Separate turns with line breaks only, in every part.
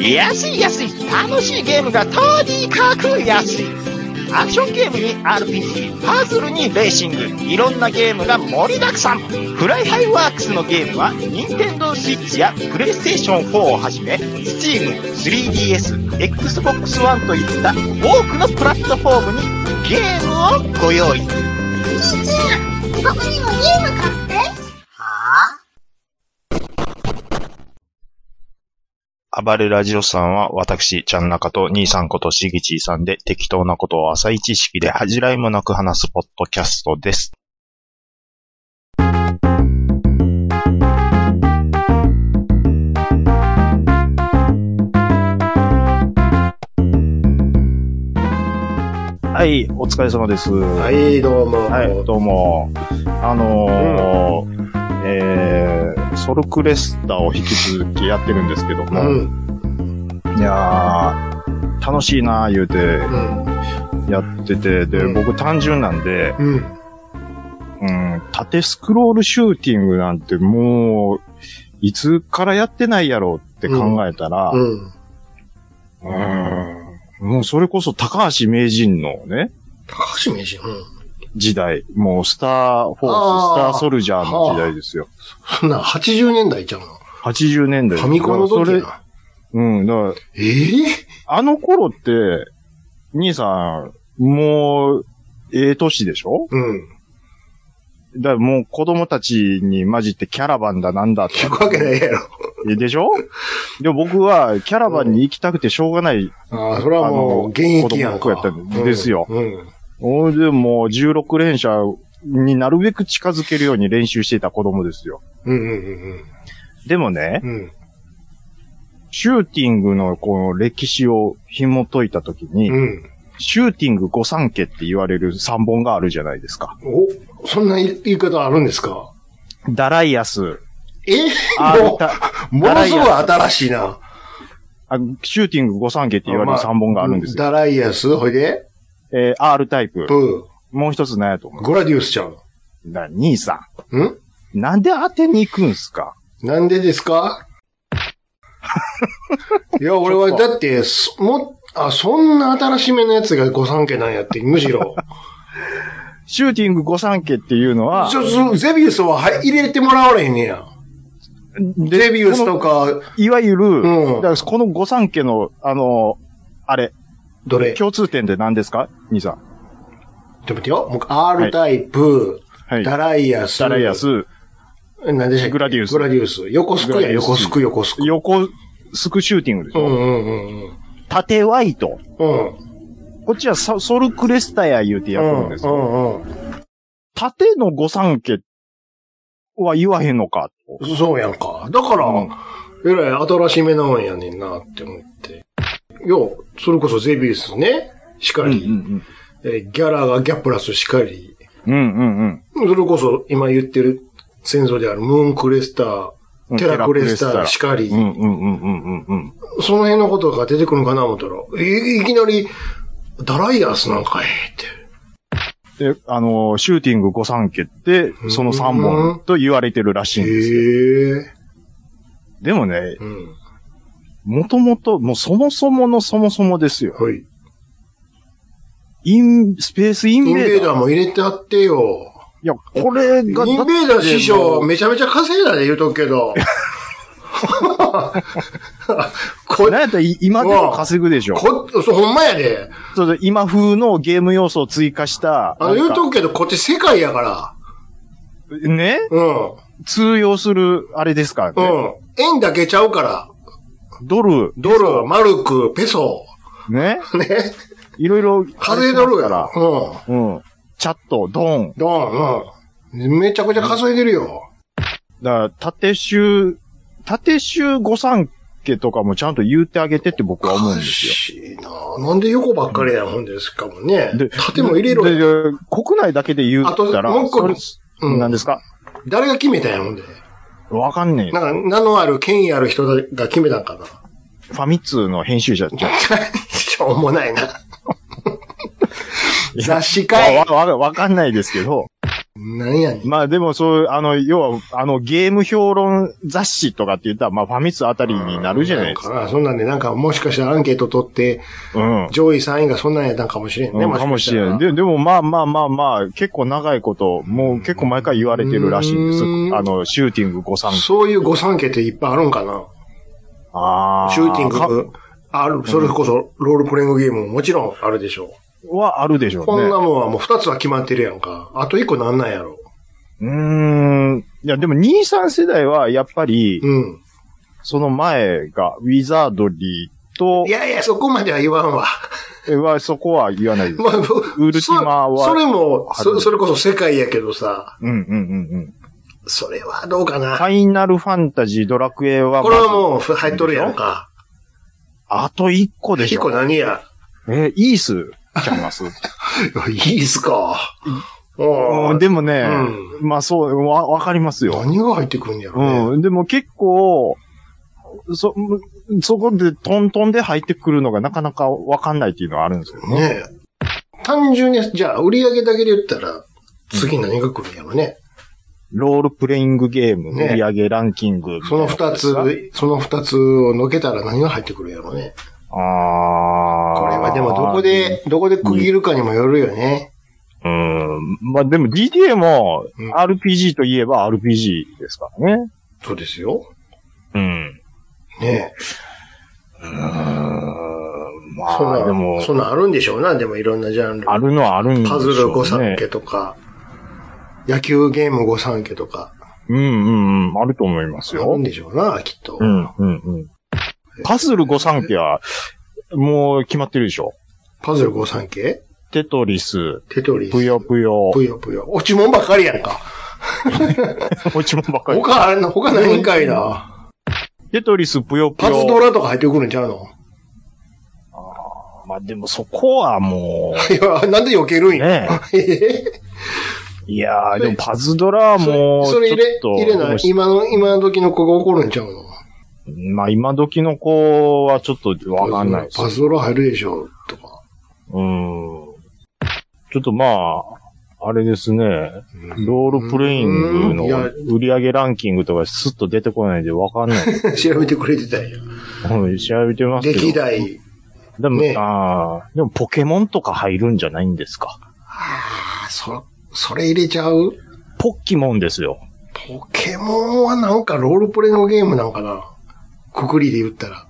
安い安い楽しいゲームがとにかく安いアクションゲームに RPG パズルにレーシングいろんなゲームが盛りだくさんフライハイワークスのゲームは NintendoSwitch や PlayStation4 をはじめ Steam3DSXbox One といった多くのプラットフォームにゲームをご用意
兄ちゃん、僕にもゲーム買って。
暴れラジオさんは、私、ちゃん中と兄さんことしぎちーさんで、適当なことを浅い知識で恥じらいもなく話すポッドキャストです。はい、お疲れ様です。は、
はいい、どうも。
どうも。あのーえー、ソルクレスターを引き続きやってるんですけど
う
も、
ん、
いやー、楽しいなー言うて
うん、
やってて、で、
うん
僕単純なんで、
うん。
うん、縦スクロールシューティングなんてもう、いつからやってないやろうって考えたら、う
うん。
ん、もうそれこそ高橋名人のね、
高橋名人。うん。
時代、もうスターフォース、ス
あー
ターソルジャーの時代ですよ。
そんなん80年代ちゃうのフ
80年代。
ァミコンの時
だ
や
から
な。
それうん、だから、
えぇ、
あの頃って、兄さん、もう、ええ年でしょ
うん。
だからもう子供たちに混じってキャラバンだなんだって。
聞くわけないやろ。
でしょで、僕はキャラバンに行きたくてしょうがない。
ああ、それはもう現役やんか。
子供の頃やったんですよ
うん。
ほんで、もう16連射になるべく近づけるように練習していた子供ですよ。
うん、うん、うん、
でもね、
うん。うん。
シューティングのこの歴史を紐解いたときに、
うん。
シューティング五三家って言われる三本があるじゃないですか。
お、そんな言い方あるんですか
ダライアス、
え
ア
も
ー
う、
タ、
ものすごい新しいな。
あシューティング五三家って言われる三本があるんですよ。
ダライアス、ほいで、
えー、R タイプ。
ブ
もう一つ何やと思
ー、ゴラディウスちゃう
う。だ兄さん。
の。ん
なんで当てに行くんすか
なんでです かいや、俺は、だって、そも、あ、そんな新しめのやつが御三家なんやって、むしろ。
シューティング御三家っていうのは
ち、ょそゼビウスはは入れてもらわれへんねや。ゼビウスと
こ
か、
のいわゆる、
うん
だからこの御三家の、あの、あれ、
どれちょ
共通点って何ですか兄さん。
っと待ってよ。もう R タイプ、
はい。
ダライアス。
ダライア。ス、
何でしたっけ
グラディウス
グラディウス。横スクや、
グラディウス
横スク、横スク。
横、スクシューティングでし
う
ょ、
んうんうん
縦ワイト。
うん。
こっちはソソルクレスタや言うて
う
やるん
ん。
です
う
よ。
んうん。
縦の御三家は言わへんのかと。
そうやんか。だから、
うん
えらい新しめなんやねんなって思って。いや、それこそゼビウスね、しか
うんう
り、
ん
えーギャラがギャプラスしかり、
うん。うんうんうん
それこそ今言ってる戦争であるムーンクレスター、
うん。
テラクレスターし
し
かり、
うんうんうんうんうんうん。
その辺のことが出てくるのかな思ったら、いいきなり、ダライアスなんかええ
で、あの、シューティング5三家って、その3本と言われてるらしいん
って。
ですよ。
へえ。
でもね、
うん。
もともと、もうそもそものそもそもですよ。
はい。
イン、スペースイン
イン
ベ
ベ
ー
ー
ダー。
ダーも入れてあってよ。
いや、これ
イン
が、
ベーダー師匠、
だってもう
めちゃめちゃ稼いだで言うとくけど。 こ、
なんやったらい今でも稼ぐでしょ。
こ、そう、ほんまやで。
そうそう今風のゲーム要素を追加した、
あの、
な
言
ん
う
か
とくけど、こっち世界やから。
ね、
うん。
通用する、あれですから
う
ね。
ん。円だけちゃうから。
ドル、
ドル、マルク、ペソ。
ね、
ね。
いろいろ。
稼いどるやら。うん。
うん。チャット、ドン。
どん、うん。めちゃくちゃ稼いでるよ。
だから、縦衆、縦衆御三家とかもちゃんと言うてあげてって僕は思うんですよ。
よ。な。なんで横ばっかりやもんですかもね。縦も入れろ
で
よ。
で国内だけで言うたら、
あともう一個
それ
うん
何ですか
誰が決めたんやもんで。
わかんねえ
な
よ。
んか、名のある権威ある人が決めたんかな。
ファミ通の編集者じゃん。
しょうもないな。雑誌
わ
かい。
わわわかんないですけど、
なんやねん。
まあでもそう、あの、要は、あの、ゲーム評論雑誌とかって言ったら、まあファミ通あたりになるじゃないですか。
あそんなんで、なんかもしかしたらアンケート取って、
うん。
上位3位がそんなんやったんかもしれんね。
うんかもしれない。
で、
で、でもまあまあまあまあ、結構長いこと、もう結構毎回言われてるらしいんです
う。ん
あの、シューティング誤算。
そういう誤算家っていっぱいあるんかな
あ
シューティン
か
グある、それこそロールプレイングゲームももちろんあるでしょ
はあるでしょ
う。こんな
う
もんはもう2つは決まってるやんか。あと1個なんなんやろ。
ね。うーん。いや、でも2、3世代はやっぱり、
うん。
その前が、ウィザードリーと
い、やいや、そこまでは言わんわ。
は、そこは言わないです。
まあ、
ウルティマは
そそれも
あ
そ、
る
それこそ世界やけどさ、
うんうんうんうん。
それはどうかな。
ファイナルファンタジー、ドラクエは、
これはもう入っとるやんか。
あと1個でし
一個
ょ。
何や。
え、イースちゃい ます
いやいいっすか。
うんでもね、
う
まあそう、わ、わかりますよ。
何が入ってくるんやろね。
うん。でも結構、そ、そこでトントンで入ってくるのがなかなかわかんないっていうのはあるんですよね。
ねえ。単純に、じゃあ、売り上げだけで言ったら、次何が来るんやろね。
ロールプレイングゲーム、
ね
売上ランキング。
その二つ。、その二つをのけたら何が入ってくるんやろね。
ああ。
これはでもどこで、どこで区切るかにもよるよね。
うん。まあでも GTA も
うん
RPG といえば RPG ですからね。
そうですよ。
うん。
ねえ。
うーん。ま
そん
あ
な、
でも、
そんなんあるんでしょうな。でもいろんなジャンル。
あるのはあるんでしょ
パ
うね。
ズル御三家とか、野球ゲーム御三家とか、
うんうんうん。あると思います
あ
よ
るん。でしょうな、きっと。
うんうんうん。パズル御三家は、もう決まってるでしょ。
パズル御三家
テトリス、
テトリス。
ぷよぷよ、
ぷよぷよ。落ちもんばっかりやんか。
落ちもんばっかり。
他、あれな、他ないんかいな。
テトリス、ぷよぷ
パズド
よ。
ラとか入ってくるんちゃうの
まあでもそこはも
いや、 なんで避けるん
う、
や。
ね。
ええ
い やー、でもパズドラはもう、
それ入れ、
ちょっと
入れない今の、今の時の子が怒るんちゃうの
まあ今時の子はちょっとわかんないです。
パズドラ入るでしょ、とか。
うん。ちょっとまあ、あれですね。ロールプレイングの
うんいや
売り上げランキングとかスッと出てこないんでわかん ない。
調べてくれてたんや。
うん調べてますけど。
歴代。
でも、
ね
ああ、でもポケモンとか入るんじゃないんですか。
ああ、そ、それ入れちゃう
ポッキモンですよ。
ポケモンはなんかロールプレイのゲームなんかなくくりで言ったら。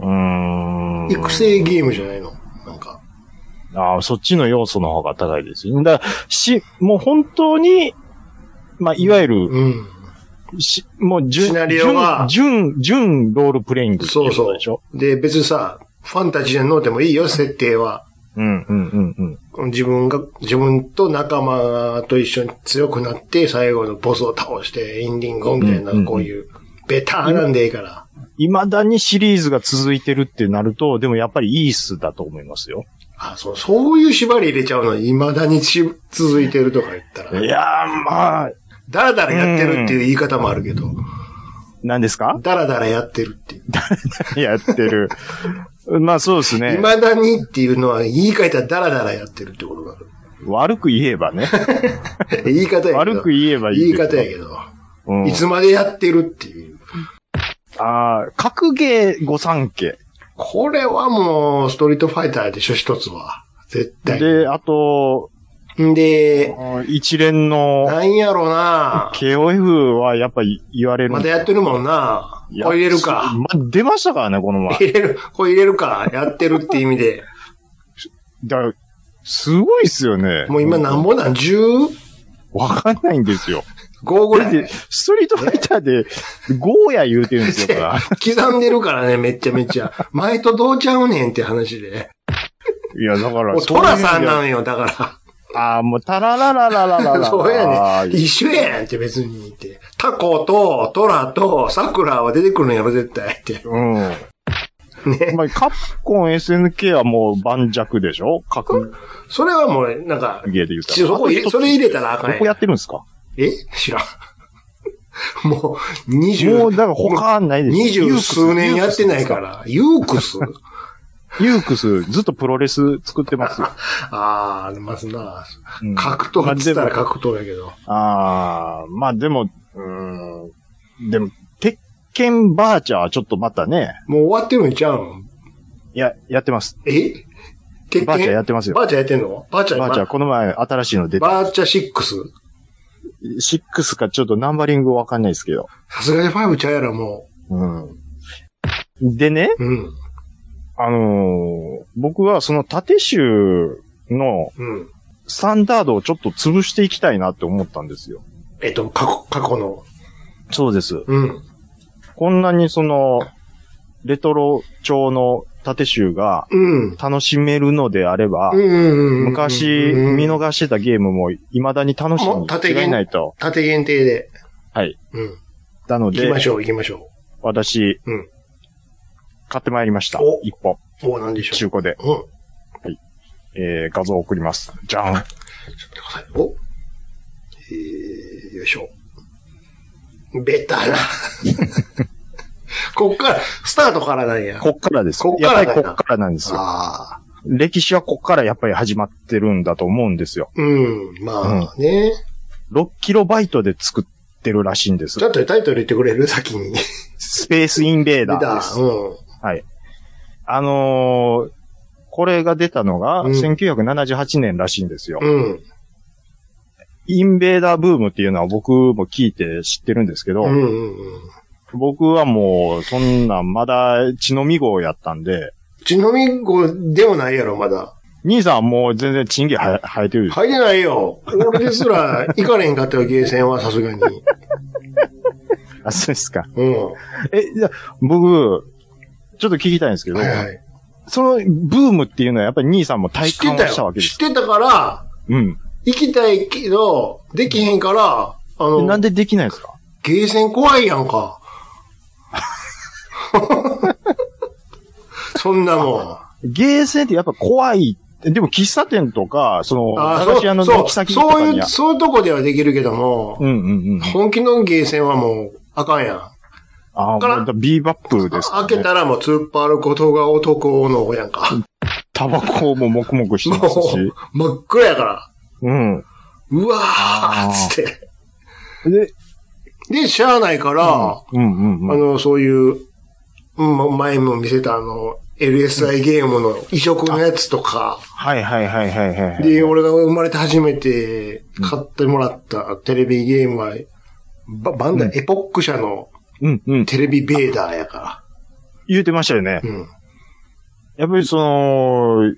うーん。
育成ゲームじゃないのなんか。
ああ、そっちの要素の方が高いですよ。だからし、もう本当に、まあ、いわゆる、
うん。
し、もう、純、
シナリオは
純、純純ロールプレイングっていうことでしょ
で、別にさ、ファンタジーで飲んでもいいよ、設定は。
うん、うん、うん、うん。
自分が、自分と仲間と一緒に強くなって、最後のボスを倒して、エンディングをみたいな
うんうんう、ん
こういう、ベターなんでいいから。
未だにシリーズが続いてるってなると、でもやっぱりイースだと思いますよ。
あ、そう、そういう縛り入れちゃうの、未だにし続いてるとか言った
い
ら、
やー、まあ、
ダラダラやってるっていう言い方もあるけど、
何ですか
ダラダラやってるっていう。
やってる。まあ、そうですね。
未だにっていうのは、言い換えたらダラダラやってるってことがある。
悪く言えばね。
言い方やけど。
悪く言えばいい
言い
けど
方やけど、
うん
いつまでやってるっていう。
ああ、格ゲー御三家。
これはもう、ストリートファイターでしょ、一つは。絶対。
で、あと、
んで、
一連の
なんやろな
KOF はやっぱり言われる。
またやってるもんな
や
これ入れるか。
ま、出ましたからね、この前。
入れる、これ入れるか。やってるって意味で。
だからすごいっすよね。
もう今なんぼなん ?15
わかんないんですよ。
ぐ
こ
ら
れで、
い
ストリートファイターで、ゴーヤ言うてるんですよ、これ。
刻んでるからね、めっちゃめちゃ。前とどうちゃうねんって話で。
いや、だから。
もうトラさんな
の
んよ、だか
ああ、もう、タラララララララ
ら。そうやねん。
い
一緒やんって別に言って。タコとトラとサクラは出てくるんやろ、絶対って。
うん。
ね。
まあ、カプコン SNK はもう盤石でしょ格
それはもう、なんか、
ゲーで言うた
そ
ら。
こ入れ、それ入れたらあかん
ど
やん
こやってるんですか
え知らん。 もう、二十、
もう、だから他ないです
二十数年やってない
ら。
から。ユークス
ユークス、ずっとプロレス作ってますよ。
ああ、ありますな。
うん
格闘って言った
ま
ら
あでも
格闘やけど。
ああ、まあでも、うーん、でも、鉄拳バーチャーはちょっとまたね、
もう終わってるんちゃうん
や、やってます。
え鉄拳
バーチャーやってますよ
バーチャーやってんのバーチャー
バーチャー、この前新しいの出た。
バーチャー 6?
6かちょっとナンバリングわかんないですけど。
さすがに5ちゃうやろ、も
うん。でね、
う。うん。
あのー僕はその縦集の
うん。
スタンダードをちょっと潰していきたいなって思ったんですよ。
えっと、過去、過去の。
そうです。
うん。
こんなにその、レトロ調の縦集が
うん。
楽しめるのであれば、
うんうんうん。
昔
うん
見逃してたゲームも未だに楽しみ
も
に
う縦
違
弦
いないと。
縦限定で。
はい。
うん。
なの
行き
で
ま、しょう、行きましょ
私、
うん
買ってまいりました
お。
一本。
う。おう、なんでしょ
中古で、
う。うん。
えー、画像を送ります。じゃん。
ちょっと待ってください。おえー、よいしょ。ベタな。 こっから、スタートからなんや。
こっからです。
こっからだ
やっぱりこっからなんですよ。
ああ。
歴史はこっからやっぱり始まってるんだと思うんですよ。
うん。まあね。
6キロバイトで作ってるらしいんです
ちょ。っとタイトル言ってくれる先に。ベ
スペースインベーダーです。
うん。
あのー、これが出たのが
うん
1978年らしいんですよ。
うん。
インベーダーブームっていうのは僕も聞いて知ってるんですけど、
うんうんうん。
僕はもう、そんなんまだ血のみ号やったんで、
血のみ子でもないやろ、まだ。
兄さんはもう全然チンゲは生えてるでしょ。
入れないよ。俺ですら行かれへんかったよ、ゲーセンは、さすがに。
あ、そうですか。
うん。
え、じゃあ僕、ちょっと聞きたいんですけど、
はいはい。
そのブームっていうのはやっぱり兄さんも体
知っ
感
て
を
た
したわ
よ。
けで
知っ
す。
てたから、
うん。
行きたいけど、できへんから、あの、
なんでできないんですか
ゲーセン怖いや んか。そんなもん。
ゲーセンってやっぱ怖い。でも喫茶店とか、その、
あ
駄
あ、そ
菓子屋の
う、
軒
そう、
先とか
そう
に
いう、
は。
そういうとこではできるけども、
うんうんうん。
本気のゲーセンはもう、あかんやん。
ああ、
から
もうビーバップです、ね。
開けたらもう、突っ張ることが男のやんか。
タバコももくもくして
も
ます
う
し。、
真っ暗やから、
うん。
うわ
あ
ー
ー
っつって。
で、
で、しゃあないから、
うんうんうん。
あの、そういう、うん前も見せたあの、LSI ゲームの移植のやつとか、
はいはいはいはいはいはい。
で、俺が生まれて初めて買ってもらったテレビゲームは、ババンダイエポック社の
うんうん。
テレビベーダーやか
言うてましたよね。
ら。うん。
やっぱりその、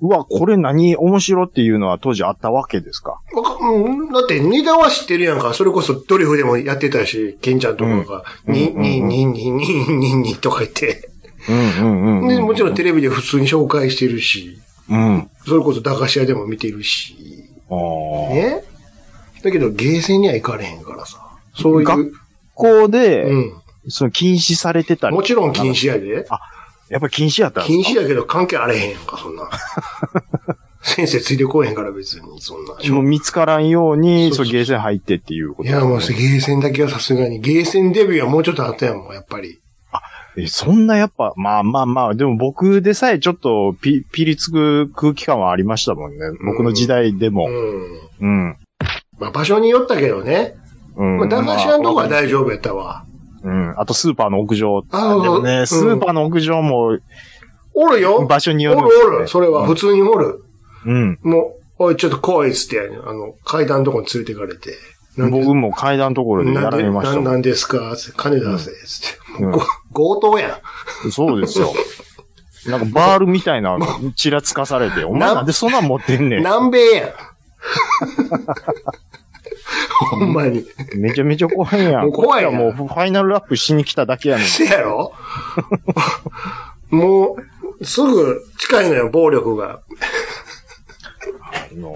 うわ、これ何面白っていうのは当時あったわけですか
わかうんだって、値段は知ってるやんか。それこそドリフでもやってたし、ケンちゃんとかが、
うん
に、
うん
に、に、に、に、に、にとか言って。
うんうん
で、もちろんテレビで普通に紹介してるし、
うん。うん。
それこそ駄菓子屋でも見てるし。
ああ。
ねだけど、ゲーセンには行かれへんからさ。そうい
学
う。
ここで、
うん。
その禁止されてたり
も。ちろん禁止やで。
やっぱり禁止やったんです
禁
か
止やけど関係あれへんやんか、そ んな。先生ついてこうへんから別に、そんな。
もう
い
見つからんように、
そ
そう
そう
う、ゲーセン入ってっていうこと。
や、もうゲーセンだけはさすがに。ゲーセンデビューはもうちょっとあったやもん、やっぱり。
え、そんなやっぱ、まあまあまあ、でも僕でさえちょっとピ、ピリつく空気感はありましたもんね。僕の時代で
う
も。
ん。
うん。
まあ場所によったけどね。
うん。
まあ駄菓子屋のとこは大丈夫やったわ。
うん。あとスーパーの屋上。
あそうそう
でも
う
ね、
ん
スーパーの屋上も
おるよ。
場所によ
お
るん
る
ですよね、
おる。それは普通におる。
うん。
もう、おい、ちょっと来いっつってやねあの、階段のとこに連れてかれて。なんで
僕も階段のところでや
な
ら
ん
れ
で、
まし
な
た
ん
も
なんですかつって金出せ。つって。
うん
もうご強盗や
ん。そうですよ。なんかバールみたいな、ちらつかされて、お前なんでそんなん持ってん
ん。
ねん。
南米やん。ほんまに。
めちゃめちゃ怖いや
も
ん。
う怖いやん
こっちはもうファイナルラップしに来ただけやねん。
せ やろもう、すぐ近いのよ、暴力が。
あの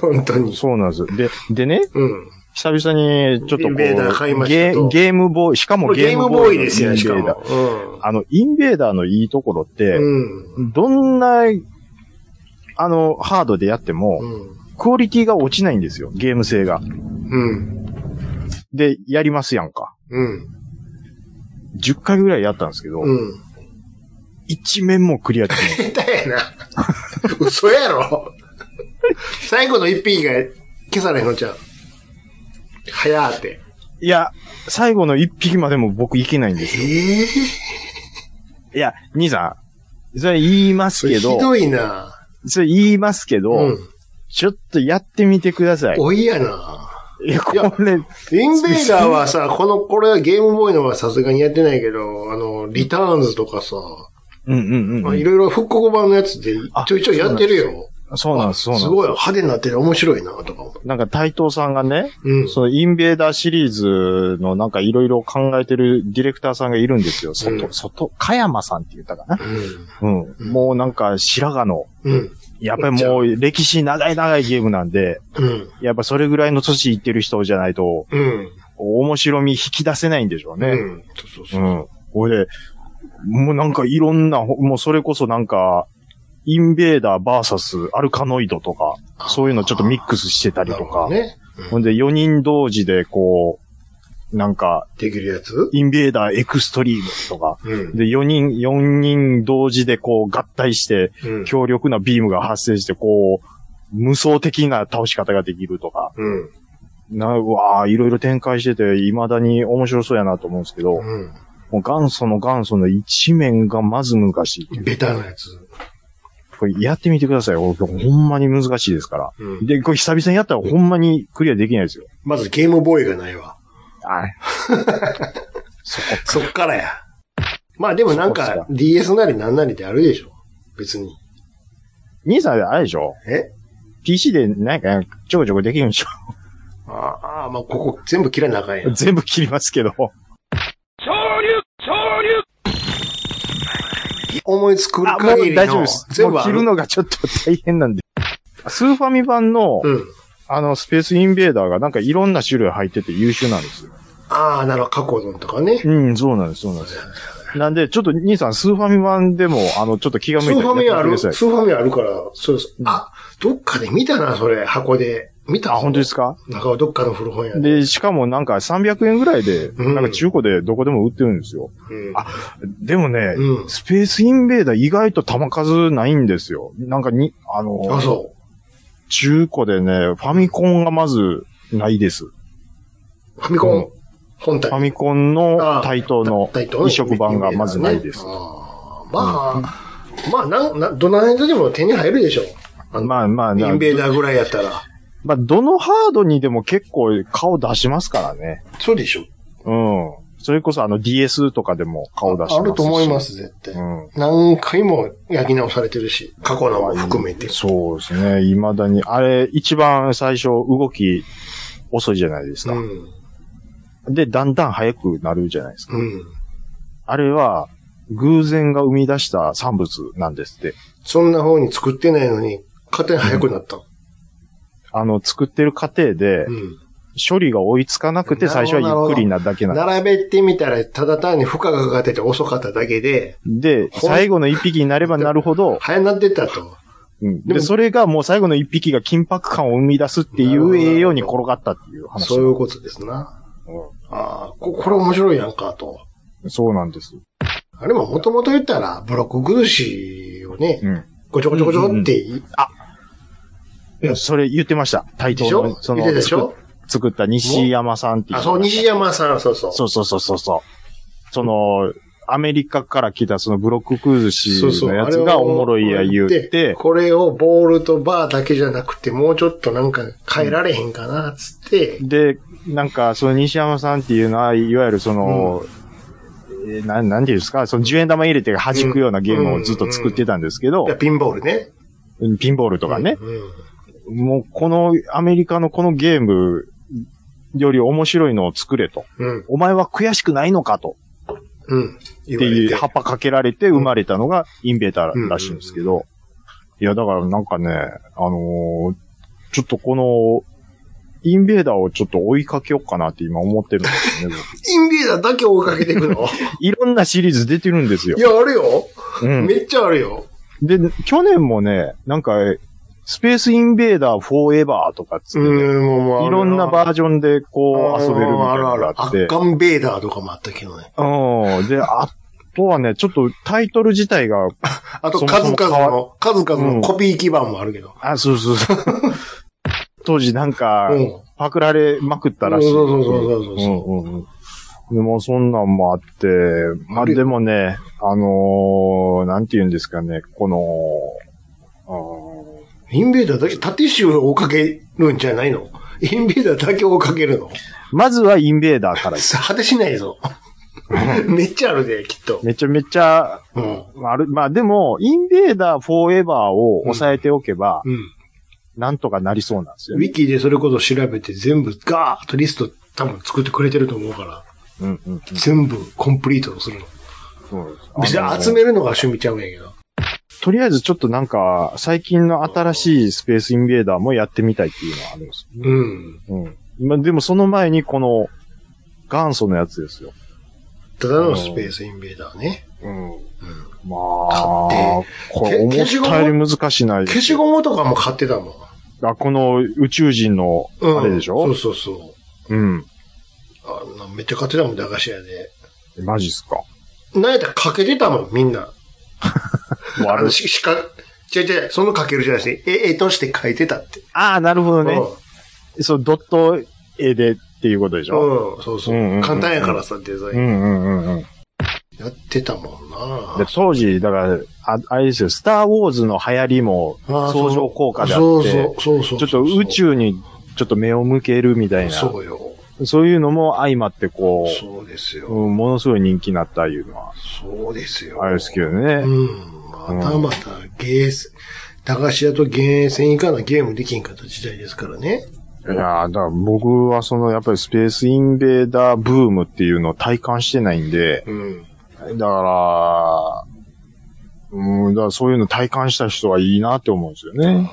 本当
ー
に。
そうなんです。で、でね、
うん。
久々にちょっとこ
イ
う
ンベーダー買いました
ゲー
と
ゲームボーイ、しかも
これ
ゲー
ゲーム
ム
ボ
ボ
ー
ー
イ
イ
で
ですす
や
や
ん、
ん、
し
し
か
か
も
も。。あの、インベーダーのいいところって、
うん。
どんな、あの、ハードでやっても、
うん。
クオリティが落ちないんですよ、ゲーム性が。
うん。
で、やりますやんか。
うん。
10回ぐらいやったんですけど、
うん。
一面もクリアでき ない。
下手やな。嘘やろ。最後の一品が消されへんのちゃう。早ーって。
いや、最後の一匹までも僕いけないんですよ。
ええ
いや、兄さん、それ言いますけ
ひ
ど、
どいな。
それ言いますけど、
うん。
ちょっとやってみてください。
おいやな。
いや、これ、
インベーダーはさ、この、これはゲームボーイのはさすがにやってないけど、あの、リターンズとかさ、
うんうん
ま
う
あい
ん。
ろいろ復刻版のやつで
あ
ちょいちょいやってるよ。
そうなんです、そうなんですす。
ごい派手になってて面白いな、とか思う。
なんか、対藤さんがね、
うん。
そのインベーダーシリーズのなんかいろいろ考えてるディレクターさんがいるんですよ。外、
うん
外、加山さんって言ったかな。
うん。
うん。
うん
もうなんか白髪の、
うん。
やっぱりもう歴史長い長いゲームなんで、
うん。
やっぱそれぐらいの年いってる人じゃないと、
うん。
面白み引き出せないんでしょう
う
ね。
ん。そうそう
う
そう。
ん。これで、もうなんかいろんな、ほもうそれこそなんか、インベーダーバーサスアルカノイドとか、そういうのちょっとミックスしてたり
なる
と
ほ
か
ど、ね。
ほんで4人同時でこう、なんか、
できるやつ
インベーダーエクストリームとか、
うん。
で、4人、4人同時でこう合体して、
うん。
強力なビームが発生して、こう、無双的な倒し方ができるとか、
うん。
な、うわあいろいろ展開してて、未だに面白そうやなと思うんですけど、も
うん。
う元祖の元祖の一面がまず難しいっていう。
ベタなやつ。
これやってみてください。ほほんまに難しいですから。
うん。
で、これ久々にやったらほんまにクリアできないですよ。
まずゲームボーイがないわ。
あそこ
そっからや。まあでもなん
そっ
か
か
DS なりなんなりであるでしょ。別に。
兄さんあれでしょ
え
?PC でなんかちょこちょこできるんでしょ
ああ、まあここ全部切らなあかんやん。
全部切りますけど。
思いつくる
あ、もう
限りの。
大丈夫です。
全
も
部
う
あ
切
る
るのがちょっと大変なんで。スーファミ版の、
うん。
あの、スペースインベーダーがなんかいろんな種類入ってて優秀なんですよ。
ああ、なるほど。過去のとかね。
うん、そうなんです、そうなんです。なんで、ちょっと兄さん、スーファミ版でも、あの、ちょっと気が
ス
向い
ー
た
ファミ
や
あ
ってみ
る、
てくだ
スー
さい。
ファミあるから、そうです。あ、どっかで見たな、それ、箱で。見た
あ、本当ですか
か中はどっかの古本屋で。
で、しかもなんか300円ぐらいで、
うん
なんか中古でどこでも売ってるんですよ。
うん。
あでもね、
うん。
スペースインベーダー意外と弾数ないんですよ。なんかに、あの、
あ、そ
中古でね、ファミコンがまずないです。
う。ファミコン、本体。
ファミコンの
あ
対等の
大統領
移植版がまずないです。
あーまあ、まあ、なん、な、どの辺でも手に入るでしょ。あの、
まあまあ、
イ
な
ンベーダーぐらいやったら。
まあ、どのハードにでも結構顔出しますからね。
そうでしょ。
うん。それこそあの DS とかでも顔出しますし
あると思いま。す、絶対
う。ん。
何回も焼き直されてるし、過去のも含めて。
そうですね。未だに。あれ、一番最初動き遅いじゃないです
う
か。
ん。
で、だんだん速くなるじゃないですか。
うん。
あれは、偶然が生み出した産物なんですって。
そんな方に作ってないのに、勝手に早くなった。
あの、作ってる過程で
う、ん。
処理が追いつかなくて最初はゆっくりなだけなんです
並べてみたら、ただ単に負荷がかかってて遅かっただけで、
で、
ほん
最後の一匹になればなるほど、
早なってったと。
うん
で
で、
も
それがもう最後の一匹が緊迫感を生み出すってい
なるほど
う栄養に転がったっていう話。
そういうことですな。ああ、ここれ面白いやんか、と。
うんそうなんです。
あれももともと言ったら、ブロック崩しをね、
うん
ごちょごちょごちょってい、あ、うん
それ言ってました。対
で
等
しょ
の、そ
見てた
の、
でし
作
ょ
作った西山さんっていう。
あ、そう、西。山さん、そうそう。
そうそうそうそうそう。その、アメリカから来たそのブロッククズ氏
そうそう
のやつがおもろいや言って、
これをボールとバーだけじゃなくて、もうちょっとなんか変えられへんかな、つって、
で、なんか、その西山さんっていうのは、いわゆるその、えーなん、なんていうんですか、その10円玉入れて弾くようなゲームをずっと作ってたんですけど
いや、ピンボールね。
ピンボールとかね、
うん。
もうこのアメリカのこのゲームより面白いのを作れと。
うん。
お前は悔しくないのかと。
うん。
っ
言
て
われ
い
て
う、葉っぱかけられて生まれたのがインベーターらしいんですけど。いや、だからなんかね、あのーちょっとこの、インベーダーをちょっと追いかけようかなって今思ってるんですよね。
インビーダーだけ追いかけてい くの
いろんなシリーズ出てるんですよ
い。や、あるよ。
うん
めっちゃあるよ。
で、去年もね、なんか、スペースインベーダーフォーエバーとかっつって、
うん、もうもうある
いろんなバージョンでこう遊べるみたいな
あ
の
るある
が。
ア
あって
ッ、カンベーダーとかもあったけどね。
うん。で、あとはね、ちょっとタイトル自体が、
あと
そもそ
数
も
々の、数々
う
の
ん
コピー基盤も あるけど。
あ、そうそうそう。当時なんか
う、ん。
パクられまくったらしい。
そうそうそうそうそうそ
う
う
んうんうんでも、そんなんもあって、まあ、でもね、あのーなんて言うんですかね、この、
インベーダーだけ、タティッシュを追っかけるんじゃな いのインベーダーだけ追っかけるの
まずはインベーダーからです。
さ果てしない ぞ。めっちゃあるで、きっと。
めちゃめちゃ、
うん。
ある、まあでも、インベーダーフォーエバーを抑えておけば、
うん。
なんとかなりそうなんです
ウ
よね。
ィキでそれこそ調べて全部ガーッとリスト多分作ってくれてると思うから、
うんうんうん。
全部コンプリートするの。
そうです
別
あの
に集めるのが趣味ちゃうんやけど。
とりあえずちょっとなんか、最近の新しいスペースインベーダーもやってみたいっていうのはあるんですよね。
うん。
うん。まあ、でもその前にこの、元祖のやつですよ。
ただのスペースインベーダーね。
うん。
うん。
ま
だ
あ、これ
け
思っ
消しゴム
たより難しないです
消しゴムとかも買ってたもん。
あ、この宇宙人の、
うん。
あれでし
そ
ょ
うそうそう。
うん。
あんなめっちゃ買ってたもん、駄菓子屋で。
マジっすか。
なんやったらかけてたもん、みんな。あ
悪
の、
い
し、しか、違う違う、そのかけるじゃないし、え、えとして書いてたって。
ああ、なるほど
うん。
ね。そう、ドット絵でっていうことでしょ
うん、そうそう
うんうんうんう。ん
簡単やからさ、デザイ
う
ン。
んうんうんうん。
やってたもんな
で当時、だから、ああれですよ、スター・ウォーズの流行りも
あ
相乗効果であって、
そうそう、そうそう。
ちょっと宇宙にちょっと目を向けるみたいな、そ
そうよ。
ういうのも相まってこ
そうです
う、
よ。
うん、ものすごい人気になったいうのは、
そうですよ。
あれですけど
う
ね。
ん。またまた、ゲーセン、駄菓子屋とゲーセン以下のゲームできんかった時代ですからね。
いやーだから僕はその、やっぱりスペースインベーダーブームっていうのを体感してないんで、
うん。
だから、うん、だからそういうの体感した人はいいなって思うんですよね。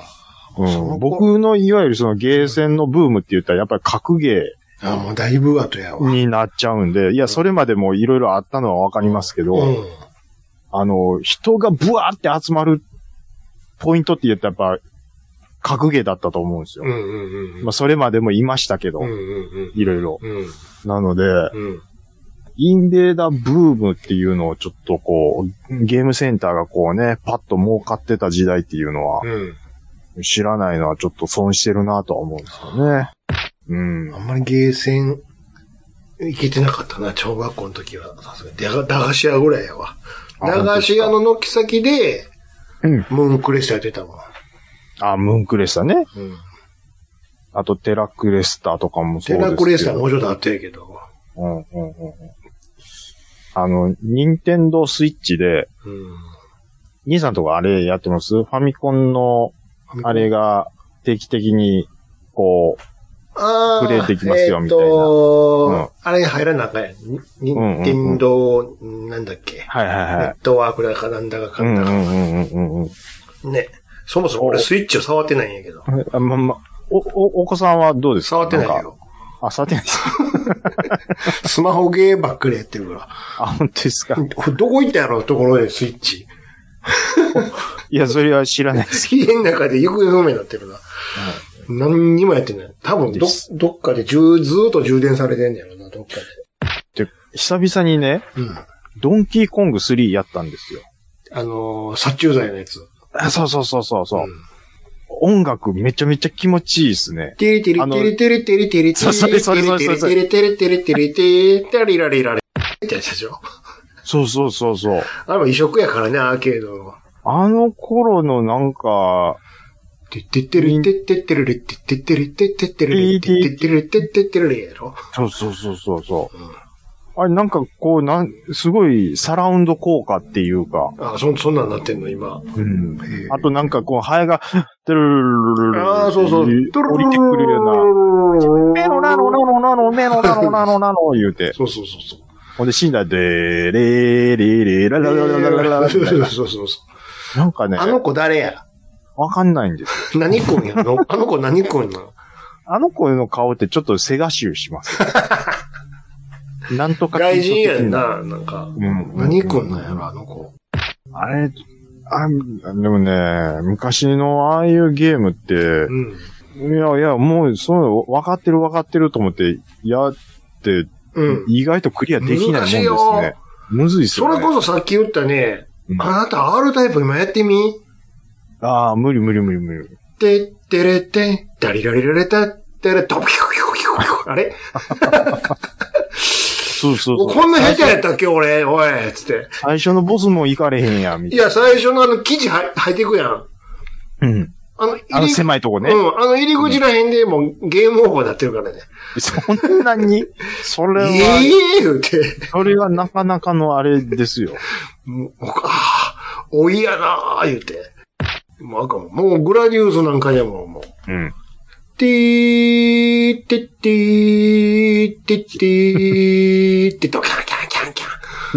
その
うん、
子
僕のいわゆるそのゲーセンのブームって言ったらやっぱり格ゲ
あ、もうだいぶ後や
ー
わ。
になっちゃうんで、いや、それまでもいろいろあったのはわかりますけど、
うん。
あの、人がブワーって集まるポイントって言ったらやっぱ格ゲーだったと思うんですよ。
うんうんうん。
まあ、それまでもいましたけど、
うんうん
いろいろ。
うん。うん。
なので、
うん。
インベーダーブームっていうのをちょっとこう、ゲームセンターがこうね、パッと儲かってた時代っていうのは、
うん。
知らないのはちょっと損してるなとは思うんですよね。うん
あ。んまりゲーセン、行けてなかったな、小学校の時は。さすがに。駄菓駄菓子屋ぐらいやわ。
あ
駄菓子屋の軒先で、
うん
ムーンクレスタやってたもん。
あ、ムーンクレスタね。
うん。
あとテラクレスタとかもそう
テ
ですけど。
ラクレスタもうちょっとあったやけど。
うんうんうんうん。あの、ニンテンドースイッチで、
うん。
兄さんとかあれやってますファミコンのあれが定期的に、こ
あー
プレイできますよ
えーっ
みたいなうん
と、あれ入らなあかんやん。に
うんうん
任天堂、なんだっけ。
う、はいはい
ネ
はい
ッ。トワークだかなんだか
う
か
ん
ん
う
だか。
んうんうんうんうん。
ね。そもそも俺スイッチを触ってないんやけど。
あま、ま、お、お、お子さんはどうですか
触ってない。
んか
よ。
あ、触ってないですか
スマホゲーばっかりやってるか。。
あ、本当ですから
どこ行ったやろうところでスイッチ。
いや、それは知らない。
家の中で行方不明になってるな。何にもやってない。多分ど
で、す
どっかで充ずーっと充電されてんねやろな、どっか
久々にね、
で。うん。
ドンキーコング3やったんですよ。
あのー、殺虫剤のやつ。
あそうそうそうそうそう、
ん
音楽めちゃめちゃ気持ちいいですね。
テレテレテレテレテレテレテレテ
そうそれそれそれそれ
レテレテレテレテレテレテレラリラリってやつでしょ
そうそうそうそう。
あれも移植やからね、アーケードの。
あの頃のなんか、
てってってるてってってるれてってってるてってってるれてってってるてってってるれやろ
そうそうそうそうそう、
うん
あれなんかこう、なん、すごいサラウンド効果っていうか、
あ、そ、そんなんなってんの、今。
うん
へえ
あとなんかこう、ハエが、てるるるるるる
ああ、そうそう。
降りてくるような。メロナロナロナロメロナロナロナロ言うて。
そうそうそうそう。
ほんで死んだらでーれーれーれーららららららら
そうそうそう
なんかね、
あの子誰や
わかんないんですよ。
何君やのあの子何君なの
あの子の顔ってちょっとセガ臭しますよ。なんとか
外人や
ん
ん。な、なんか。
うん。
何君なんやろ、あの子。
あれ、あ、でもね、昔のああいうゲームって
う、ん。
いやいや、もう、そういうの分かってる分かってると思って、やって、
うん。
意外とクリアできないもんです
難しい
ね
よ。
むずいっす
そ
よね。
れこそさっき言ったね、
うん
あなた R タイプ今やってみ
ああ、無理無理無理無理。
てってれて、ダリラリラレタ、てれ、ドキョキョキョキョキョあれ
そうそう
もう
そう。
こんな下手やっ
最初
たっけ俺、おい、つって。
最初のボスも行かれへんや、みた
い
いな。
や、最初のあの、生地は入っていくやん。
うん。
あの、入り
あの狭いとこね。
うん、あの入り口らへんでもうゲームオーバーになってるからね。
そんなに、それは、
ええー、言うて。
それはなかなかのあれですよ。
もう、ああ、おいやなあ、言うて。もうあかんもうグラディウスなんかでも、もう。
うん。
てー、てってー、てってー、てドキャンキャンキャンキャ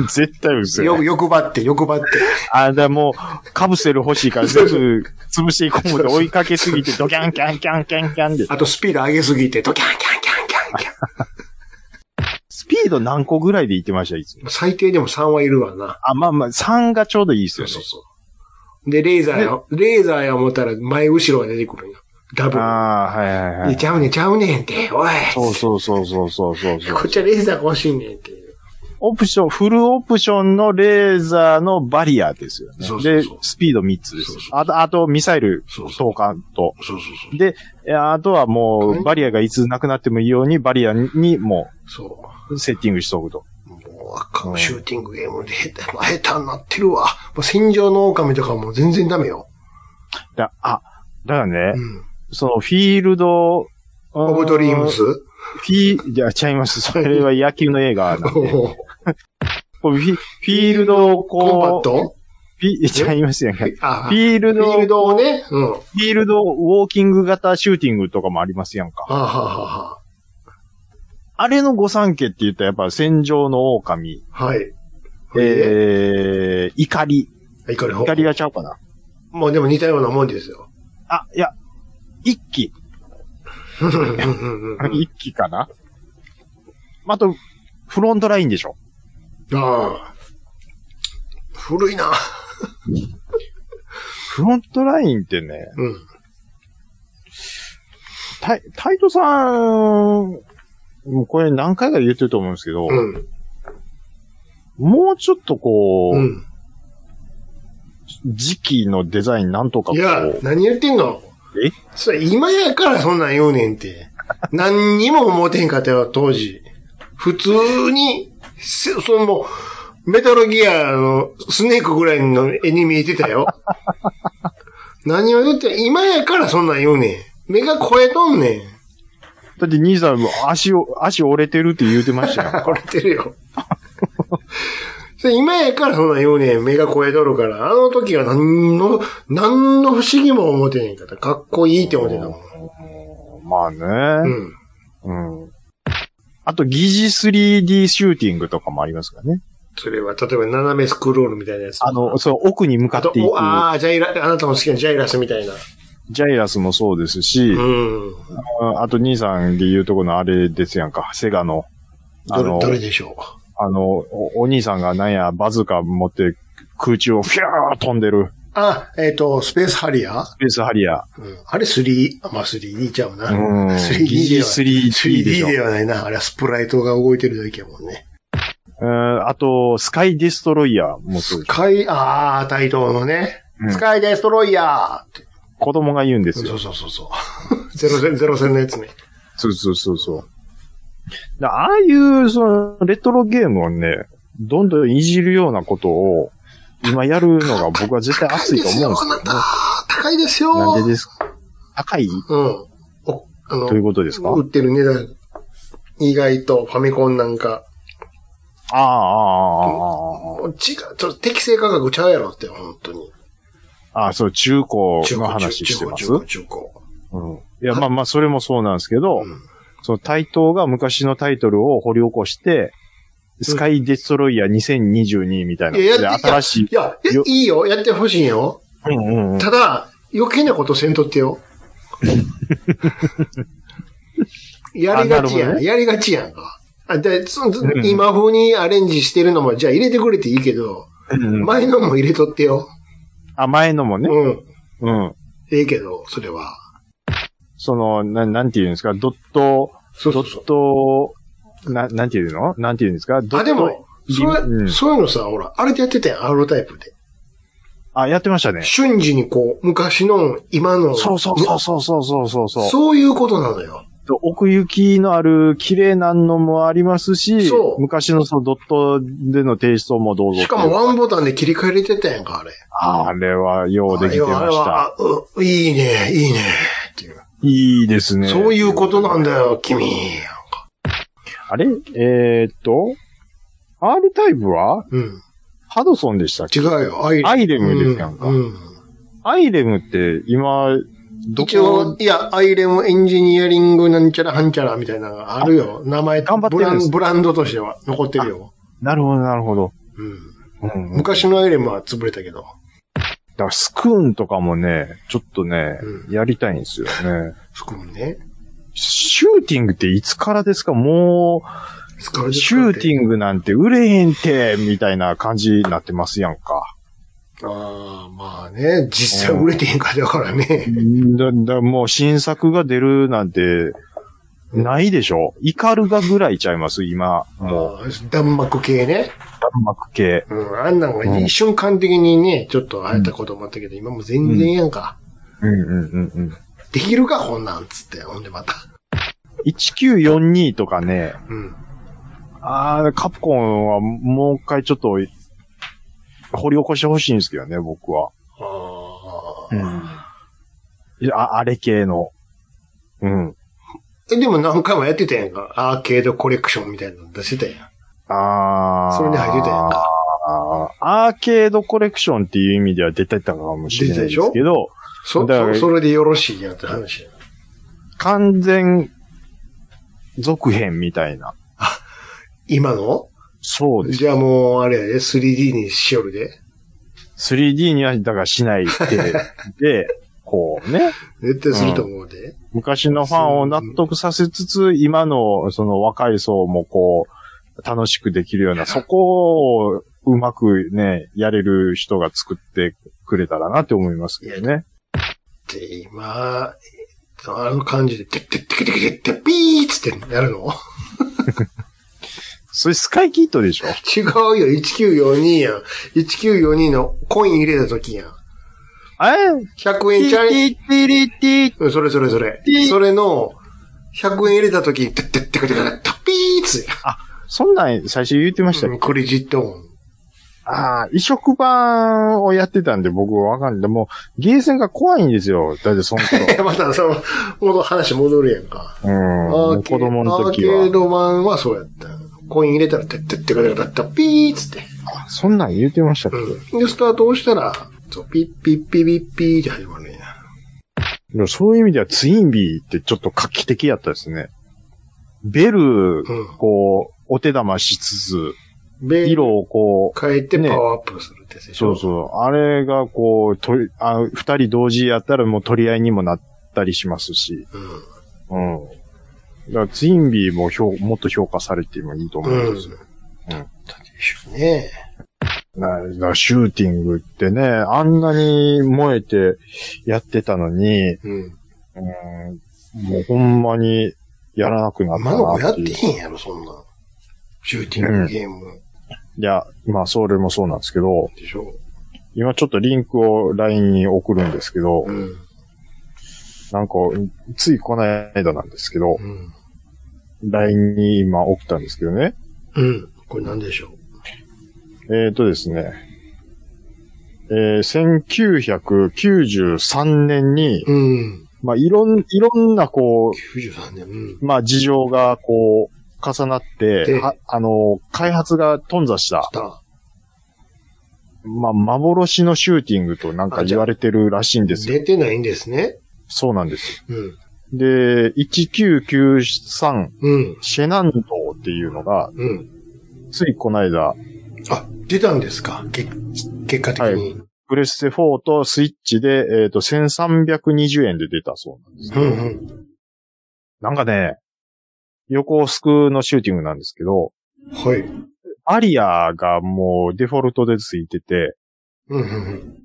絶対嘘
ン。
よ。
よ、欲張って、欲張って。
あ、でも、カプセル欲しいから全部潰していこう思って追いかけすぎて、ドキャンキャンキャンキャンキャンで。
あとスピード上げすぎて、ドキャンキャンキャンキャンキャン。
スピード何個ぐらいで行ってました、いつも。
最低でも3はいるわな。
あ、まあまあ、3がちょうどいいですよね。
そう。で、レーザーや、レーザーや思ったら前後ろが出てくるんよ。ダブル。
ああ、はいはいはい
や
い。
ちゃうねん、ちゃうねんって、おい。
そうそうそうそうそうそうそう。
こっちはレーザーが欲しいねんっていう。
オプション、フルオプションのレーザーのバリアですよね。
そうそうそう
で、スピード3つです。
そうそう
あと、あと、ミサイル
そうそ
投
う
下と。
そうそうそう。
で、えあとはも
は
う、
い
バリアがいつなくなってもいいように、バリアにも、
そう
セッティングしとくと。
う。もう、あかんシューティングゲームで、まあ、下手になってるわ。もう戦場の狼とかもう全然ダメよ。
だあ、だから
う
ね、
ん。
その、フィールド、
オブドリーム
ス。
ス
フィー、じゃあ、ちゃいます。それは野球の映画なんで。
おう
こうフィフィールドを
コンバッ
こう、
ト
フィちゃいますよね。
あ
フィール
フ
ド、フ
ィールドをね。うん。は
ィールドウォーキング型シューティングとかもありますやんか。
あ、はあは
あれの御三家って言ったらやっぱ戦場の狼、
あ、はい。え
えー、怒り。
ー、怒りほ
怒りがちゃうかな。
もうでも似たようなもんです よ。
あ、いや、一期。
うんうんうんうん
一期かな。あと、フロントラインでしょ。
ああ。古いな。
フロントラインってね、
うん。
タイタイトさん、これ何回か言ってると思うんですけど、
うん。
もうちょっとこう、
うん。
時期のデザインなんとかこ、
いうや、何言ってんの
え
それ今やからそんなん言うね んて。何にも思ってへんかったよ、当時。普通に、せそのもう、メタルギアのスネークぐらいの絵に見えて たよ。何を言って、今やからそんなん言うねん。目が超えとんねん。
だって兄さんも足を、足折れてるって言うてました よ。
折れてる よ。それ今やからそんなん言うねん。目が超えとるから。あの時は何の、何の不思議も思ってへんかった。かっこいいって思ってたもん。
まあ
う
ね。
ん。
うん。あと、疑似 3D シューティングとかもありますからね。
それは、例えば斜めスクロールみたいなやつ。
あの、そう、奥に向か
あ
っ
と
てい、く
おああ、ジャイラ、あなたの好きなジャイラスみたいな。
ジャイラスもそうですし
う、ん。
あと兄さんで言うとこのあれですやんか、セガの。あ
ど
の
れ、、どれでしょ
あの、おお兄さんがなんや、バズーカ持って空中をフィャー飛んでる、
う。あ、えっ、と、スペースハリアー、
スペースハリア
うん、あれ 3D? あまあ 3D ちゃうな。
ー。うん。 疑
3D で
似
は
3D でし
3D
ょ。
ではないな。あれはスプライトが動いてるだけやもんね。
うんあと、スカイディストロイヤーもそう
ス
です。
カイ、ああ、対等のね。
うん
スカイデストロイヤーって。
子供が言うんですよ
そ。うそうそうそう。 ゼロ戦、ゼロ戦のやつね。
そうそうそうそう。だああいう、その、レトロゲームをね、どんどんいじるようなことを、今やるのが僕は絶対熱いと思うんです
高いですよ、あなた。高
よ。な
いですよ。
んでですか高い
うん。おあの
ということですか
売ってる値段、意外とファミコンなんか、
ああ、ああ、あ
もう違う、ちょっと適正価格ちゃうやろって、本当に。
あ、ああ、そう、中古の話して
中古
ます。
中古、中古。
うん。いや、まあまあ、それもそうなんですけど、
うん
その対等が昔のタイトルを掘り起こして、スカイデストロイヤー2022みたいな。
いや
で
やって
新しい。
いや、え
よ
いいよ、やってほしいよ。
うんうんうん。
ただ、余計なことせんとっ てよ。やりがち
あなるほ
や
ど
ん、
ね
やりがちやんか。あでそそ
うん
今風にアレンジしてるのも、じゃあ入れてくれていいけど、
うんうん
前のも入れとってよ。
あ、前のもね。
うん。
うん。
ええけど、それは。
その、ななんていうんですか、ドット、
そうそうそう。
ドット、ななんていうのなんていうんですか、ド
あ、
ッ
で
ト
も、そうれ、
ん
そういうのさ、ほら、あれでやってたやん、アロタイプで。
あ、やってましたね。
瞬時にこう、昔の、今の。
そうそうそうそうそうそうそうそう。
そういうことなのよ。
奥行きのある綺麗なのもありますし
そ、う
昔のそのドットでの提出もどうぞ。
しかもワンボタンで切り替えれてたやんか、あれ。
あれはようできてま
あれ
し
は
た。
あういいね、いいね、っていう。
いいですね。
そういうことなんだよ、君。
あれえー、っと、R タイプは
うん。
ハドソンでしたっけ
違うよ、アイ
アイレムですやんか
うんうん
アイレムって今、ど
一応
こ、、
いや、アイレムエンジニアリングなんちゃらはんちゃらみたいなのがあるよ。名前、
頑張って
ブ
る
ラ
んです
ンブランドとしては残ってるよ。
なるほど、なるほど。
うん、
うんうん、だか
昔のアイレムは潰れたけど。
らスクーンとかもね、ちょっとね、
う
やりたいんですよね。
スクーンね。
シューティングっていつからですかもう、
スカル
シューテ
ン
ィングなんて売れへんて、みたいな感じになってますやんか。
グ。ああ、まあね、実際売れてへんかだからね。
だ、だ、もう新作が出るなんて、ないでしょイカルガぐらいちゃいます今、もう、
もう、弾幕系ね。
弾幕系。
うん、あんなんが
うん
一瞬間的にね、ちょっと会えたこともあったけど、今もう全然やんか。
うんうんうんうん。
できるか、こんなんつって。ほんでまた。
1942とかね、
うん。
あーカプコンはもう一回ちょっと、掘り起こしてほしいんですけどね、僕は。
あ
うん。いやあ、あれ系の。うん。
ーえ、でも何回もやってたやんか。アーケードコレクションみたいなの出してたやん。
あー。
それに入ってたやんか。
あーアーケードコレクションっていう意味では出てたかもしれないですけど、
そ、
だから
そ、それでよろしいやんって話やん。
完全続編みたいな。
今の
そう です。
じゃあもう、あれやで、3D にしよるで。
3D には、だからしない で、で、こうね、
絶対すると思うで。
昔のファンを納得させつつ、今のその若い層もこう、楽しくできるような、そこをうまくね、やれる人が作ってくれたらなって思いますけどね。
で、今、あの感じで、てってってけてけてって、ピーっつってやるの
それスカイキットでしょ
違うよ、1942やん。1942のコイン入れた時やん。
あれ
100円チャレンジ。
ティリティ
うんそれそれそれ
ピー。
それの、100円入れた時に、てってってけてけてって、ピーっつや
そんなん最初言ってましたっ
う
け、
ん。クレジット音。
ああ、移植版をやってたんで僕わかんない。でも、ゲーセンが怖いんですよ。だってその頃。
えまた、その、もう話戻るやんか。
うん。も
アー
う
ケ
子
ード
供の時
アーケー
は。
ド版はそうやった。コイン入れたら、てってってかてかてか、ピーっつって。
あそんなん言ってましたっけ、
うん。で、スタート押したら、そう、ピッピッピピッピーって始まるねんや。
でもそういう意味ではツインビーってちょっと画期的やったですね。ベル、
う
こう、お手玉しつつ、
ん。で
色をこう、
変えてパ
ね
ワーアップするってやつでし
そ
ょ。
うそう。あれがこう、とりあ二人同時やったらもう取り合いにもなったりしますし。
う。うん。
うん。だからツインビーも評もっと評価されてもいいと思うんですよ。
ね
なだからシューティングってね、あんなに燃えてやってたのに、
え。うん。
うん、もうほんまにやらなくなった
今の子
な
やっ
って
て
いう。い
へんやろ、そんなん。シューティングゲーム
や、まあそれもそうなんですけど、
でしょ。
今ちょっとリンクを LINE に送るんですけど
う、ん。
なんか、ついこの間なんですけど
う、ん。
LINE に今送ったんですけどね。
うん。これなんでしょう。
えっ、ー、とですね、えー、1993年に、
うん。
まあ、いろん、いろんな、こ
93年。う
う、
ん。
まあ、事情が、こう、重なっ
で
て、はあの、開発が頓挫した
ス、ター。
まあ、幻のシューティングとなんか
あじ
言
ゃあ
われてるらしいんですよ。
出てないんですね。
そうなんです。
うん。
で、1993、
うん。
シェナンドっていうのが、
うん。
ついこの間、
あ、出たんですかけ結果的に。
プレステ4とスイッチで、えっ、と、1320円で出たそうなんです。
うんうん。
なんかね、横をすくのシューティングなんですけど、
はい。
バリアがもうデフォルトでついてて、
うんうん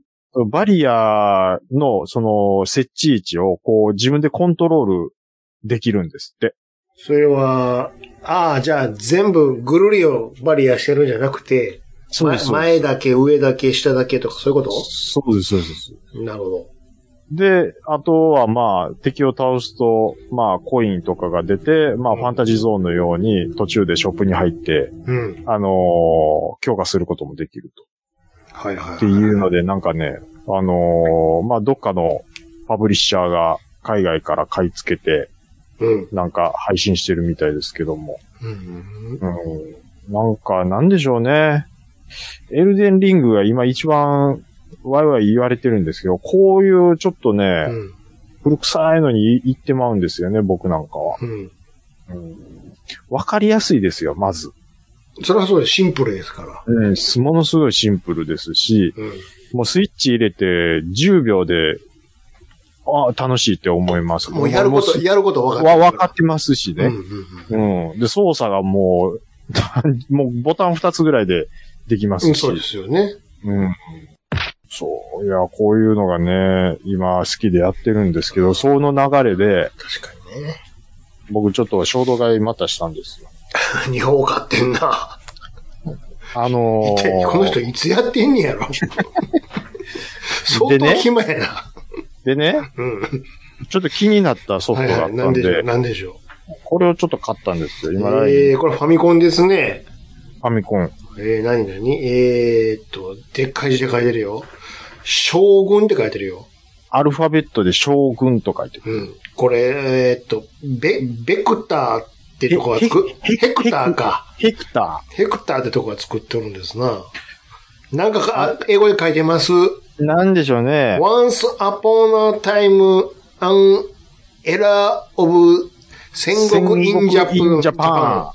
バリアの、その、設置位置を、こう、自分でコントロールできるんですって。
それは、ああ、じゃあ全部ぐるりをバリアしてるんじゃなくて、
そうです。
ま前だけ、上だけ、下だけとかそういうこ
そうです、そうです。
となるほど。
で、あとはまあ、敵を倒すと、まあ、コインとかが出て、まあ、ファンタジーゾーンのように途中でショップに入って、
うん。
あのー強化することもできると。
はいはい。
っていうので、なんかね、あのーまあ、どっかのパブリッシャーが海外から買い付けて、
うん。
なんか配信してるみたいですけども。
うん。
うん。なんか、なんでしょうね。エルデンリングが今一番、ワイワイ言われてるんですけど、こういうちょっとね、
うん。
古臭いのに言ってまうんですよね、僕なんかは。
うん。
わかりやすいですよ、まず。
それはそうです。シンプルですから。
うん、ものすごいシンプルですし、
うん。
もうスイッチ入れて10秒で、ああ、楽しいって思います。
もうやるこ
もう
と、
す
やること分かって
わ、
る。
わかってますし
うん
ね。
うん
うん、で、操作がもう、 もうボタン2つぐらいでできま
う
す
ん。
し。
そうですよね。
うん。そう。いや、こういうのがね、今好きでやってるんですけど、その流れで、
確かにね。
僕ちょっと衝動買いまたしたんですよ。
何が多かってんな。
あの
一体
ー、
この人いつやってんねやろ。相当暇やな。
でね、
うん。
ちょっと気になったソフ
は
トが
い
あ
は
っ
い。
た
な
ん
んでしょ
で、
う。なんでしょ
これをちょっと買ったんですよ。
う。
今、
えー、これファミコンですね。
ファミコン。
えー、何何えーっと、でっかい字で書いてるよ。将軍って書いてるよ。
アルファベットで将軍と書いてる。
うん。これ、えーっと、ベ、ベクターってとこがつく、
ヘヘ
ヘクターか。
ヘクタ
ヘクターってとこが作ってるんですな。なんかか、あ英語で書いてます。
ー。なんでしょうね。
Once upon a time, an era of 戦国 in
戦国 in
Japan.
Japan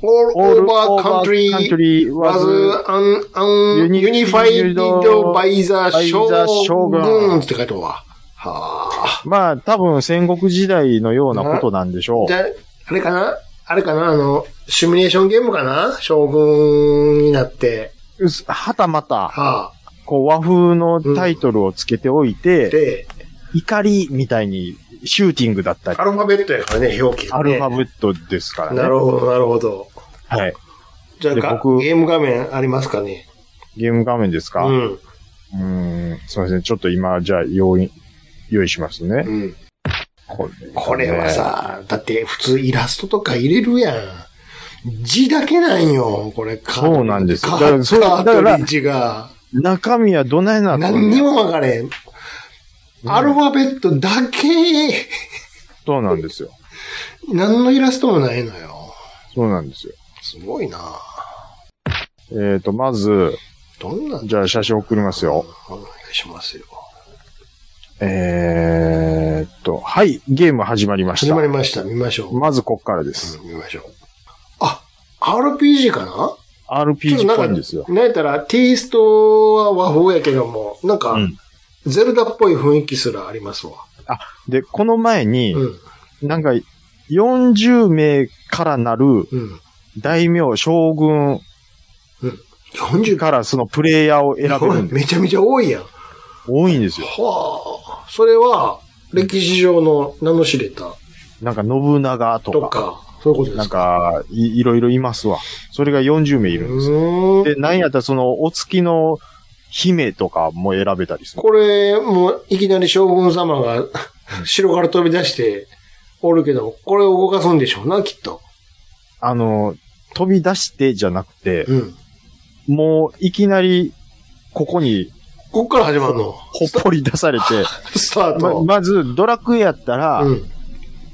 All
All
over country,
country
was
was
un, un,
uni-
unified
unified
by the
by the
shogun
shogun
って書いてあるわ。は
まあ、多分戦国時代のようなことなんでしょ
あ。じゃあ、あれかなあれかなあの、シミュレーションゲームかな将軍になって。
う。うすはたまた、
はあ。
こう和風のタイトルをつけておいて、
で、
怒りみたいにシューティングだったり
ア、ルファベットやからね、表記、ね。
アルファベットですからね。
なるほど、なるほど。
はい。
じゃあ
で
が
僕
ゲーム画面ありますかね
ゲーム画面ですか
うん。
うーん、すみません。ちょっと今、じゃあ、用意、用意しますね。
うん。
これ,、
これは。さ、だって普通イラストとか入れるやん。字だけなんよ、これ。カード
そうなんですよ
カ
だからそう
ー
だ
ド
から
リッジが。
中身はどないなった
何にも分かれん。アルファベットだけ、
そうなんですよ。
何のイラストもないのよ。
そうなんですよ。
すごいな
えっ、と、まず、
どんなん
じゃあ、写真送りますよ。
お願いしますよ。
えっ、と、はい、ゲーム始まりまし
始
た。
まり
ま
ました。見ましょう。
ず、こっからです。
うん見ましょう。あ、RPG かな
RPG っぽいんですよ。
なんやったら、テイストは和風やけども、なんか、
うん
ゼルダっぽい雰囲気すらありますわ。
で、この前に
う、ん。
なんか、40名からなる
うん。
大名、将軍
40
からそのプレイヤーを選べるんです。
めちゃめちゃ多いやん。
多いんですよ。
はあ。それは、歴史上の名の知れた
なんか、信長と
と
か。
か、そういうことで
なん
すか。
か、いいろいろいますわ。それが40名いるんですよ。
うー
で、
ん。
なんやったらその、お月の姫とかも選べたりする。
これ、もう、いきなり将軍様が城から飛び出しておるけど、これを動かすんでしょうな、きっと。
あの、飛び出してじゃなくて、
うん。
もういきなり、ここに、
こっから始まるの。
ほっぽり出 されて、
スター
ま
ト。
まず、ドラクエやったら、
うん。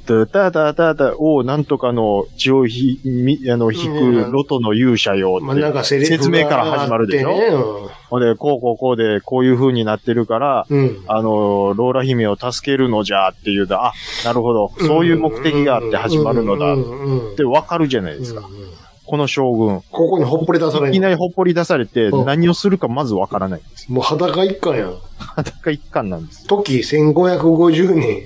たたたたた、おう、なんとかの血をひ、み、あの、引
うん
く、ロトの勇者よって、
まあ、なんかセリフが
説明から始まるでしょ
ょ。
ほんで、こうこうこうで、こういう風になってるから、
うん。
あの、ローラ姫を助けるのじゃっていうと、あ、なるほど、そういう目的があって始まるのだ
うん
っ
うんうん
てわかるじゃないですか。
うんうん
この将軍。
ここにほっぽり出され
いき
る
なりほっぽり出されて、
うん
何をするかまずわからないんです。
もう裸一貫やん。
裸一貫なんです。
時1550年、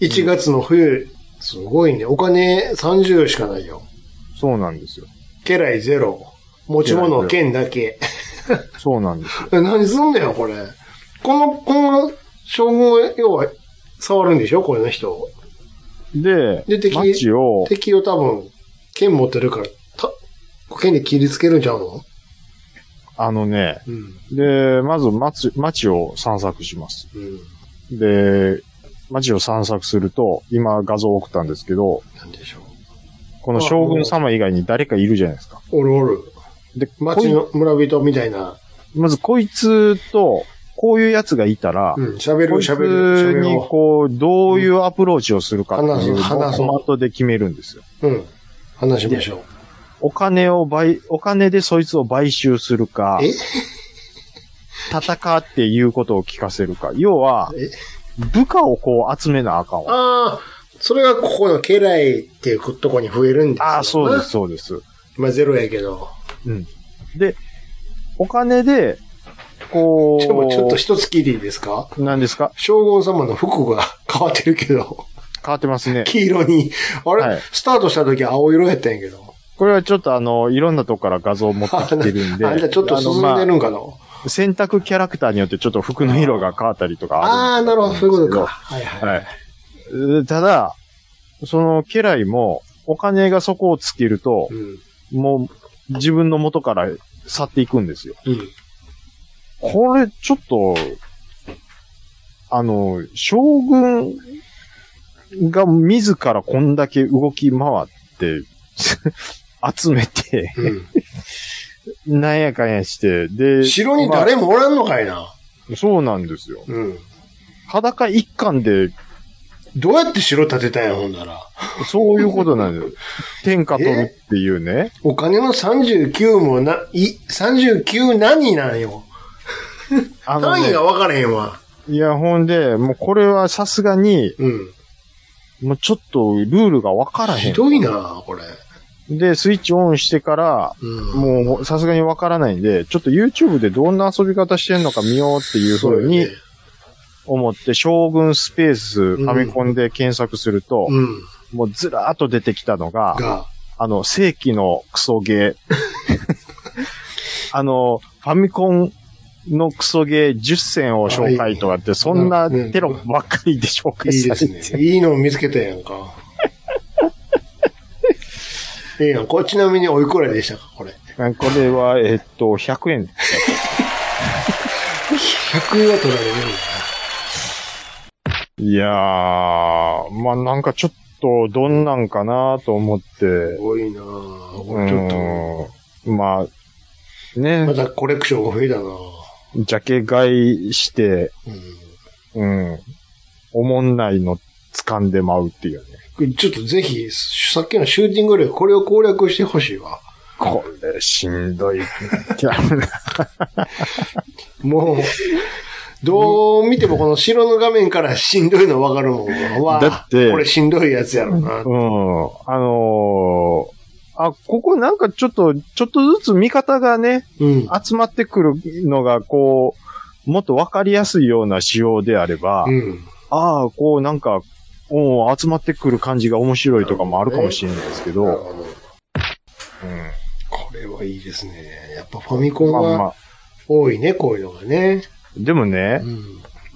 1月の冬、すごいね。お金30しかないよ。
そうなんですよ。
家来ゼロ。持ち物剣だけ。
そうなんですよ。
何すんだよ、これ。この、この将軍は、要は、触るんでしょこれの人を。
で、
で敵
マッチを、
敵を多分、剣持ってるから、た、剣で切りつけるんちゃうの
あのね、
うん。
で、まず街、街を散策します。
うん。
で、街を散策すると、今画像送ったんですけど、
なんでしょう。
この将軍様以外に誰かいるじゃないですか。
おるおる。
で、こ
町
い
の村人みたいな。
まずこいつと、こういうやつがいたら、
うん。喋る、
こいつ
喋る、喋る
に。こう、どういうアプローチをするかっていう
うん話そう
のをコマンドで決めるんですよ。
うん。話しましょう。
お金を買、お金でそいつを買収するか、
え
戦っていうことを聞かせるか。要は
え、
部下をこう集めなあかんわ。
ああ、それがここの家来っていうとこに増えるんですよ
ああ、そうです、。そうです。
まあゼロやけど。
お金で、こう、
でもちょっと一つ聞いていいですか
何ですか
将軍様の服が変わってるけど、
変わってますね。
黄色に。あれ、
はい
スタートした時は青色やったんやけど。
これはちょっとあの、いろんなとこから画像を持ってきてるんで、
あんたちょっと
あの
進んでるんかな
まあ選択キャラクターによってちょっと服の色が変わったりとか
ああー、なるほど、そういうこ
か。
とか。はいはい。
はい。えーただ、その家来も、お金がそこをつけると
う、ん。
もう自分の元から去っていくんですよ。
うん。
これ、ちょっと、あの、将軍が自らこんだけ動き回って、 集めて、
うん。
なんやかんやして、 で、
城に誰もおらんのかいな。
まあそうなんですよ。
うん。
裸一貫で、
どうやって城建てたんや、ほんなら。
そういうことなん ですよ。天下取るっていうね。
お金の39もな、い、39何なんよ。
あのね
単位が分からへんわ。
いや、ほんで、もうこれはさすがに、
うん。
もうちょっとルールがわからへ
ひ
ん。
どいなこれ。
で、スイッチオンしてから、
うん。
もうさすがにわからないんで、ちょっと YouTube でどんな遊び方してんのか見ようっていうふ
そう
う
よね
に思って、将軍スペースファミコンで検索すると、
うん。
もうずらーっと出てきたのが、
が、
あの、世紀のクソゲー。 あの、ファミコンのクソゲー10選を紹介とかって、そんなテロップばっかりで紹
い
介
い
さ
で
れて
すね。 いいのを見つけたやん か。いいやん。これちなみにおいくらでしたか、これ。
あこれは、えっと、100円。
100円は取られるんだない
やー、まあなんかちょっと、どんなんかなと思って
す、ごいなこれちょっと、
うーんまあ、
ま
ね、
たコレクションが増えたな
ジャケ買いして、
う
うん、おもんないの掴んでまうっていうね。
ん。ちょっとぜひ、さっきのシューティング力、これを攻略してほしいわ。
これ、しんどい。いや
もう、 どう見てもこの白の画面からしんどいの分かるもん。わ
だって
これしんどいやつやろな。
うん、あのーあ、ここなんかちょっと、ちょっとずつ味方がね、
うん。
集まってくるのが、こう、もっとわかりやすいような仕様であれば、
うん。
ああ、こうなんか、おう集まってくる感じが面白いとかもあるかもしれないですけど、
なるほどこれはいいですね。やっぱファミコ
う
ン
ん、まあま
は
あ、
多いね、こういうのがね。
でもね
う、ん。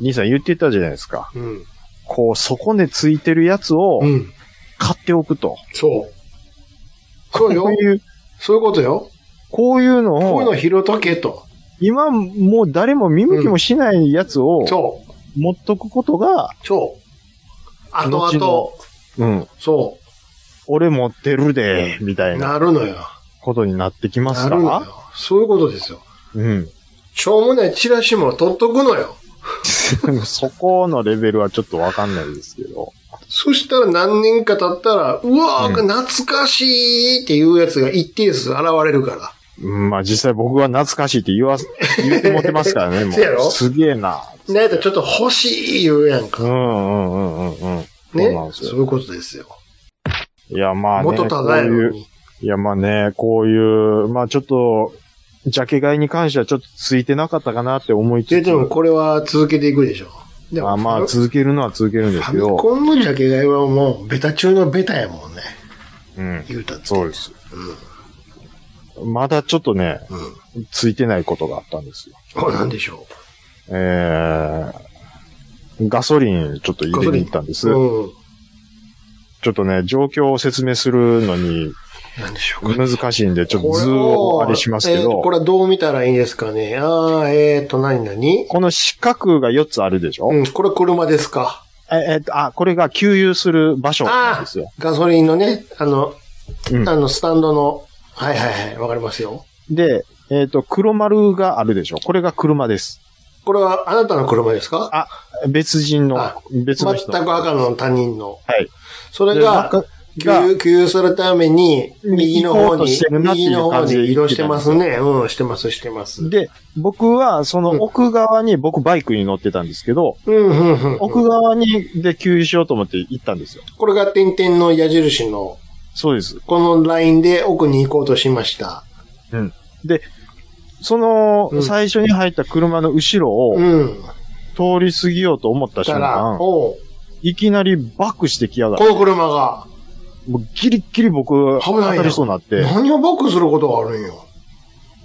兄さん言ってたじゃないですか。
うん。
こう、底根ついてるやつを
うん。
買っておくと。
そう。そう
こ
よ
う。いう、
そういうことよ。
こういう
こうい
の
うの
を、
拾っとけと。
今もう誰も見向きもしないやつを
そ
持っとくことが、
う。そう。あとあ
後々
と、
うん、
そ
俺持ってるで、みた
う。
いな
なるのよ。
ことになってきます
な
か
るの
ら、
よ。そういうことですよ。
うん。
しょうもないチラシも取っとくのよ。
そこのレベルはちょっとわかんないですけど。
そしたら何年か経ったら、うわー、懐かしいっていうやつが一定数現れるから。
うんまあ実際僕は懐かしいって言わす、言って持ってますから ね、も
せやろ
う。すげえな。
なんやったらちょっと欲しい言うやん
うんう
か。
んうんうんうん。そう
ね
なん。ですよ
そういうことですよ。
いやまあね。
元ただや
こうい
の
う
に。
いやまあね、こういう、まあちょっと、ジャケ買いに関してはちょっとついてなかったかなって思い
で、
つつ
で、もこれは続けていくでしょ。でも
まあまあ
ファ
続けるのは続けるんですけ
ミ
ど、
コンのジャケ買いはもう、ベタ中のベタやもんね。
うん。
言うたって。
そうです。まだちょっとね、
うん。
ついてないことがあったんですよ。
これなんでしょ
えー、ガソリンちょっと
う。
入れに行ったんです。
うん。
ちょっとね、状況を説明するのに
なんでしょうか。
難しいんで、ちょっと
これ
図をあれしますけ
えー
ど、
これはどう見たらいいですかね。ああ、えーと、何何
この四角が4つあるでしょ、
うん、これ車ですか。
ええっと、あ、これが給油する場所なんですよ。
ガソリンのね、あの、
うん
あの、スタンドの、はいはいはい、わかりますよ。
で、えっ、と、黒丸があるでしょこれが車です。
これはあなたの車ですか
別人の
あ、
別の
全
人。
く赤の他人の。
はい。
それが、給
が
油、給油するために、右の方
行こうと
に
して、るなっていう
右の方
感じで
に移動してますね。うん、してます、してます。
で、僕は、その奥側に、僕バイクに乗ってたんですけど、
うん、うん、うん。
奥側に、で、給油しようと思って行ったんですよ。
これが点々の矢印の、
そうです。
このラインで奥に行こうとしました。
その
う、ん
最初に入った車の後ろを
うん。
通り過ぎようと思った瞬
たら、
間、
おう
いきなりバックしてきやがって
この車が、
もうギリッギリ僕、
危
当
ないな
たりそうになって、
何をバックすることがあるんよ。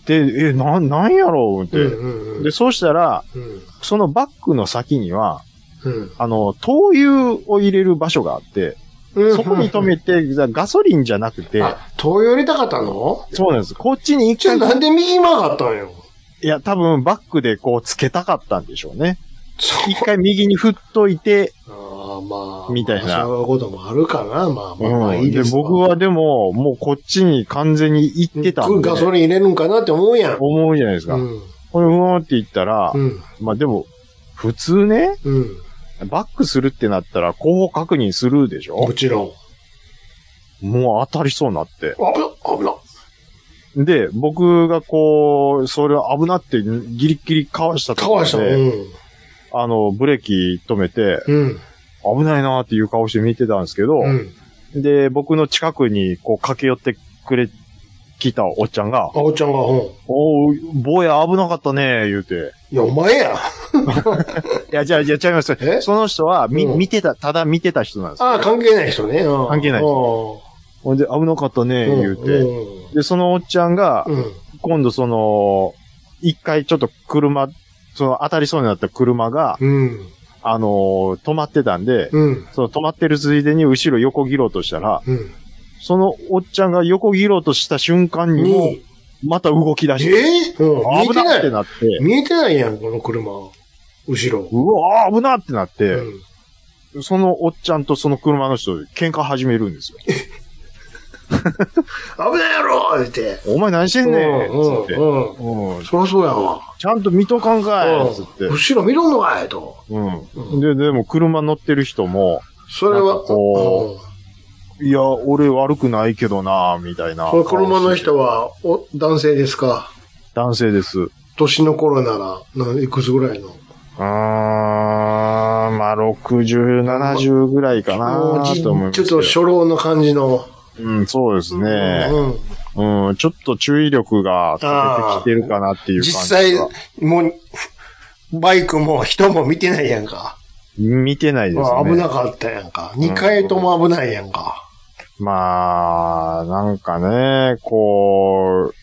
で、え、な、なんやろうっ
うん
て。
うんうん。
で、そうしたら、
うん
そのバックの先には、
うん
あの、灯油を入れる場所があって、
うん
そこに止めて、じゃあガソリンじゃなくて、
あ、東洋入れたかったの
そうなんです。こっちに一
じゃあ
回、
なんで右曲がったんよ。
いや、多分バックでこうつけたかったんでしょうね。
そ
一回右に振っといて、
ああ、まあ。
みたいな
まあそういうこともあるかな。まあまあまあ、
う
い
ん
いですわ
僕はでも、もうこっちに完全に行ってたんで、
ガソリン入れるんかなって思うやん。
思うじゃないですか。
うん。
これ、うわーって言ったら、
うん。
まあでも、普通ね、
うん。
バックするってなったら、後方確認するでしょ
もちろん。
もう当たりそうになって。
危な、危な。
で、僕がこう、それを危なってギリッギリかわしたと
か
ころ
わ
で
した。うん。
あの、ブレーキ止めて、
うん。
危ないなーっていう顔して見てたんですけど、
うん。
で、僕の近くにこう駆け寄ってくれ、来たおっちゃんが、
あおちゃんが、うん。
おー、坊や危なかったね、言うて。
いや、お前や。
いや、じゃあ、じゃあ、違います
え。
その人は、み、
うん
見てた、ただ見てた人なんですよ
ああ、関係ない人ね。うん
関係ない
人。
ほんで、危なかったね、
うん
言うて。で、そのおっちゃんが、
うん。うん
今度その、一回ちょっと車、その当たりそうになった車が、
うん。
あのー止まってたんで、
うん。
その止まってるついでに後ろ横切ろうとしたら、
うん。
そのおっちゃんが横切ろうとした瞬間にも、
に、
また動き出して、
えーうん。見
危
えて
なっ
な
て
い。
なって、
見えてないやん、この車。後ろ。
うわー危なってなって、
うん
そのおっちゃんとその車の人、喧嘩始めるんですよ。
危ないやろ言って。
お前何してんねん
うん
つって。
うんうん。
うん
そりゃそうやわ。
ちゃんと見とかんか
う
い
ん
つって。
後ろ見ろんのかいと。
うん。で、でも車乗ってる人も、
それ
なん
は、
かこ
うん
いや、俺悪くないけどなみたいな。
これ車の人は、お、男性ですか
男性です。う
年の頃なら、なんいくつぐらいの。
ーん、まあ、60、70ぐらいか
も
な
うじち
と思い
ょ
ま
っ
すけ
と
ど。
初老の感じの。
うん、そうですね。
うん
うん、ちょっと注意力が出てきてるかなっていう感じが。
実際、もう、バイクも人も見てないやんか。
見てないです
まあ危な
ね。
かったやんか。二回とも危ないやんか。
まあ、なんかね、こ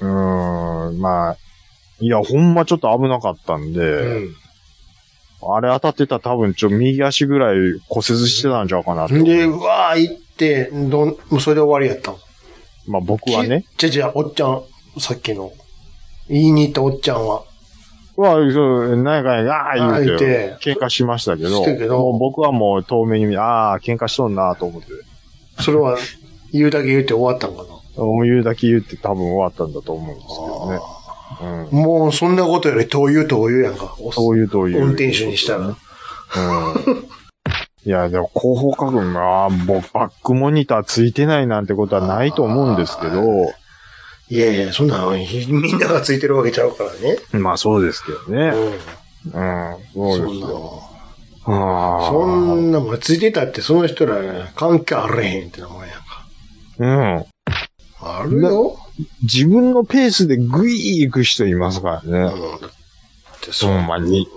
う、うーん、まあ、いや、ほんまちょっと危なかったん
う
で、
ん。
あれ当たってたら多分ちょ、右足ぐらい骨折してたんちゃうかなと。
で、うわー行って、どん、もうそれで終わりやったの。
まあ僕はね。
き。じゃじゃおっちゃん、さっきの。言いに行ったおっちゃんは。
うわ、そう、なんかね、ああ言うて
あ、
喧嘩しましたけど、
したけど
もう僕はもう遠目に見、ああ、喧嘩しとんなと思って、
それは、言うだけ言って終わったんかな。
もう言うだけ言って多分終わったんだと思うんですけどね。うん。
もう、そんなことより、灯油灯油やんか。お
そういうという。
運転手にしたら。
うんいや、でも後方確認は、もうバックモニターついてないなんてことはないと思うんですけど、
いやいや、そんな、ひみんながついてるわけちゃうからね。
まあそうですけどね。
うん。
うん、
そ
そうで
ん
す
な
よ。
の。
あ
そ
ー
んなもん、ついてたって、その人ら、関係あれへんってなもんやんか。
うん。
あるよ。
自分のペースでグイー行く人いますから
う
ね。
ん。だって、そ
ほんまに。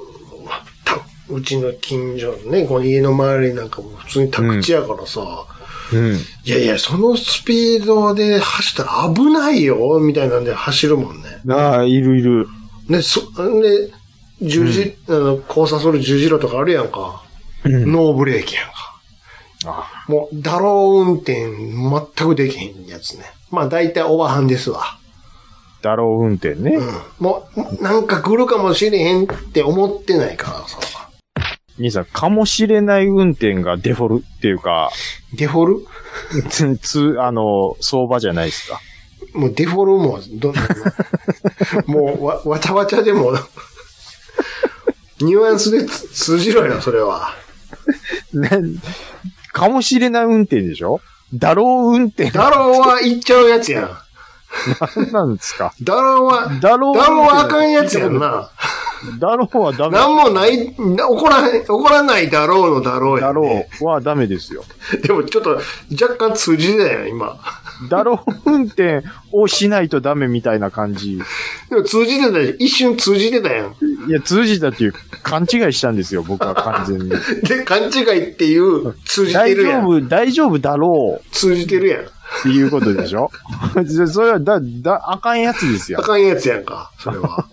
たうちの近所のね、この家の周りなんかも普通に宅地やからさ、
うん。
いやいや、そのスピードで走ったら危ないよ、みたいなんで走るもんね。
ああ、いるいる。
ね、そ、で、十字、あの、交差する十字路とかあるやんか。
うん
ノーブレーキやんか。
あ
もう、だろう運転全くできへんやつね。まあ大体オバハンですわ。
だろう運転ね。
うん。もう、なんか来るかもしれへんって思ってないからさ。
兄さん、かもしれない運転がデフォルっていうか、
デフォル
つ、つ、あの、相場じゃないですか。
もうデフォルも、どん どんもうわ、わちゃわちゃでも、 ニュアンスでつ通じろよ、それは。
ね、 かもしれない運転でしょだろう運転
だろうは行っちゃうやつやん。
なんなんですか
だろうは、
だろう運
だ
転
ろうはあかんやつやんな。
だろうはダメ。
なんもない、な怒らへん、怒らないだろうのだろうや
だ
んね、
ろうはダメですよ。
でもちょっと若干通じてたよ、今。
だろう運転をしないとダメみたいな感じ。
でも通じてたよ一瞬通じてたやん。
いや、通じたっていう勘違いしたんですよ、僕は完 全に。
で、勘違いっていう通じて
大
る
丈
やん。
夫、大丈夫だろう
通じてるやん。
っていうことでしょ それは、だ、だ、あかんやつです
あ
よ。
かんやつやんか、それは。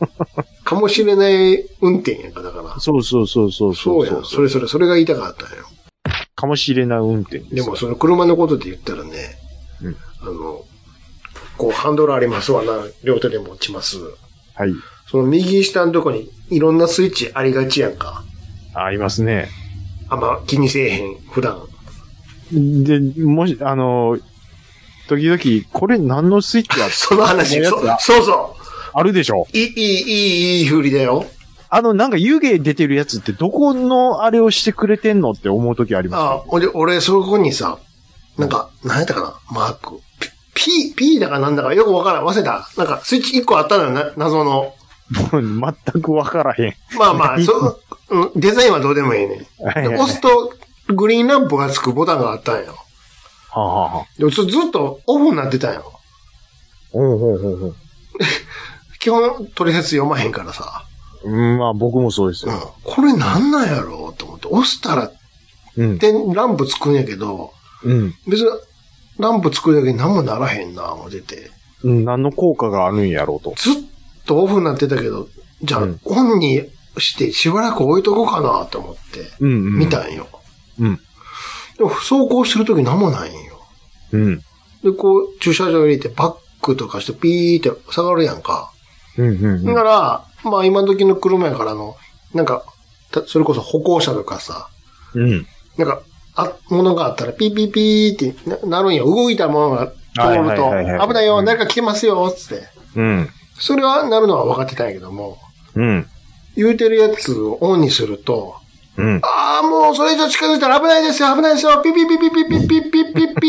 かもしれない運転やんか、だから。
そうそうそうそう
そうやん。それそれ、それが言いたかったんよ。
かもしれない運転です
で
よ。
も、その車のことで言ったらね、
うん
あの、こう、ハンドルありますわな、両手で持ちます。
はい。
その右下のとこにいろんなスイッチありがちやんか。
ありますね。
あんま気にせえへん、普段。
で、もし、あの、時々、これ何のスイッチや
その話、
やつ
そ
は
そうそ
あるでしょ
う。いい、いい、いい、いい振りだよ。
あの、なんか湯気出てるやつってどこのあれをしてくれてんのって思う時あります
あ、俺、俺、そこにさ、なんか、何やったかなマーク。P、P だかなんだかよくわからん。忘れた。なんか、スイッチ1個あったのよな、謎の。
もう 全くわからへん。
まあまあ、そうんデザインはどうでもいいね。
はい
で
はい
押すと、グリーンランプがつくボタンがあったんよ。
はあはあはあ
でずずっとオフになってたんよ。
ほうほうほうほう
基本、取説読まへんからさ。
うん。まあ僕もそうです
うん
よ。。
これなんなんやろうと思って、押したら、
うん。
で、ランプつくんやけど、
うん。
別に、ランプつくんやけど何もならへんな、思ってて。
うん何の効果があるんやろうと。
ずっとオフになってたけど、じゃあ、
うん
オンにしてしばらく置いとこうかなと思って、
うん、うん。
見。たんよ。
うん。
でも、走行してるとき何もないんよ。
うん。
で、こう、駐車場入れてバックとかしてピーって下がるやんか。
うん、うん
だ
うん。
から、まあ今時の車やからあの、なんか、たそれこそ歩行者とかさ、
うん。
なんか、あ、ものがあったらピーピーピーってななるんよ。動いたものが通
は
る
いはいはいは
と、
い
危ないよ、
うん
誰か来てますよ、つって。
うん。
それはなるのは分かってたんやけども、
うん。
言うてるやつをオンにすると、
うん。
ああ、もうそれ以上近づいたら危ないですよ、危ないですよ、ピピピピピピピピピピ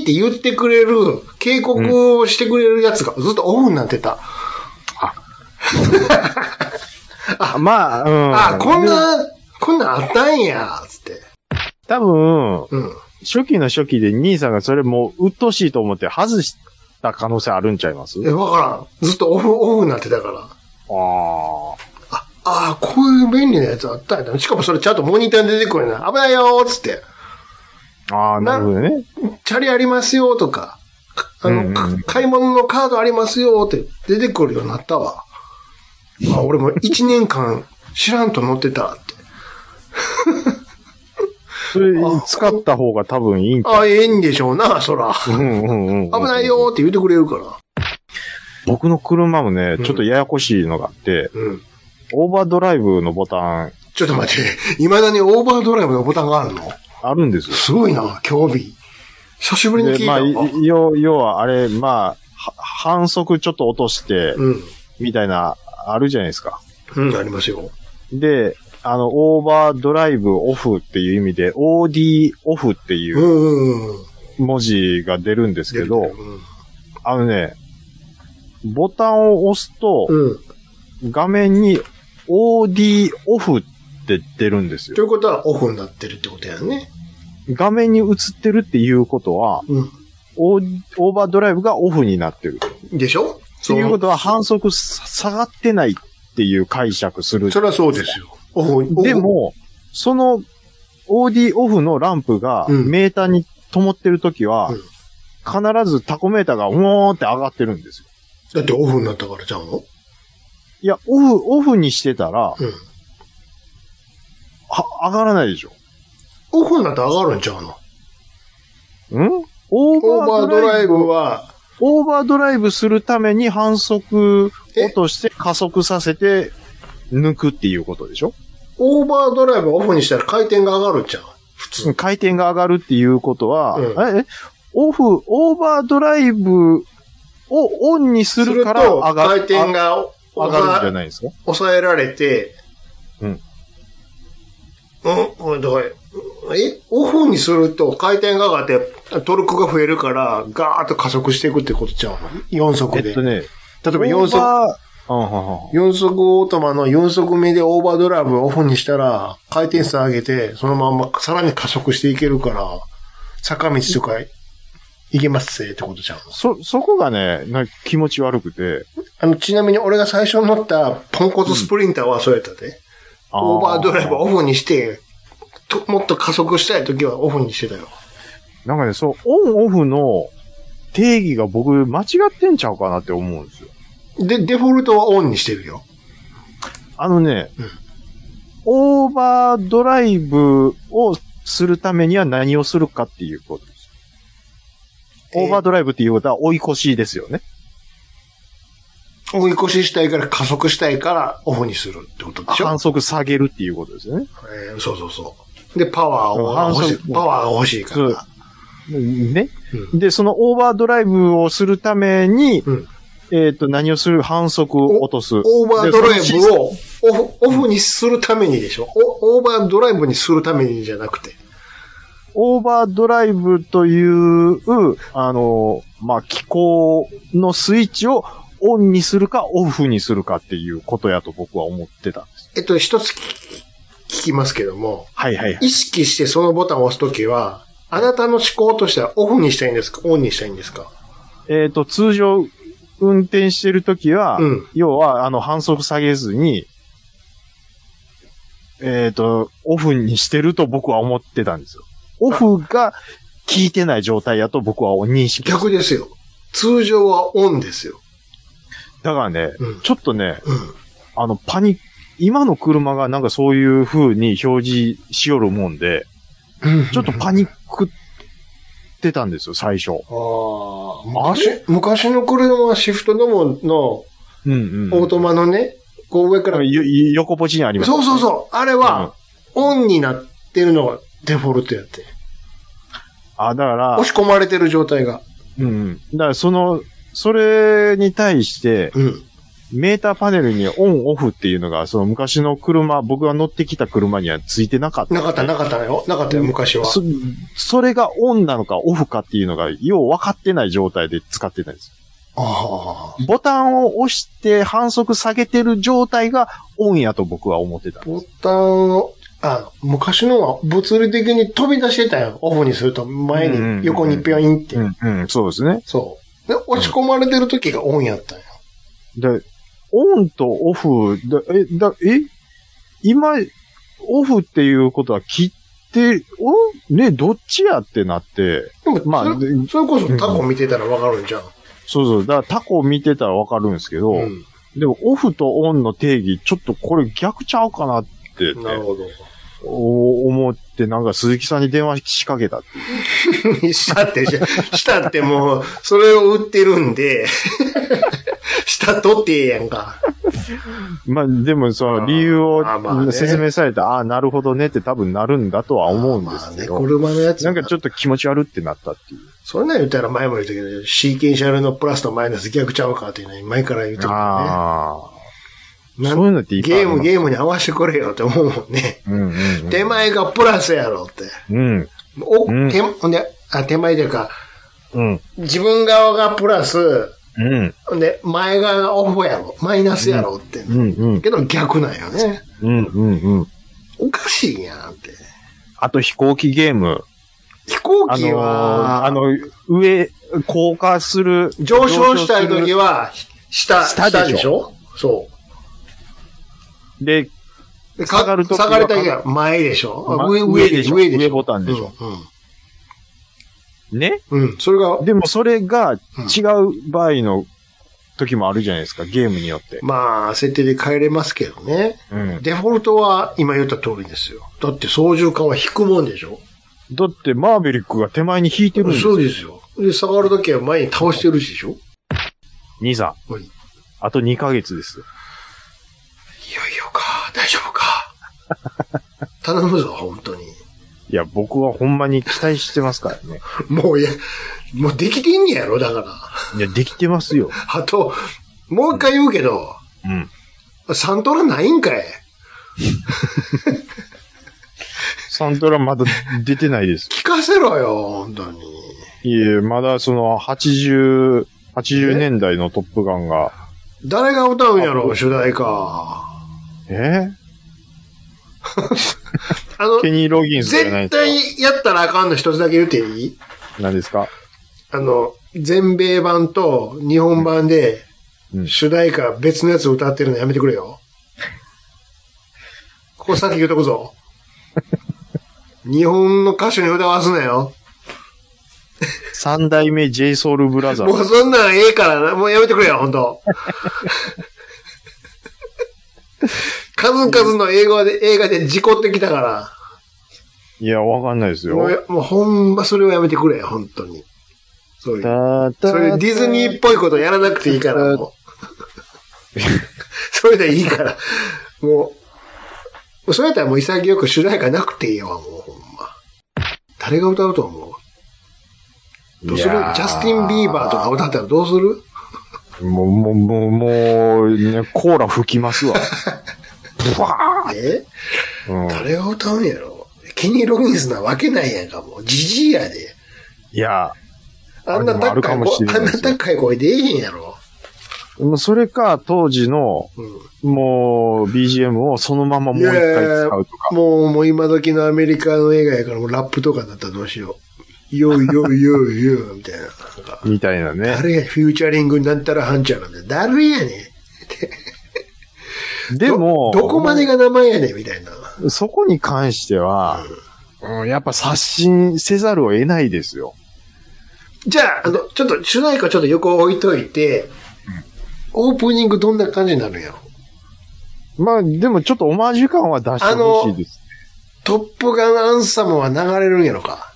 ーって言ってくれる、警告をしてくれるやつがずっとオフになってた。
あ、まあ、うん。
ああ、こん。な、こんなんあったんや、つって。
多分、
うん。
初期の初期で兄さんがそれもう鬱陶しいと思って外した可能性あるんちゃいます
え、わからん。ずっとオフ、オフになってたから。
あ
あ、あーこういう便利なやつあったんや。しかもそれちゃんとモニターに出てくるな。危ないよーつって。
あ。ああ、なるほどね。
チャリありますよーとか。かあの、
うんうんうん
か買い物のカードありますよーって出てくるようになったわ。あ、俺も1年間知らんと乗ってたって。
それ使った方が多分いいんちゃ
あ、ええんでしょうな、そら。
う。うんうんうん。
危ない。よーって言ってくれるから。
僕の車もね
う、ん
ちょっとややこしいのがあって、
うん。
オーバードライブのボタン
ちょっと待って。未だにオーバードライブのボタンがあるの
あるんですよ。
すごいな、興味。久しぶりに聞
で
い
ま
た
あ、
わ。
い要要はあれ、まあ、は反則ちょっと落として、
うん。
みたいな、あるじゃないですか。
うん、ありますよ。
で、あの、オーバードライブオフっていう意味で、OD オフっていううん
うんうん。
文字が出るんですけど、
うん
あのね、ボタンを押すと、
うん。
画面に OD オフって出るんです
と
よ。
いうことはオフになってるってことやね。
画面に映ってるっていうことは、
う
オーオーバードライブがオフになってる。っ
ん。でしょ
て
そう
いうことは反則さ下がってないっていう解釈する。
それはそうですよ。オフ、オフ
で、も、その OD オフのランプが
うん
メーターに灯ってるときは、
うん
必ずタコメーターがウォーンって上がってるんですよ。
だってオフになったからちゃうの
いや、オフ、オフにしてたら、
うん。
は上がらないでしょ。
オフになったら上がるんちゃうの
んオー
オー
バ
バ
ード
ード
ラ
ラ
イ
イ
ブ
ブ
は、
は、
オーバードライブするために反則
え
落として加速させて抜くっていうことでしょ
オーバードライブをオフにしたら回転が上がるんちゃう普通。
回転が上がるっていうことは、
う
え、オフ、オーバードライブをオンにす
す
る
る
から
と、
上が
回
る。
転が
あ上がるんじゃないですか
抑えられて、
うん。
うん、だから、え、オフにすると回転が上がって、トルクが増えるから、ガーッと加速していくってことちゃうの ?4
え
速で。
っとね、
例えば
オ
4
ー
速、
バーうんうんうん
四速オートマの4速目でオーバードライブをオフにしたら、回転数上げて、そのまんまさらに加速していけるから、坂道とか行けますぜってことちゃうの
そ、そこがね、なんか気持ち悪くて。
あの、ちなみに俺が最初に乗ったポンコツスプリンターはそうやったで。オーバードライブをオフにして、ともっと加速したい時はオフにしてたよ。
なんかね、そう、オンオフの定義が僕間違ってんちゃうかなって思うんですよ。
で、デフォルトはオンにしてるよ。
あのね、
うん
オーバードライブをするためには何をするかっていうことです。オーバードライブっていうことは追い越しですよね。
追い越ししたいから加速したいからオフにするってことでしょ
反、則下げるっていうことですよね。
えーそうそうそう。で、パワー
反
を
則
欲しい。パワーが欲しいから。
ね。
う
で、そのオーバードライブをするために、
うん
えっ、と、何をする反則を落とす。
オーバードライブをオフオフにするためにでしょおオーバードライブにするためにじゃなくて。
オーバードライブという、あの、まあ、機構のスイッチをオンにするかオフにするかっていうことやと僕は思ってたんです。
えっと、一つ聞き聞きますけども、
はいはいはい。
意識してそのボタンを押すときは、あなたの思考としてはオフにしたいんですかオンにしたいんですか
えっ、と、通常運転してるときは、
うん
要は、あの、反則下げずに、えっ、と、オフにしてると僕は思ってたんですよ。オフが効いてない状態やと僕は認識。だか
逆ですよ。通常はオンですよ。
らね、
うん。
ちょっとね、
うん。
あの、パニ今の車がなんかそういう風に表示しよるもんで、ちょっとパニックってたんですよ、最初。
ああ、
あ
昔昔の車はシフトドモの
うんうん。
オートマのね、こう上から、
よよ横ポチにあります。
そうそうそう、あれはオンになってるのがデフォルトやって。
あ、だから
押、し込まれてる状態が。
うんうん。だからその、それに対して、
うん。
メーターパネルにオンオフっていうのが、その昔の車、僕が乗ってきた車にはついてなかった。
なかった、なかったよ。なかったよ、昔は。
そそれがオンなのかオフかっていうのが、よう分かってない状態で使ってたんです。
ああ。
ボタンを押して反則下げてる状態がオンやと僕は思ってた。
ボタンを、あ昔のは物理的に飛び出してたよ。オフにすると前
うんうんうん
に、横にピョインって。
ん、うん、そうですね。
そう。で、押し込まれてる時がオンやったんよ。
で、オンとオフ、だえ、だ、え今、オフっていうことは切って、おね、どっちやってなって、
でも、
まあ
まあ、それ
で
それこそタコ見てたらわかるんじゃん。
そうそう、だからタコを見てたらわかるんですけど、
うん。
でもオフとオンの定義、ちょっとこれ逆ちゃうかなって、
なる
ね、
ほど。
お思って、なんか鈴木さんに電話しかけた。
したって、したってもう、それを売ってる んで、したとってええやんか。
まあ、でも、その
あー
理由
あーまあ
を
ね
説明された、ああ、なるほどねって多分なるんだとは思うんですけ
まあね、
ど、
車のやつ。
なんかちょっと気持ち悪ってなったっていう。
そんなん言ったら前も言ったけど、シーケンシャルのプラスとマイナス逆ちゃうかっていうのに前から言うてるから
ああ。
ね。
そういうのっていっぱいあ
ゲ
る
ー
な
ム、ゲームに合わせてくれよって思うもんね。
うんうん、うん。
手。前がプラスやろって。
うん。
お、
うん
手、ほんで、あ、手前というか、
うん。
自分側がプラス、
うん。
ほんで、前側がオフやろ、マイナスやろって。
うん。うん。
けど逆なんよね。
うん。うん。うん。
おかしいやんって。
あと飛行機ゲーム。
飛行
あの
機
ー、
は、
あの、上、降下する。
上昇したい
上昇す
時
る
は、下、
下
下
でしょ
でしょそう。
で、
で
下がる時は
下がる時は前でしょ
ま
上、
上
上
で
で
し
し
ょ
ょ上でしょ
上ボタンでしょね。
うん。うん。うんそれが、
でもそれが違う場合の時もあるじゃないですか、ゲームによって。
まあ、設定で変えれますけどね。
うん。
デフォルトは今言った通りですよ。だって操縦桿は引くもんでしょ
だって、マーベリックが手前に引いてるんですよ。
そうですよ。で、下がるだけは前に倒してるしでしょ
兄さん。
はい
あと2ヶ月です。
いよいよか、大丈 夫か。頼むぞ、本当に。
いや、僕はほんまに期待してますからね。
もう、いや、もうできてんねやろ、だから。
いや、できてますよ。
あと、もう一回言うけど、
うん。
サントラないんかい
サントラまだ出てない です。
聞かせろよ、本当に。
いえ、まだその80、80年代のトップガンが、
誰が歌うんやろ、主題歌。
え
あの、
ケニー・ロギンスじゃない
絶
ですか
対やったらあかんの一つだけ言っていい
何ですか
あの、全米版と日本版で
う、ん
主題歌別のやつ歌ってるのやめてくれよ。ここさっき言うと くぞ。日本の歌手に歌わすなよ。
三代目 j ソ o ルブラザ
も
ー
うそんなんええからな。もうやめてくれよ、ほんと。数々の映画で、映画で事故ってきたか
いや、わかんないです
ら。
よ。
もう、もうほんまそれをやめてくれよ、本当に。そういう。そ
そ
れディズニーっぽいことやらなくていいから、もう。それでいいから。もう、それやったらもう潔く主題歌なくていいわ、もうほんま。誰が歌うと思うどうするジャスティン・ビーバーとか歌ったらどうする
ー。もう、もう、もう、もう、ね、コーラ吹きます わ。ブワ
え
ー、うん、
誰が歌うんやろケニー・ロギンスなわけないやんか、もう。ジジイやで。
いや、
あんな
ある
高
か
い
もし
声、
れな
あ
い
ん
で
な
すよ
高い声でええへんやろ。
もうそれか、当時の、
うん。
もう、BGM をそのままもう一回使うとか。
もう、もう今時のアメリカの映画やから、もうラップとかだったらどうしよう。よいよいよいよい、みたいな。なんか
みたいなね。
誰や、フューチャリングになったらハンチャーなんだよ。誰やねん。
でも、
どこまでが名前やねん、みたいな。
そこに関しては、うん、やっぱ刷新せざるを得ないですよ。
じゃあ、あの、ちょっと、主題歌ちょっと横置いといて、オープニングどんな感じになるんやろ。
まあ、でもちょっとオマージュ感は出してほしいです。
トップガンアンサムは流れるんやろか。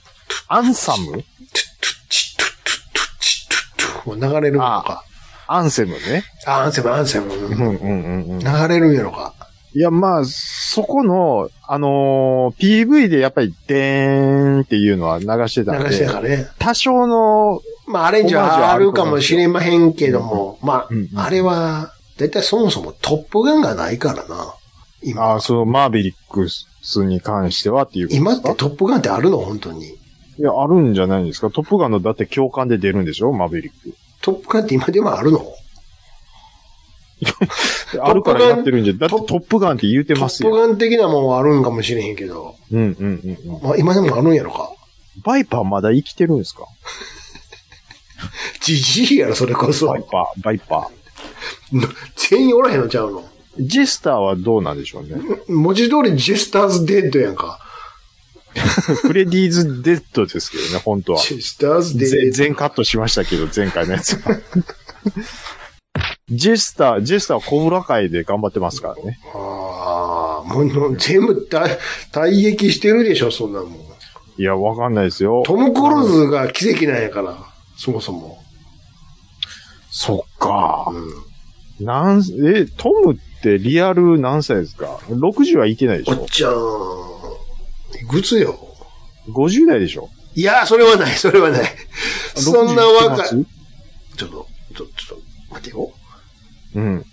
アンサム
チットゥットゥットゥッチットゥットゥッもう流れるんやろか。
アンセムね。
あ、アンセム、アンセム。
うん
流
うんうんうん。
れるんやろか。
いや、まあ、そこの、あのー PV でやっぱり、でーんっていうのは流して
流
たん
して
で
た、からね。
多少の、
まあ、アレンジはあるかもしれまへんけども、まあ
うん、うん
あれは、だいたいそもそもトップガンがないからな。
あ
今
ー、そのマーベリックスに関してはっていうことですか
今ってトップガンってあるの本当に。
いや、あるんじゃないんですかトップガンの、だって共感で出るんでしょマーベリック。
トップガンって今でもあるの
あるからやってるんじゃ、だって
トップ
トップガンって言うて
ト
ます
ップ
よ。
ガン的なもんはあるんかもしれへんけど、
うんうんうんうん。
まあ、今でもあるんやろか。
バイパーまだ生きてるんですか
じじいやろ、それこそ
バイ。パー、バイパ
全員おらへんのちゃうの。
ー。ジェスターはどうなんでしょうね。
文字通りジェスターズデッドやんか。
フレディーズ・デッドですけどね、本当は。
ジェスターズデ
ぜ
ッ
全カットしましたけど、前回のやつ は。ジェスター、ジェスターはコブラ界で頑張ってますからね。
ド。ああ、もう全部退退役してるでしょ、そんなもん。
いや、わかんないですよ。
トム・クルーズが奇跡なんやから、そもそも。
そっか。
うん。
なん、え、トムってリアル何歳ですか ?60 はいてないでし
おっ
ょ
ちゃん。いくつよ。
?50 代でしょ
いや、それはない、それはない。そんな若い。ちょっ
?60
と、ちょちょっと、待てよ。
うん。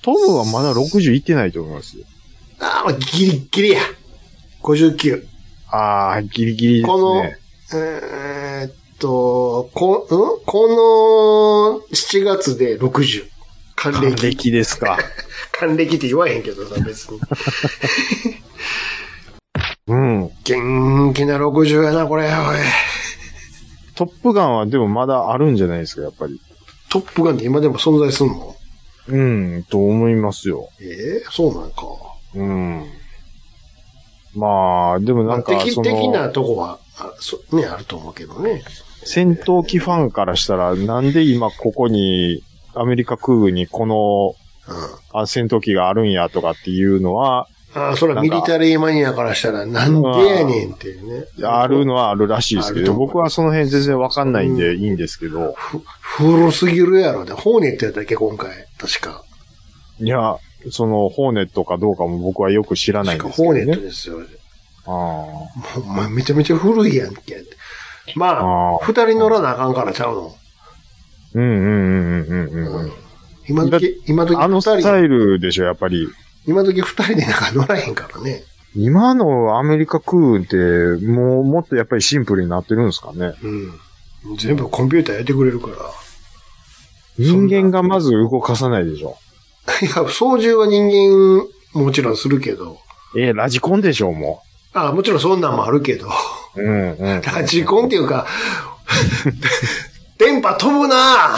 トムはまだ60いってないと思いますよ。
ああ、ギリッギリや。59。
ああ、ギリギリですね。
このえーっと、こ、んこの7月で60。還
還
暦。
暦ですか。
還暦って言わへんけどさ、別に。
うん。
元気な60やな、これ、おい。
トップガンはでもまだあるんじゃないですか、やっぱり。
トップガンって今でも存在すんの
うん、と思いますよ。
ええそうなんか。
うん。まあ、でもなんか
まあ、的
そ
的な
の、
とこは、あそね、あると思うけどね。
戦闘機ファンからしたら、なんで今ここに、アメリカ空軍にこの
うん。
あ戦闘機があるんやとかっていうのは、
ああ、それはミリタリーマニアからしたら、なんでやねんっていうね。
あるのはあるらしいですけ
ある
ど、
と思う
僕はその辺全然わかんないんでいいんですけど、
古すぎるやろ。で、ホーネットやったっけ、今回。確か。
いや、その、ホーネットかどうかも僕はよく知らないん
確
で
か
すけ
ホ
ど、
ー
ね。
ネットですよ。
ああ
お前めちゃめちゃ古いやんけ。まあ、
あー
二人乗らなあかんからちゃうの。
うんうんうんうんうんうん。
今
だ
時、今時
あのス
二
タ
人、
イルでしょ、やっぱり。
今時二人でなんか乗らへんからね。
今のアメリカ空運って、もうもっとやっぱりシンプルになってるんですかね。
うん。全部コンピューターやってくれるから。
人
んな
間がまず動かさないでしょ。
いや、操縦は人間、もちろんするけど。
えーラジコンでしょ、も
ああ、もちろんそんなんもあるけ ど。
う。うんうん。
ラジコンっていう か、電波飛ぶなあ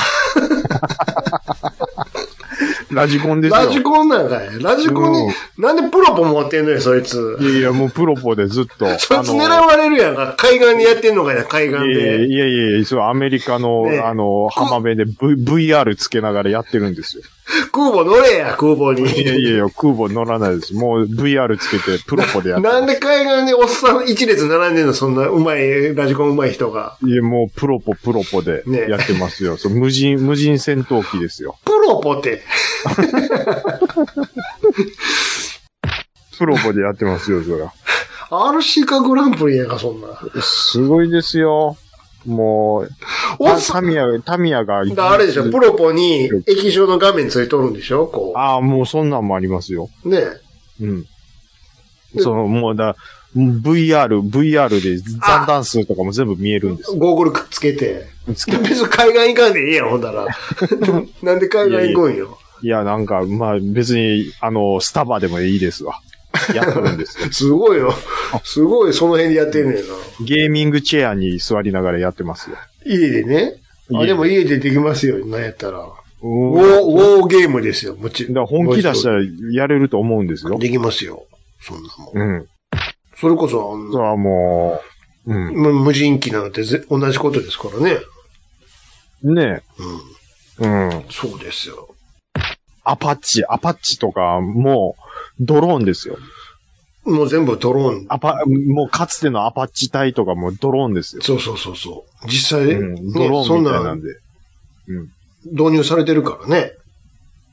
ラジコンですよ。
ラジコンなんかい。ラジコンに、なんでプロポ持ってんのよ、そいつ。
いやいや、もうプロポでずっと。
そいつ
あの
狙われるやんか。海岸でやってんのかや、海
い
岸
や
で。
いやいやいや、そう、アメリカの、
ねえ
あの、浜辺で、v、VR つけながらやってるんです よ。
空母乗れや、空母に。
いやいやいや、空母乗らないです。もう VR つけて、プロポでやってる
なんで海岸におっさん一列並んでんの、そんな上手い、ラジコン上手い人が。
いや、もうプロポプロポで
ねえ
やってますよ。そう無人、無人戦闘機ですよ。
プロポって。
プロポでやってますよ、そら。
RC カグランプリやんか、そんな。
すごいですよ。もう、
お
タ
っさ
タミヤ、タミヤが。
ん、あれでしょ、プロポに液晶の画面ついとるんでしょ、こ
ああ、もうそんなんもありますよ。
う。ねえ。
うん。その、もうだ、VR、VR で残弾数とかも全部見えるんですよ。
ゴーグルつけて。
つけ
別に海岸行かんでええやん、ほんだら。 なんで海岸行くんよ。
いや、なんか、まあ別に、あの、スタバでもいいです わ。やってるんですよ。
すごいよ。すごい、その辺でやってんねんな。
ゲーミングチェアに座りながらやってますよ。
家でね。
家
あ、
で
でも家でできますよ、なんやったら。ウ
お
ォ
だか
ー、ウォーゲームですよ、もち
ら本気出した
ら。
らやれると思うんですよ。
できますよ。そんなも
う
ん。
ん。
それこそ、あん
それ
な
はもう、うん。
む無人機なんてぜ同じことですからね。
ね
うん。
え。うん。
そうですよ。
アパッチ、アパッチとか、もう、ドローンですよ。
もう全部ドローン。
アパ、もうかつてのアパッチ隊とかもドローンですよ。
そうそうそうそう。実際、
うん、ドロ
ね、
ー
そ
ン
ん
みたいな
なん
で。
導入されてるからね。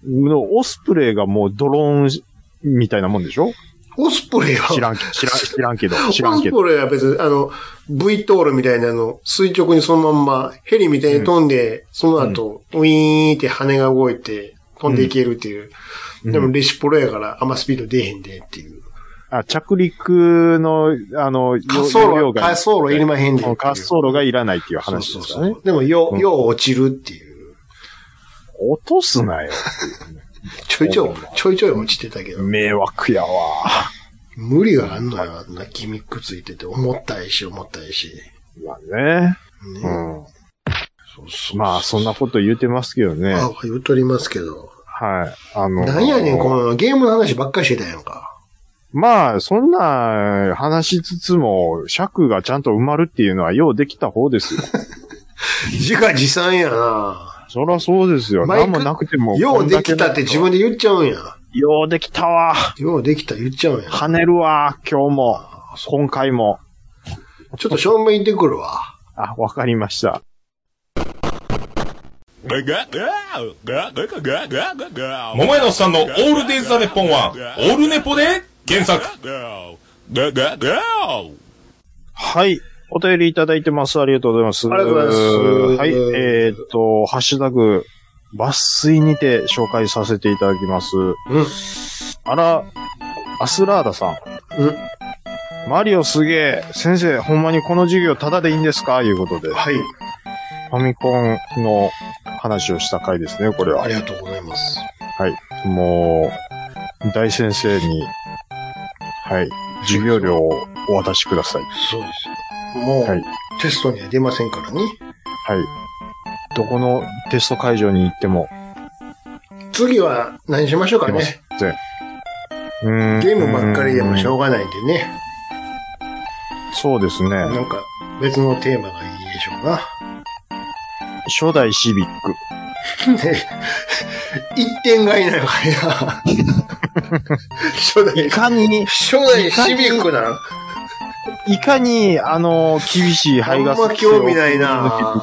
のオスプレイがもうドローンみたいなもんでしょ
オスプレイは、
知らん、知らん、知らん けど、知ら
オ
ん
ス
けど。
プレイは別に、あの、V トールみたいなの、垂直にそのまんま、ヘリみたいに飛んで、その後、ウィーンって羽が動いて、飛んでいけるっていう。
うん
でも、レシプロやから、あんまスピード出えへんでっていう。
あ、着陸の、あの、よ
滑走
容量
路、
が
滑走路いりまへんでっていう。
滑走路がいらないっていう話で
そう
す
そ
か
う
ね
そ。う。でも、よ
う
う、
ん
よう落ちるっていう。
落とすなよ。
ちょいちょい、ちょいちょい落ちてたけど。
迷惑やわ。
無理があんのよ、あんなギミックついてて。重たいし、重たいし。
まあね。
ね
うん。
そうそう
まあ、そんなこと言うてますけどね。はい。
あ、言うとりますけど。
あの。
なんやねん、このゲームの話ばっかりしてたやんか。
まあ、そんな話しつつも、尺がちゃんと埋まるっていうのはようできた方です よ。
自画自賛やな。
そらそうですよ。
マイク
何もなくても。
ようできたって自分
で。
で言っちゃうんや。
ようできたわ。
ようできた言っちゃうんや。
跳ねるわ。今日も。今回も。
ちょっと正面行ってくるわ。
あ、わかりました。
桃屋のおっさんのオールデイズ・ザ・ネッポンは、オールネポで検索。
はい。お便りいただいてます。ありがとうございます。
ありがとうございます
はい。えーっと、ハッシュタグ、抜粋にて紹介させていただきます。
うん。
あら、アスラーダさん。
うん。
マリオすげえ。先生、ほんまにこの授業タダでいいんですかいうことで。
はい。
ファミコンの話をした回ですね、これ
あ
は。
りがとうございます。
もう、大先生に、はい、授業料をお渡しください。
そうですよ。もう、
はい
テストには出ませんからね。
はい。どこのテスト会場に行っても、
次は何しましょうかね。
うーん
ゲームばっかりでもしょうがないんでね。
そうですね。
なんか別のテーマがいいでしょうな。
初代シビック。
ね一点がいなのかいな。初代
い、かに、
初代シビックな。
いかに、あの、厳しい
あ
排
ん
ガス
ま
規制
興
を
味ないな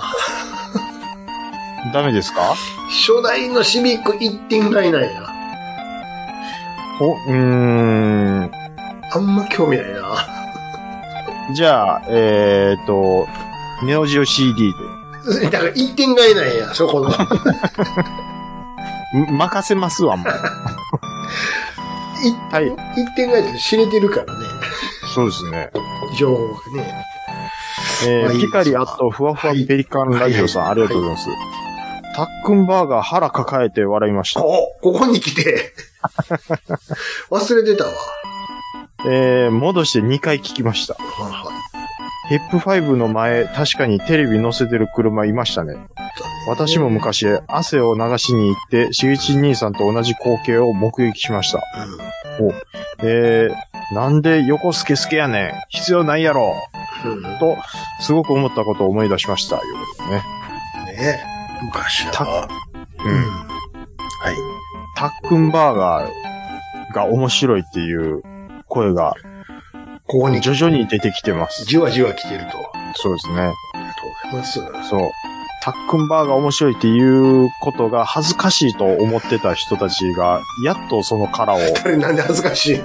ダメですか
初代のシビック一点買いなんや。
ほ、うーん。
あんま興味ないな
じゃあ、えー、っと、ネオジオ CD
だから一点買いなんや、そこの。
で。ん任せますわ、もう。
一
はい。
一点買いって知れてるからね。
そうですね。
情報がね。
え
まあい
ー、
いです
ピカリアットふわふわペリカンラジオさん、
はい
ありがとうございます。タックンバーガー腹抱えて笑いました。
ここ、ここに来て。忘れてたわ。
えー、戻して2回聞きました。ヘップ5の前、確かにテレビ乗せてる車いましたね。私も昔、汗を流しに行って、しげち兄さんと同じ光景を目撃しました。
うん
えー、なんで横スケスケやねん必要ないやろ
うんね
と、すごく思ったことを思い出しました。いうことね。
昔
た
は。
う
うん
ん。
はい。
タックンバーガーが面白いっていう声が
ここに
徐々に出てきてます。
じわじわ来てると。
そうですね。
ありがとうございます。
そう。タックンバーが面白いっていうことが恥ずかしいと思ってた人たちが、やっとその殻を、
あれなんで恥ず かしい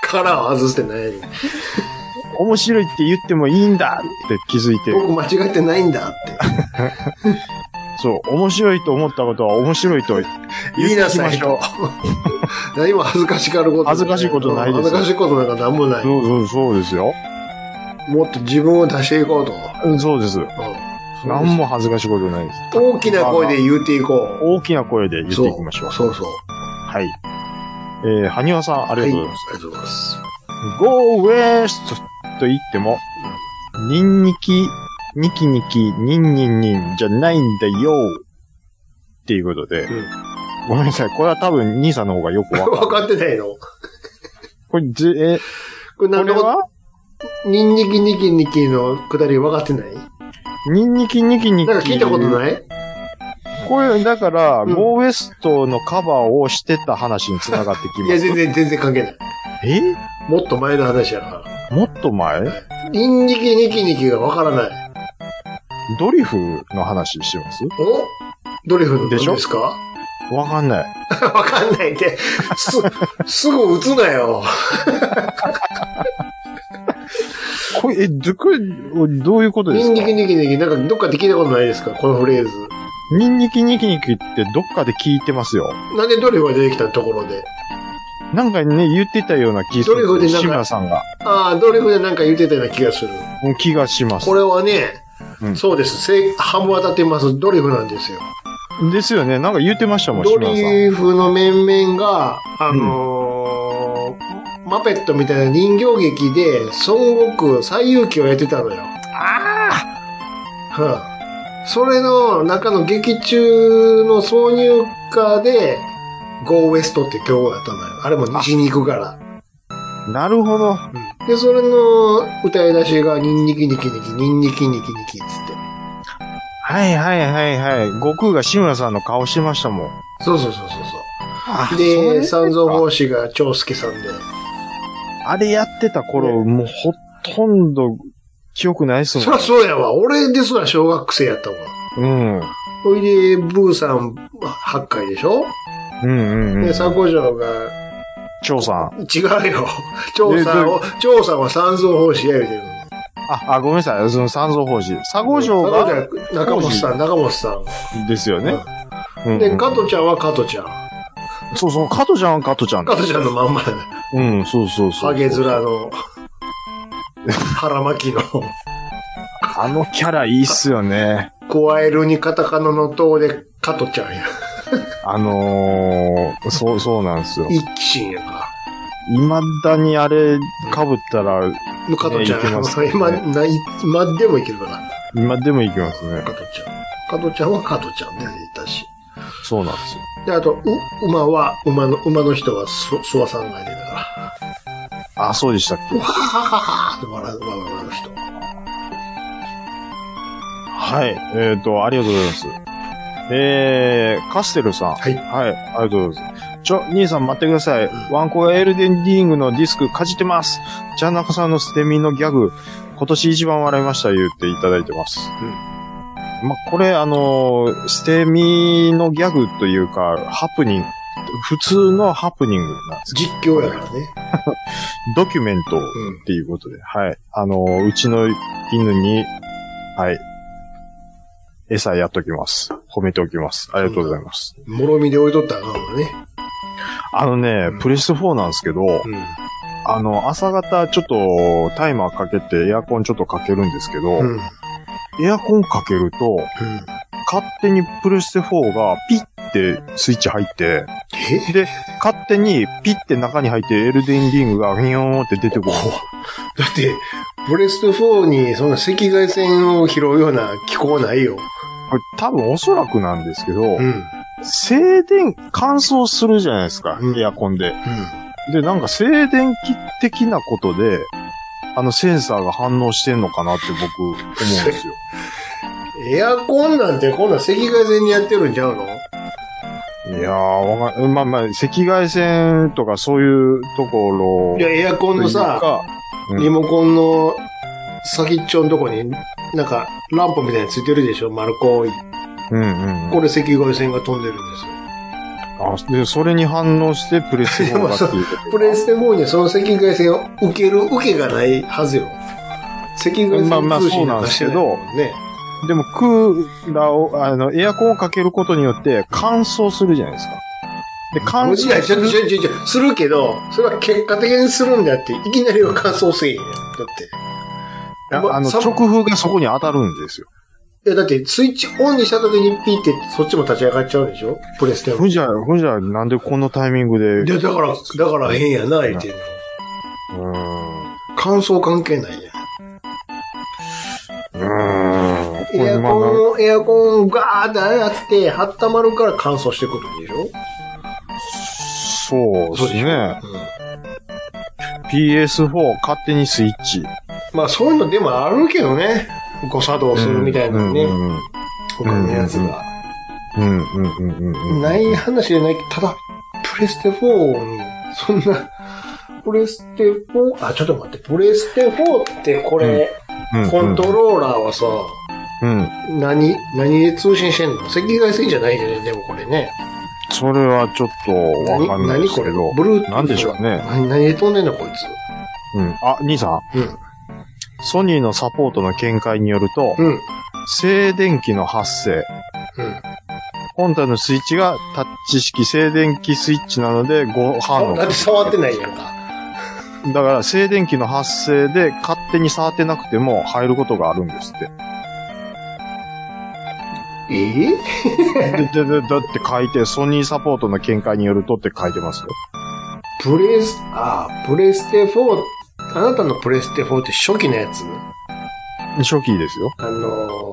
カラーを外してないのに
面白いって言ってもいいんだって気づいて、
僕間違ってないんだっ
そう、面白いと思ったことは面白いと
て。言いな
き
さ
ま
い
しょ
と。何も恥ずかしがること
恥ずかしいことないです
恥ずかしいことなんか何もない。
そうそう、そうですよ。
もっと自分を出していこうと。
うんそうです。
うん
何も恥ずかしいことないです。
大きな声で言うていこ
大きな声で言
う。
っていきましょう。
そうそうそう。
はい。えー、はにわさん、ありがと
はい。あり
うご
がと
ざ
う
います。
ございます。
Go West と言っても、ニンニキ、ニキニキ、ニンニンニンじゃないんだよっていうことで、
うん
ごめんなさい。これは多分兄さんの方がよくわかる。
分かってないの
これ、ず、え、
こ
こ
れ何
れ
のこと
は
ニンニキニキニキのくだり分かってない
ニンニキニキニキ。
なんか聞いたことない
これ、だから、
うん
Go West のカバーをしてた話に繋がってき
い
ま
や、
す。
全然、全然関係ない。
え
もっと前の話やから。
もっと前
ニンニキニキニキが分からない。
ドリフの話してます
おドリフの
でしょ
何ですか
わかんない。
分かんないって。す、すぐ打つなよ。
これ、え、ど、これ、どういうことで
ニ
す
ン
か
ニキニキニキ、なんかどっかで聞いたことないですかこのフレーズ。
ニンニキニキニキってどっかで聞いてますよ。
なんでドリフが出てきたところで。
なんかね、言ってたような気がす
どれほど
る。
でなんか
志村さんが。
ああ、ドリフでなんか言ってたような気がする。
うん気がします
こ。れはね、
うん
そうです。正半分当たってます。ドリフなんですよ。
ですよね。なんか言ってましたもん、志
ド
村さん。
リフの面々が、あのーマペットみたいな人形劇で、孫悟空、最遊記をやってたのよ。ああ、うん。それの中の劇中の挿入歌で、Go West って曲だったのよ。あれも西に行くから。
なるほど。
うんで、それの歌い出しが、ニンニキニキニキ、ニンニキニキニキっつって。
はいはいはいはい。悟空が志村さんの顔してましたもん。
そうそうそうそう
あ
そう。
それ
で、
か
三蔵法師が長介さんで。
あれやってた頃、もうほとんど記憶ないっすもん。
そりゃそうやわ。俺ですら小学生やったわ。
うん。うん
ほいで、ブーさん8回でしょ、
うんう
で、
ん。
三五条が、
張さん。あ、
違う よ。長さんを、長さんは三蔵法師や言うてるのに。
あ、ごめんなさい。その三蔵法師。佐合城が
三五条は中本さん、中本さ
ですよね。うん
ん。
う
で、
ん
加藤ちゃんは加藤ちゃん。
そうそう、加藤ちゃんは加藤ちゃん
加。藤ちゃんのまんまやね。
うん、そうそうそう。
ハゲ面の、腹巻きの、
あのキャラいいっすよね。
加えるにカタカナの塔で加藤ちゃんや。
あのー、そう、そうなんですよ。
一騎心やから。
未だにあれ、被ったら、
の加藤ちゃん
ねいけますね
今、ない、今でもいけるかな。
今でもいきますね。
加藤ちゃん。加藤ちゃんは加藤ちゃんでいたし。
そうなんですよ。
で、あと、う、馬は、馬の、馬の人は、す、諏訪さんがいてたから。
あ、そうでしたっけ
わはははって笑う、馬の馬の人。
はい。えっ、と、ありがとうございます。えー、カステルさん。
はい
はい、ありがとうございます。ちょ、兄さん待ってください。ワンコがエルデンリングのディスクかじってます。ジャンナカさんの捨て身のギャグ、今年一番笑いました言っていただいてます。まあ、これ、あのー捨て身のギャグというか、ハプニング、普通のハプニングなんですけ
実況やからね。
ど、ドキュメントっていうことで、はい。あのーうちの犬に、はい。餌やっときます。褒めておきます。ありがとうございます。
うん。もろみで置いとったらあかんわね。
あのね
うん、
プレステ4なんですけど、
うん。
あの、朝方ちょっとタイマーかけてエアコンちょっとかけるんですけど、
うん。うん。
エアコンかけると、勝手にプレステ4がピッてスイッチ入って、
え
で、勝手にピッて中に入ってエルデンリングがフィヨーンって出てくる。
だって、ブレスト4にそんな赤外線を拾うような機構ないよ。
これ多分おそらくなんですけど、
うん。うん。
静電、乾燥するじゃないですか、
うん
エアコンで。で、なんか静電気的なことで、あのセンサーが反応してんのかなって僕思うんですよ。
エアコンなんてこんなん赤外線にやってるんちゃうの
いやー、わかんまあまあ、赤外線とかそういうところ
いや、エアコンのさ、
か、うん
リモコンの先っちょのとこに、なんか、ランプみたいについてるでしょ丸こい。
うんうん。
これ赤外線が飛んでるんですよ。
あで、それに反応してプレステ4がって いうこと
プレステ4にはその赤外線を受ける受けがないはずよ。赤外
まあま
線
あ
通信なんかしてないもんね。
でも、クーラーを、あの、エアコンをかけることによって乾燥するじゃないですか。で、乾
も
燥
ちろん、
す
ちょ、
る。
ちょ、ちょ、ちょ、するけど、それは結果的にするんであって、いきなりは乾燥せえへんやん。だって。
ああの、
さ
直風がそこに当たるんですよ。
いや、だって、スイッチオンにした時にピーって、そっちも立ち上がっちゃうんでしょプレステ
ふ
4。
んじゃ、ふんじゃ、なんでこのタイミングで。
で、だから、だから変やな、言ってんの。
うーん。
乾燥関係ないやん。
うーん。こ
エ
れ
ア
まあな
コン、エアコンガーってやって、温まるから乾燥してくるんでしょ
そうですね。
う
PS4 勝手にスイッチ。
ん。まあ、そういうのでもあるけどね。誤作動するみたいなのね
う。ん
他のやつが。
うんうんうんうんうんうん。
ない話じゃないけど、ただ、プレステ4に、そんな、プレステ4、あ、ちょっと待って、プレステ4ってこれ、コントローラーはさ、
うん。
何、何で通信してんの赤外線じゃないよね、でもこれね。
それはちょっとわかんない
何
です
こ
け
れ
ど。
ブルー
なんでしょうね
何、何で飛んでんの、こい
うん。あ、兄さん。
つ。うん。
ソニーのサポートの見解によると、
うん。
静電気の発生。
うん。
本体のスイッチがタッチ式静電気スイッチなのでご反応。
だって触ってないやんか。
だから静電気の発生で勝手に触ってなくても入ることがあるんですって。
ええ
で、で、で、だって書いて、ソニーサポートの見解によるとって書いてますよ。
プレス、あ、プレステ4、あなたのプレステ4って初期のやつ
初期ですよ。
あの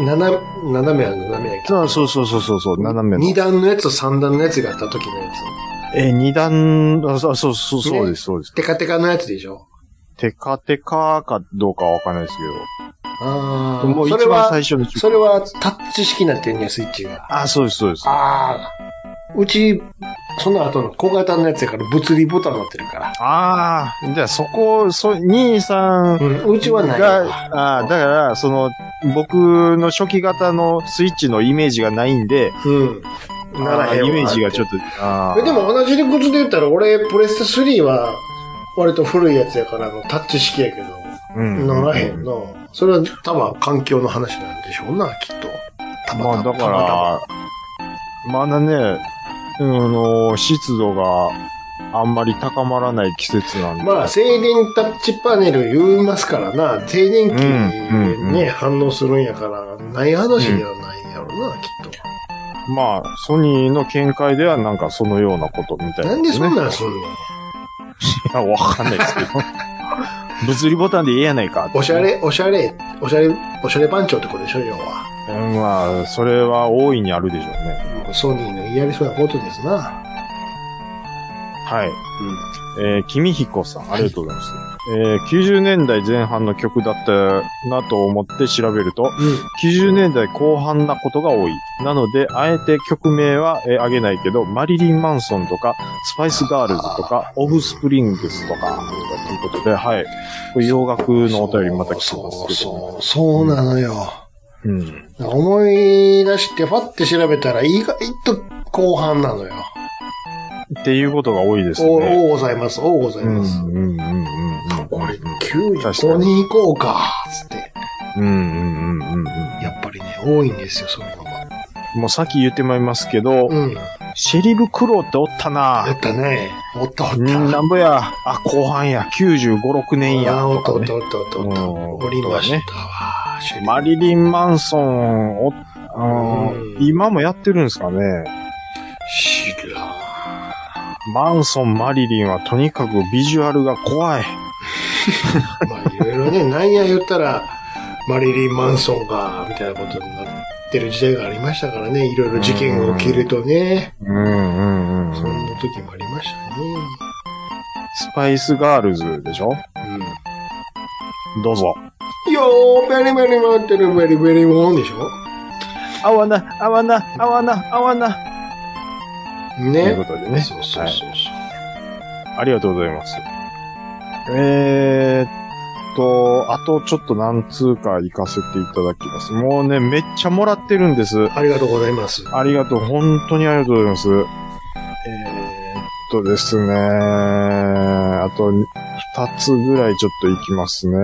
ー、斜め、斜めは斜めやけど。
そうそうそうそうそう、斜めの
二段のやつと三段のやつがあった時のやつ。
えー、二段、あそうそうそう、そうです、そうです。
テカテカのやつでしょ
テカテカかどうかはわかんないです
あ
け
あ。
ど。もう
そ
一
れ
番
は、
最初に。
それはタッチ式になってんねや、スイッチが。
あ、そうです、そうです。
ああ。うち、その後の小型のやつやから物理ボタンになってるから。
ああ、じゃあそこ、そ、兄さん
うん、うちはないわ。
が、あーだから、その、僕の初期型のスイッチのイメージがないんで、
うん。ならへん
あー
わ
イメージがちょっと、あ
えで
ー
も同じ理屈で言ったら、俺、プレステ3は、割と古いやつやから、あのタッチ式やけど、
うん
ならへんな。それは多分環境の話なんでしょうな、きっと。たま
まあ
たま
だから、まだね、うんあの、湿度があんまり高まらない季節なんで。
まあ、静電タッチパネル言いますからな、静電気にね、
うんうんうん
反応するんやから、ない話ではないやろな、きっと。
まあ、ソニーの見解ではなんかそのようなことみたいな、
なんでそん
い
なんすんねん。
や、 わかんないですけど。物理ボタンでええやないか。
おしゃ。れ、おしゃれ、おしゃれ、おしゃれ番長ってことでしょ、要は。
うん、まあ、それは大いにあるでしょうね。
もうソニーのやりそうなことですな。
はい。えー、君彦さん、ありがとうございます。えー、90年代前半の曲だったなと思って調べると、90年代後半なことが多い。なので、あえて曲名は、えーあげないけど、マリリン・マンソンとか、スパイス・ガールズとか、オフ・スプリングスとか、ということで、はい。これ洋楽のお便りまた来てます
そう
けど。
そう、そうなのよ。
うん。
思い出して、ファって調べたら、意外と後半なのよ。
っていうことが多いです
お
ね。
おうございます、おうござい
うん、う
ま
ん
す。、
うん、うん。
これ、
確か
95に行こうか、つって。
うん、うん、うん、うん。
やっぱりね、多いんですよ、そういうのが。
もうさっき言ってまいりますけど、
うん。や
シェリブ・クローっておったな
ったね。おったおった。
うん、なんぼや。あ、後半や。95、6年や。
あおっ
とか
たおっ
ね
たおったおったおった。
うん
おりました
ね
わ。シェリー
マリリン・マンソン、お、あー
うん
今もやってるんですかね。
知らん。
マンソン、マリリンはとにかくビジュアルが怖い。
まあ、いろいろね、 なんや言ったら、マリリン・マンソンが、みたいなことになってる時代がありましたからね、いろいろ事件が起きるとね、
うんうんうん
そんな時もありましたね。
スパイス・ガールズでしょ
う
どうぞ。
ん。よー、ベリベリマンテルベリベリモンでしょ
あわな、あわな、あわな、あわな。というこ。
ね
とでね。
そうそうそう
はい
そう。
ありがとうございます。えーっと、あとちょっと何通か行かせていただきます。もうね、めっちゃもらってるんです。
ありがとうございます。
ありがとう、本当にありがとうございます。えーっとですね、あと2つぐらいちょっと行きますね。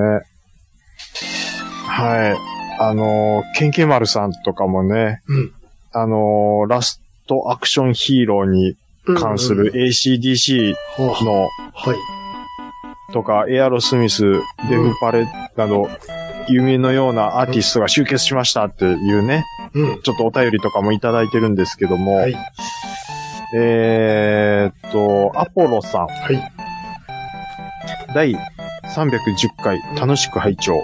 はい。あのー、ケンケマルさんとかもね、
うん
あのー、ラストアクションヒーローに関する ACDC
うんうん。は
の
あはい。
とか、エアロスミス、デフパレなど、夢のようなアーティストが集結しましたっていうね、
うん。
ちょっとお便りとかもいただいてるんですけども、
はい。
えーっと、アポロさん、
はい。
第310回、楽しく拝聴。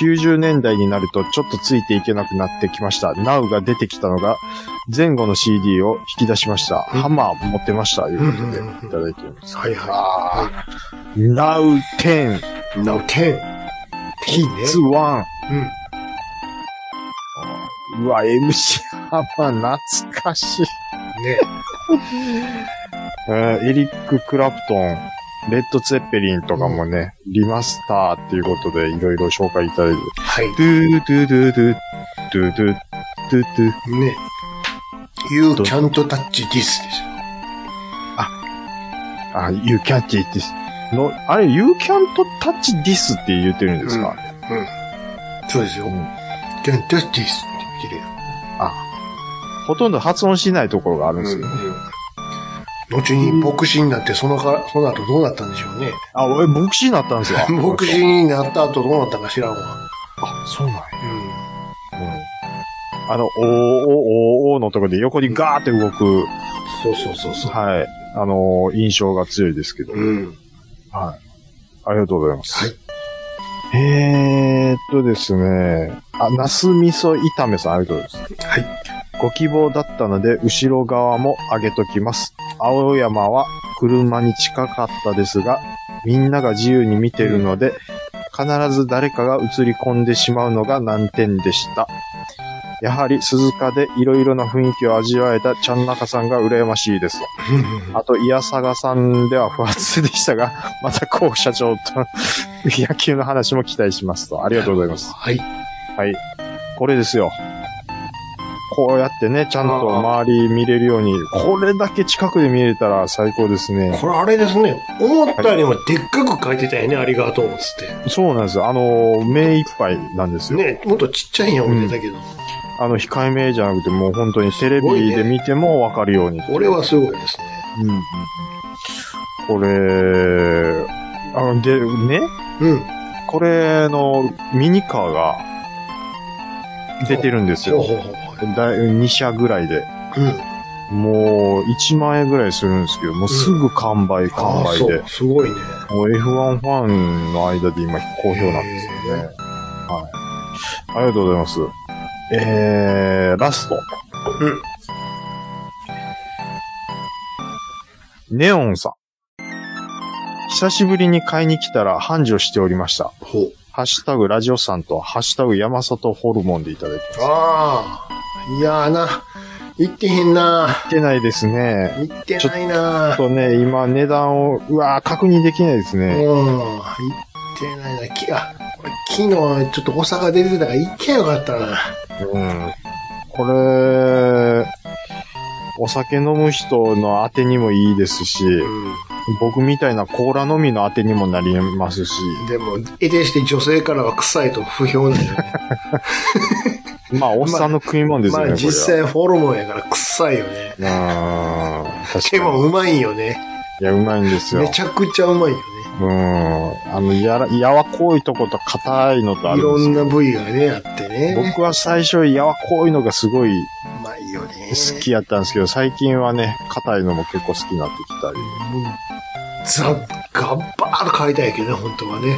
90年代になるとちょっとついていけなくなってきました。NOW が出てきたのが、前後の CD を引き出しました。
うん
ハマー持ってました。ということで、
うんうんうんうん
いただいております。
はいは
NOW10、
い。Now 10。いいね。
1。
うん。
うわ、MC ハマー懐かしい。
ね。
えーエリック・クラプトン、レッド・ツェッペリンとかもね、リマスターっていうことでいろいろ紹介いただいて。
はい。
ドゥドゥドゥドゥ、ドゥドゥ、ドゥドゥ。
ね。You can't touch this ですよ。
あ、You can't touch this. の、あれ、You can't touch this って言ってるんですか、
そうですよ。
うん
can't touch this って言ってるよ。
ほとんど発音しないところがあるんですよ。
後に牧師になって、そのか、その後どうなったんでしょうね。。
あ、俺、牧師になったんです よ
牧師になった後どうなったか知らんわ。
あ、そうなんや。
う
うん。あの、おーおーおーおーのところで横にガーって動く、
ん。そうそうそうそう。
はい、あのー印象が強いですけど。
うん。
ありがとうございます。
はい
えーっとですね。あ、ナス味噌炒めさん、ありがとうございます。
はい。
ご希望だったので、後ろ側も上げときます。青山は車に近かったですが、みんなが自由に見てるので、必ず誰かが映り込んでしまうのが難点でした。やはり鈴鹿でいろいろな雰囲気を味わえたちゃん中さんが羨ましいです。あと、イヤサガさんでは不発でしたが、 またこう社長と 野球の話も期待しますと。ありがとうございます。
はい。
これですよ。こうやってね、ちゃんと周り見れるように、これだけ近くで見れたら最高ですね。
これあれですね。思ったよりもでっかく書いてたよね、ありがとう、つっ
そうなんですよ。あの、目いっぱいなんです
て。
よ。
ね、もっとちっちゃいんや思ってたけど。
あの、控えめじゃなくて、もう本当にテレ
すごい
ビ
ね
で見てもわかるように。
俺はすごいですね。
うんうんこれ、あの、で、ね、
うん。
これのミニカーが出てるんです
ほ
よ。
うほうほうほう。
だ2社ぐらいで。
うん。
もう1万円ぐらいするんですけど、もうすぐ完売、完
ああ、
売
そ
で
う。。すごいね。
もう F1 ファンの間で今好評なんですよね。はい。ありがとうございます。えー、ラスト。
うん
ネオンさん。久しぶりに買いに来たら繁盛しておりました。
ほう。
ハッシュタグラジオさんとハッシュタグ山里ホルモンでいただいてます。
ああ。いやーな。行ってへんな。
来てないですね。
行ってないな
あ。とね、今値段を、うわー確認できないです
うん。
ね。
行ってないな。きあ、昨日ちょっと誤差が出てたから行けよかったな。
うん。これ、お酒飲む人の当てにもいいですし、
う
僕みたいなコーラ飲みの当てにもなりますし、
ん。でも、得てして女性からは臭いと不評なんよね。
まあ、おっさんの食い物です
ま
よね。
あ実際ホルモンやから臭いよね。
これは。うん。確
で
かに。
もうまいんよね。
いや、うまいんですよ。
めちゃくちゃうまいよね。
うん。あの、やら、やわこいとこと硬いのとあ
い
るん
ろ
です
ん
よ。
な部位がね、あってね。
僕は最初、やわこいのがすごいう
まいよね。
好きやったんですけど、最近はね、硬いのも結構好きになってきたり。
もうザ、ガッバーッと買いたいけどね、本当はね。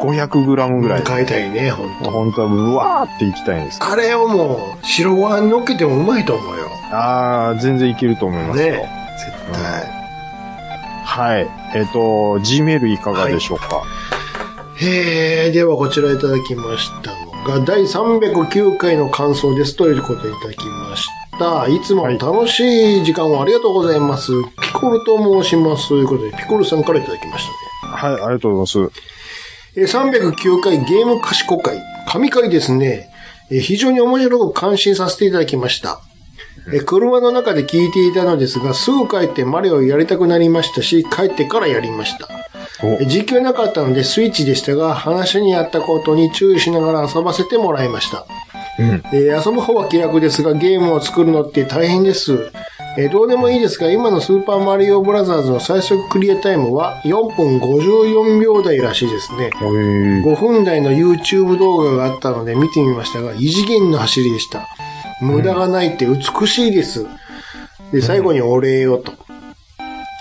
500g ぐらい。
買いたいね、本当。
本当は、うわーっていきたいんです。
あれをもう、白ご飯に乗っけてもうまいと思うよ。
あー、全然いけると思いますよ。
ね絶対。
はい。えっ、と、G メールいかがでしょうか、
へえ、ではこちらいただきましたのが、第309回の感想ですということでいただきました。いつも楽しい時間をありがとうございます。ピコルと申します。ということで、ピコルさんからいただきましたね。
はい、ありがとうございます。
えー309回ゲーム賢会、神回ですね。えー非常に面白く感心させていただきました。えー車の中で聞いていたのですが、すぐ帰ってマリオをやりたくなりましたし、帰ってからやりました。えー実況なかったのでスイッチでしたが、話にあったことに注意しながら遊ばせてもらいました。えー遊ぶ方は気楽ですが、ゲームを作るのって大変です。えーどうでもいいですが、今のスーパーマリオブラザーズの最速クリアタイムは4分54秒台らしいですね。5分台の YouTube 動画があったので見てみましたが、異次元の走りでした。無駄がないって美しいです。で、最後にお礼をと。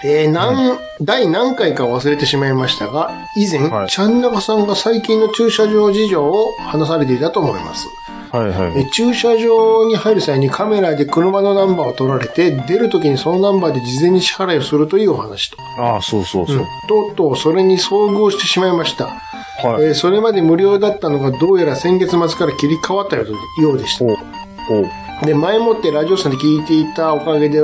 えー、何、第何回か忘れてしまいましたが、以前、
はい
ちゃんなかさんが最近の駐車場事情を話されていたと思います。
はいはい。
え駐車場に入る際にカメラで車のナンバーを取られて、出るときにそのナンバーで事前に支払いをするというお話と。
ああ、そうそうそう。
とうとうそれに遭遇してしまいました。
はい。
えーそれまで無料だったのがどうやら先月末から切り替わったようでし
ほう、ほう。
た。で、前もってラジオさんで聞いていたおかげで、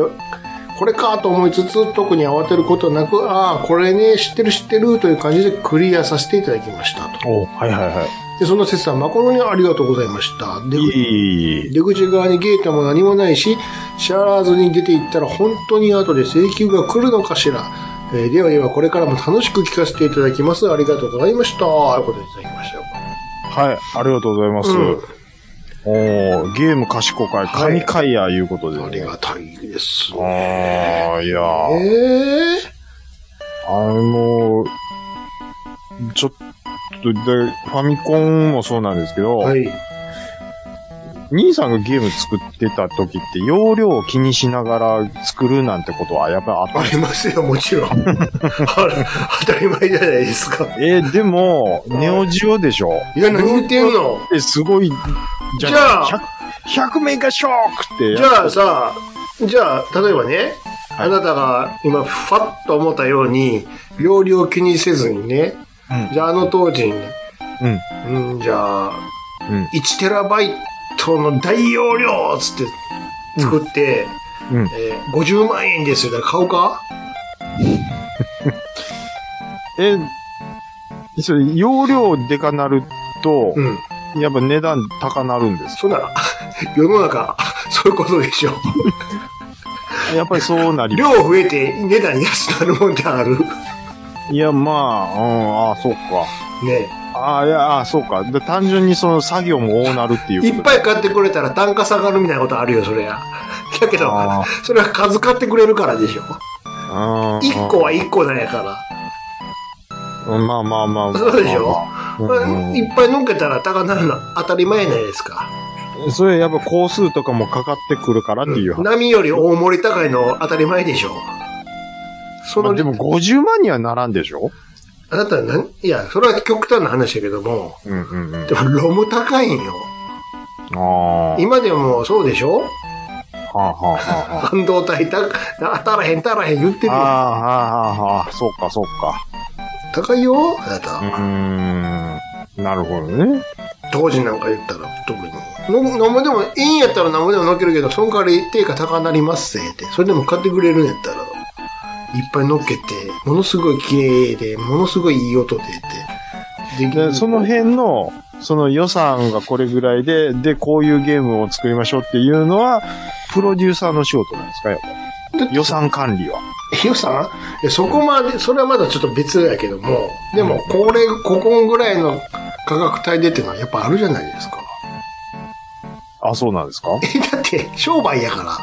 これかと思いつつ、特に慌てることなく、ああ、これね、知ってる知ってるという感じでクリアさせていただきましたと。
おはいはいは
で、その節さん、誠にありがとうございました。で
い。いい。
出口側にゲートも何もないし、シャワーズに出て行ったら本当に後で請求が来るのかしら。えーではではこれからも楽しく聞かせていただきます。ありがとうございました。ということでいただきましたよ。
はい、ありがとうございます。
うん
おーゲーム賢会、神会やいうことで、ね
ありがたいです。
あーいや
え
ー、
え
あのーちょっとで、ファミコンもそうなんですけど、
はい。
兄さんがゲーム作ってた時って、容量を気にしながら作るなんてことはやっぱりあっ
ありますよ、もちろん。 あら当たり前じゃないですか。
た。えーでも、ネオジオでしょ
いや、何言ってんの
え、すごい、じ
じゃあ
100、100メガショックってや
じゃあさ、じゃあ、例えばね、
はい
あなたが今、ファッと思ったように、料理を気にせずにね、
うん
じゃああの当時にね、うん、じゃあ、
うん
1テラバイトの大容量っつって作って、
うんうん
えー50万円ですよ。だから買うか
え、それ、容量でかなると、
うん。
やっぱ値段高なるんです
そんなら、 世の中、そういうことでしょ。
かやっぱりそうなりま
量増えて値段安くなるもんってある。
す。いや、まあ、うん、ああ、そうか。
ね
ああ、いや、ああ、そうか。で、単純にその作業も多なるっていうこ
い
と
っぱい買ってくれたら単価下がるみたいなことあるよ、そりゃ。だけど
あ、
それは数買ってくれるからでしょ。
あー
1個は1個なんやから。
うんまあまあまあ。
そうでしょ
まあまあうん
いっぱい乗っけたら高なるの当たり前ないですか。
うんそれやっぱ工数とかもかかってくるからっていう話。
波より大盛り高いの当たり前でしょ。そ
ま
の、
あでも50万にはならんでしょ
あなたは何いや、それは極端な話だけども、
うんうんうん。
でもロム高いんよ。
ああ。
今でもそうでしょ
はあ、はあはあは
半導体た、当たらへん、当たらへん言ってる
あ、
や
あ
ん。
あ、はあ、はあ、そうか、そうか。
高いよ、あな
う
た。
ーん。なるほどね。
当時なんか言ったら、特に。のなんぼでも、いいんやったらなんぼでも乗っけるけど、その代わり定価高なりますぜって。それでも買ってくれるんやったら、いっぱい乗っけて、ものすごい綺麗で、ものすごいいい音でって。
で、その辺の、その予算がこれぐらいで、で、こういうゲームを作りましょうっていうのは、プロデューサーの仕事なんですかやっぱり予算管理は。
予算いやそこまで、それはまだちょっと別やけども、でも、これ、ここぐらいの価格帯でっていうのはやっぱあるじゃないですか。
あ、そうなんですか
え、 だって、商売やから。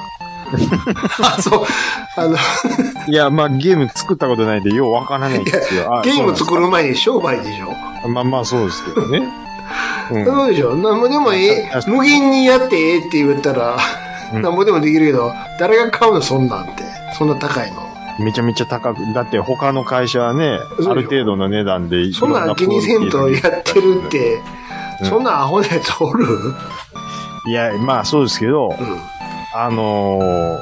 あ、そう。あの、
いや、まあ、ゲーム作ったことないんで、ようわからないんですよ。あ
ゲーム
そう
作る前に商売でしょ。
なんですまあまあ、そうですけどね。うん
そうでしょ。なんぼでもええ
確、かに
無限にやってええって言ったら、
うん
なんぼでもできるけど、誰が買うのそんなんって。そんな高いの。
めちゃめちゃ高く、だって他の会社はね、
そうでしょ
ある程度の値段でい
そんなん気にせんとやってるっ。て、
うん
そんなアホなやつおるうん。
いや、まあそうですけど、あのー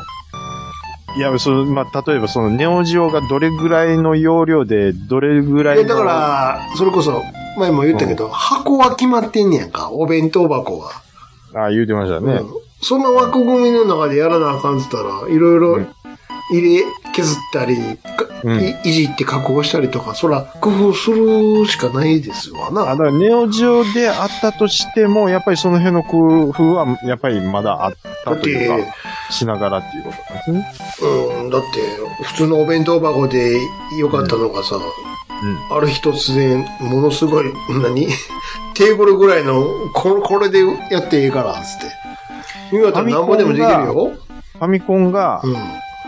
いや、その、まあ、例えばそのネオジオがどれぐらいの容量で、どれぐらい
え
の。
だから、それこそ、前も言ったけど、箱は決まってんねやんか。お弁当箱は。
ら、あ言うてましたね。
うんその枠組みの中でやらなあかんって言ったら、いろいろ
うん
入れ、削ったり、か
うん
いいじって加工したりとか、そら、工夫するしかないですわ
あだ
な。
からネオジオであったとしても、やっぱりその辺の工夫は、やっぱりまだあった
だっ
というか
て、、
しながらっていうことなんですね。
うん、だって、普通のお弁当箱でよかったのがさ、ある日突然、ものすごい、何 テーブルぐらいの、ここれでやってええから、つって。今だったら何ぼでもできるよ。
ファミコンが
う、ん。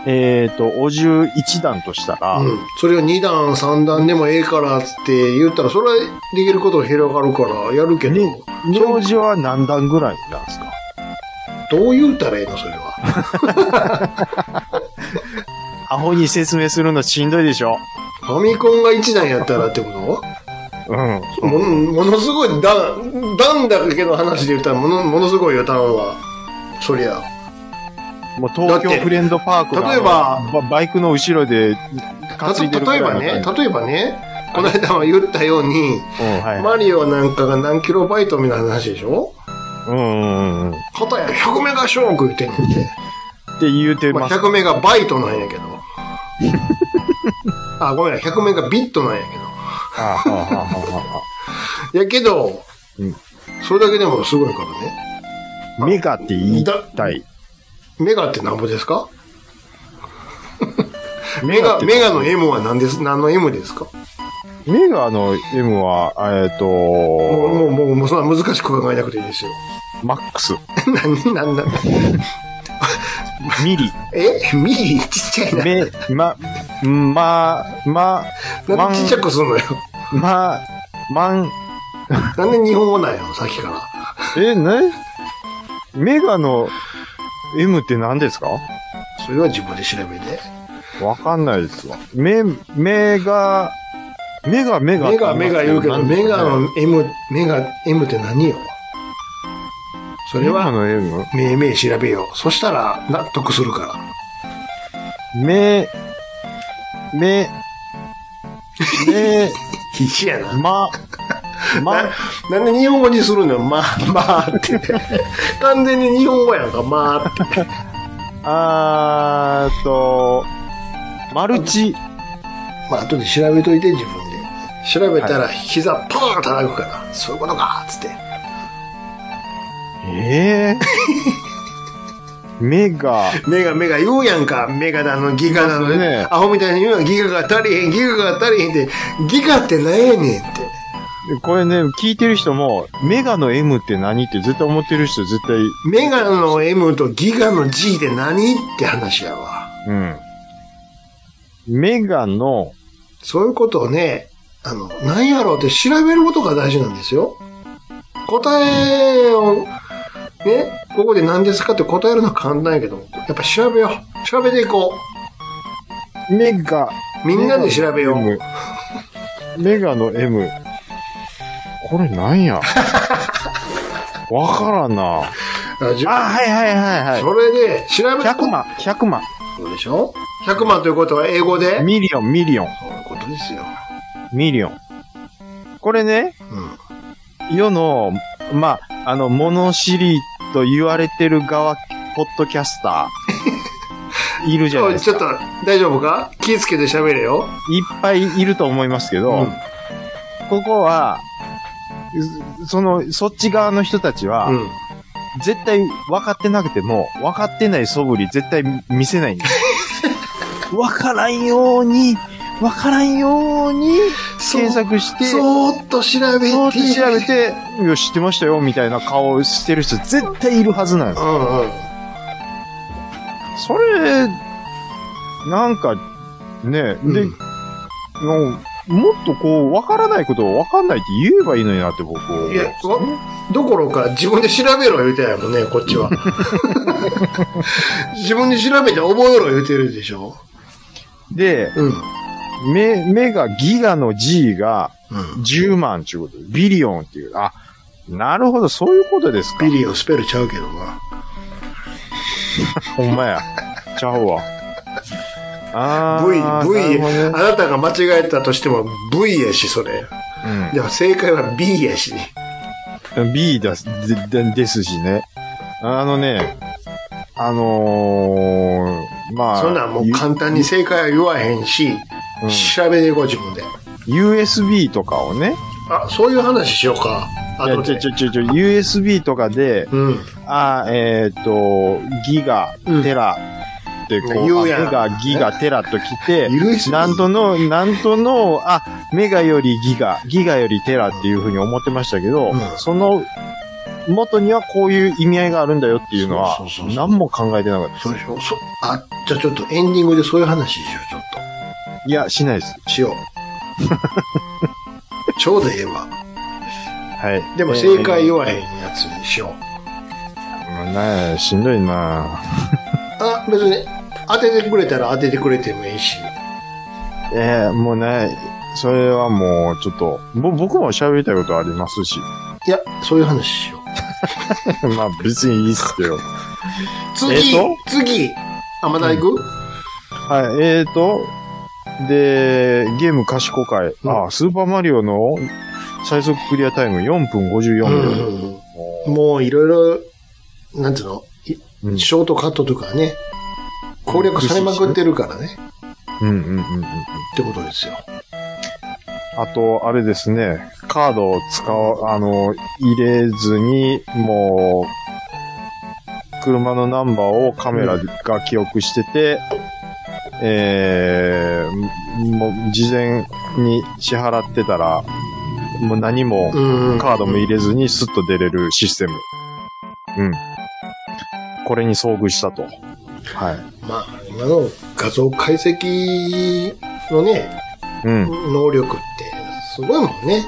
えっ、と、お重一段としたら、
うん。それを2段、3段でもええから、つって言ったら、それはできることが広がるから、やるけど、
ねネオジオは何段ぐらいなんですか
どう言うたらええの、それは。
アホに説明するのしんどいでしょ
ファミコンが1段やったらってこと
うん。
もものすごい段、段だけの話で言ったら、ものものすごいよ、段は。そりゃ。
もう東京フレンドパークが
例えば
ばバイクの後ろで
たと
担いでるぐらい
例え
の
ば
感じ
ね、例えばね、この間も言ったように、
うん、はい。
マリオなんかが何キロバイトみたいな話でしょ
うんうんうんうん。っ
片や100メガショーク言ってんねんて。
て言うて
ま
ま
あ、
す。
100メガバイトなんやけど。 あ、ごめん、100メガビットなんやけ
ああああああ
ど。やけど、
うん
それだけでもすごいからね。
ああメガって言いたい。
メガってなんぼですか メ
メ
ガ、
って
メガの M は何です、何の M ですか
メガの M は、えっ、
もう、も
と、
う、もう、もうそんな難しく考えなくていいですよ。
マックス、
何、なんだ、
ミ リ、
えミリちっちゃいな。
メ、ま、ま、ま、
なん
マ
で
ン
ちっちゃくすんのよ。
ま、マン、
なんで日本語なんよ、さっきから。
え、ねメガの M って何ですか
それは自分で調べて。
わかんないですわ。目、目が、目が目が。
メガ、メガ言うけど、メガ
の、
の M、メガ、M って何よそ
メ
れ
ガ
は、
の M?
めいめい調べよう。そしたら、納得するから。
目、目、目、
必死やな。
ま、ま、
なんで日本語にするのよ、まあ、まあ って。完全に日本語やんか、まあって。
あーっと、マルチ、
まあ、後で調べといて、自分で。調べたら、膝パーン叩くから、そういうことか、つって。
えー、メガ、
メガメガ言うやんか。メガだの、ギガだの、
言いますね
アホみたいに言うやん。ギガが足りへん、ギガが足りへんって、ギガって何やねんって。
これね、聞いてる人も、メガの M って何って絶対思ってる人絶対、
メガの M とギガの G で何って話やわ。
うん。メガの、
そういうことをね、あの、何やろうって調べることが大事なんですよ。答えを、ね、ここで何ですかって答えるのは簡単やけど、やっぱ調べよう。調べていこ
メガ、
う。みんなで調べよう。
メガの M。これなんやわからんな。
らじゅ
あ、はいはいはいは
それで、調べ
い。
て
100万、100万。
そうでしょ ?100 万ということは英語で
ミリオン、ミリオン、
そういうことですよ。
ミリオン。これね、
うん。
世の、まあ、あの、物知りと言われてる側、ポッドキャスタ ー、いるじゃない
お
で
いち
す
ょっ
か。
と、大丈夫か気ぃつけて喋れよ。
いっぱいいると思いますけど、
うん
ここは、うその、そっち側の人たちは、
うん。
絶対分かってなくても、分かってない素振り絶対見せ ないんです。分からんように、分からんように、検索して、
そーっと調べて。
そうって調べて、いや、知ってましたよ、みたいな顔をしてる人絶対いるはずなんで
うんうん。
す。それ、なんか、ね、で、
うん
もうもっとこう、わからないことをわかんないって言えばいいのになって僕思うん
いや
です、
わ
よね、
どころか自分で調べろ言うてないもんね、こっ ちは。自分で調べて覚えろ言うてるでしょ
で、
うん。うん。
目、目がギガの G が10万っていうことで、ビリオンっていう。あ、なるほど、そういうことですか
ビ。リオスペルちゃうけどな。
ほんまや。ちゃうわ。あー。
V、V、
な
あ
るほどね
なたが間違えたとしても V やし、それ。
うん
でも正解は B やし。
B だす、で、でですしね。あのね、あのー、まあ、
そんなんもう簡単に正解は言わへんし、
うん
調べていこう自分で。
USB とかをね、
あ、そういう話しようか。あ
い
と
やち
で
ょ。ちょちょちょ、USB とかで、
うん。
あーえっ、と、ギガ
うん、
テラ、ってこう、
言うやん
目がギガ、テラと来て、
USB
なんとの、なんとの、あ、メガよりギガ、ギガよりテラっていうふうに思ってましたけど、
うん
その、元にはこういう意味合いがあるんだよっていうのは
そうそうそう、そう
何も考えてなかったです
そうでしょそあ、じゃあちょっとエンディングでそういう話しよう、ちょっと。
いや、しないです。
しよ う。ちょうどええわ。
はい。
でも正解言わへんやつにしよう。
うんねえ、しんどいな
あ、別に、当ててくれたら当ててくれてもいいし。
ええもうね、それはもう、ちょっと、ぼ僕も喋りたいことありますし。
いや、そういう話しよう。
まあ、別にいいっすけど。
次、
えっ
次、あ、まだ行く、
はい、えーと、で、ゲーム賢い会。ああ、スーパーマリオの最速クリアタイム4分54秒。
うんもういろいろ、なんつうの、い
うん
ショートカットとかね、攻略されまくってるからね。
うんうんうんうん。
ってことですよ。
あと、あれですね、カードを使わ、あの、入れずに、もう、車のナンバーをカメラが記憶してて、えー、もう、事前に支払ってたら、もう何も、
うん。
カードも入れずにスッと出れるシステム。うん。これに遭遇したと。はい。
まあ、今の画像解析のね、
うん。
能力ってすごいもんね。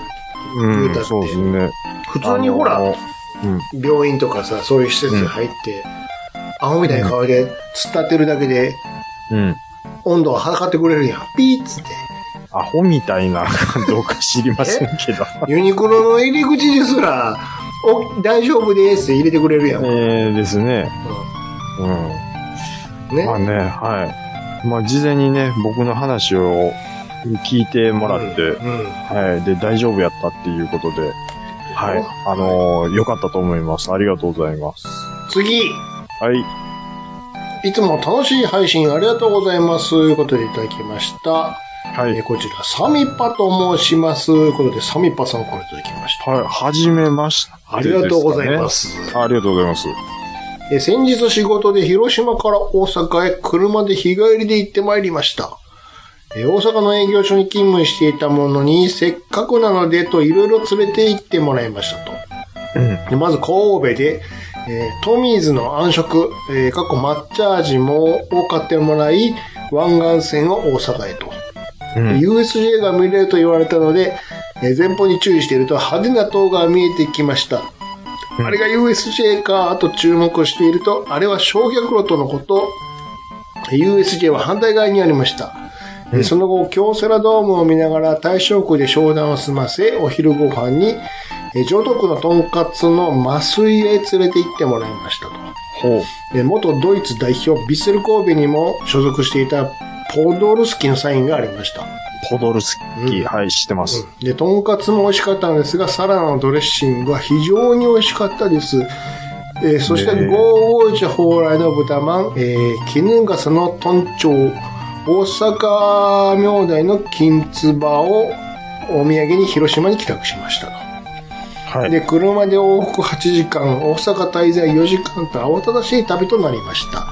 う
言うたっ
ん、
て
そうですね。
普通にほら、
あのうん。
病院とかさ、そういう施設に入って、青みたいな顔で突っ立ってるだけで
うん。
温度を測ってくれるやん。ピーッつって。
アホみたいな、どうか知りませんけど。
ユニクロの入り口ですら、お大丈夫ですって入れてくれるやん。
えー、ですね。うん。
うんね、
まあね、はい。まあ事前にね、僕の話を聞いてもらって、
うん。うん
はい。で、大丈夫やったっていうことで、はい。あのー、良かったと思います。ありがとうございます。
次
はい。
いつも楽しい配信ありがとうございます。ということでいただきました。
は
え
い
ー。こちら、サミパと申します。ということで、サミパさんからいただきました。
はい、はじめまして、。
ありがとうございますす。
ありがとうございます。
えー先日仕事で広島から大阪へ車で日帰りで行ってまいりました。えー大阪の営業所に勤務していたものに、せっかくなのでといろいろ連れて行ってもらいましたと。でまず神戸で、えートミーズの暗食、えー、過去抹茶味もを買ってもらい、湾岸線を大阪へと。
うん
USJ が見れると言われたので、えー前方に注意していると派手な塔が見えてきました。あれが USJ か、と注目していると、あれは焼却炉とのこと、USJ は反対側にありました。えその後、京セラドームを見ながら大正区で商談を済ませ、お昼ご飯に、えー上東区のとんかつの麻酔へ連れて行ってもらいましたと。
ほう。
えー元ドイツ代表ヴィッセル神戸にも所属していたポドルスキのサインがありました。
ポドルスキー、
うん
はい、知ってます。
で、とんかつも美味しかったんですが、サラのドレッシングは非常に美味しかったです。えーそして、
ねえ
ゴーゴーチャ蓬莱の豚まん、えー、絹笠の豚腸、大阪明大の金つばをお土産に広島に帰宅しましたと。
はい。
で、車で往復8時間、大阪滞在4時間と慌ただしい旅となりました。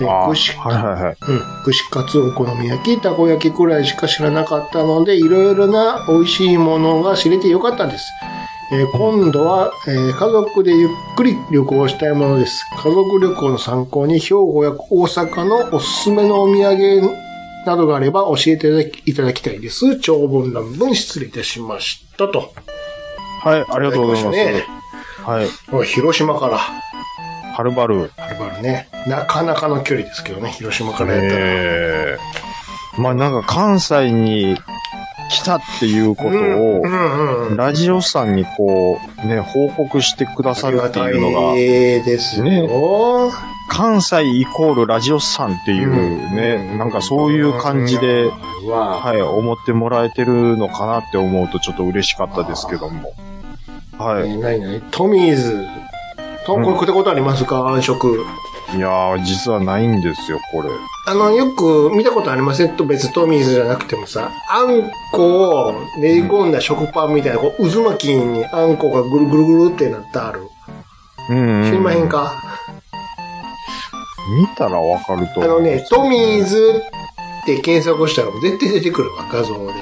え
あ
ー串
はいはいはい。
うん、串カツ、お好み焼き、たこ焼きくらいしか知らなかったので、いろいろな美味しいものが知れてよかったです。えー今度は、えー家族でゆっくり旅行したいものです。家族旅行の参考に、兵庫や大阪のおすすめのお土産などがあれば教えていただきいただきたいです。長文乱文失礼いたしましたと。
はい、ありがとうございます。
いただきまし
はい。
たねおい広島から、
はるばる。
はるばるね、なかなかの距離ですけどね、広島からやったら。
ええまあなんか関西に来たっていうことを、
うんうんうん
ラジオさんにこう、ね、報告してくださるっていうの
ありがた
が、
いですよ。
ね
ね
関西イコールラジオさんっていうね、なんかそういう感じで、
は。
はい、思ってもらえてるのかなって思うとちょっと嬉しかったですけども。はい
えー何何トミーズ。と、
うん
これ食ったことありますか暗食。
い。いやー、実はないんですよ、これ。
あの、よく見たことありませんと別にトミーズじゃなくてもさ、あんこを練り込んだ食パンみたいな、こう渦巻きにあんこがぐるぐるぐるってなったある。
うん、うん。
知りまへんか、
見たらわかると
あ
思
の
うんで
ね、
すよ
トミーズって検索したら絶対出てくるわ、画像で。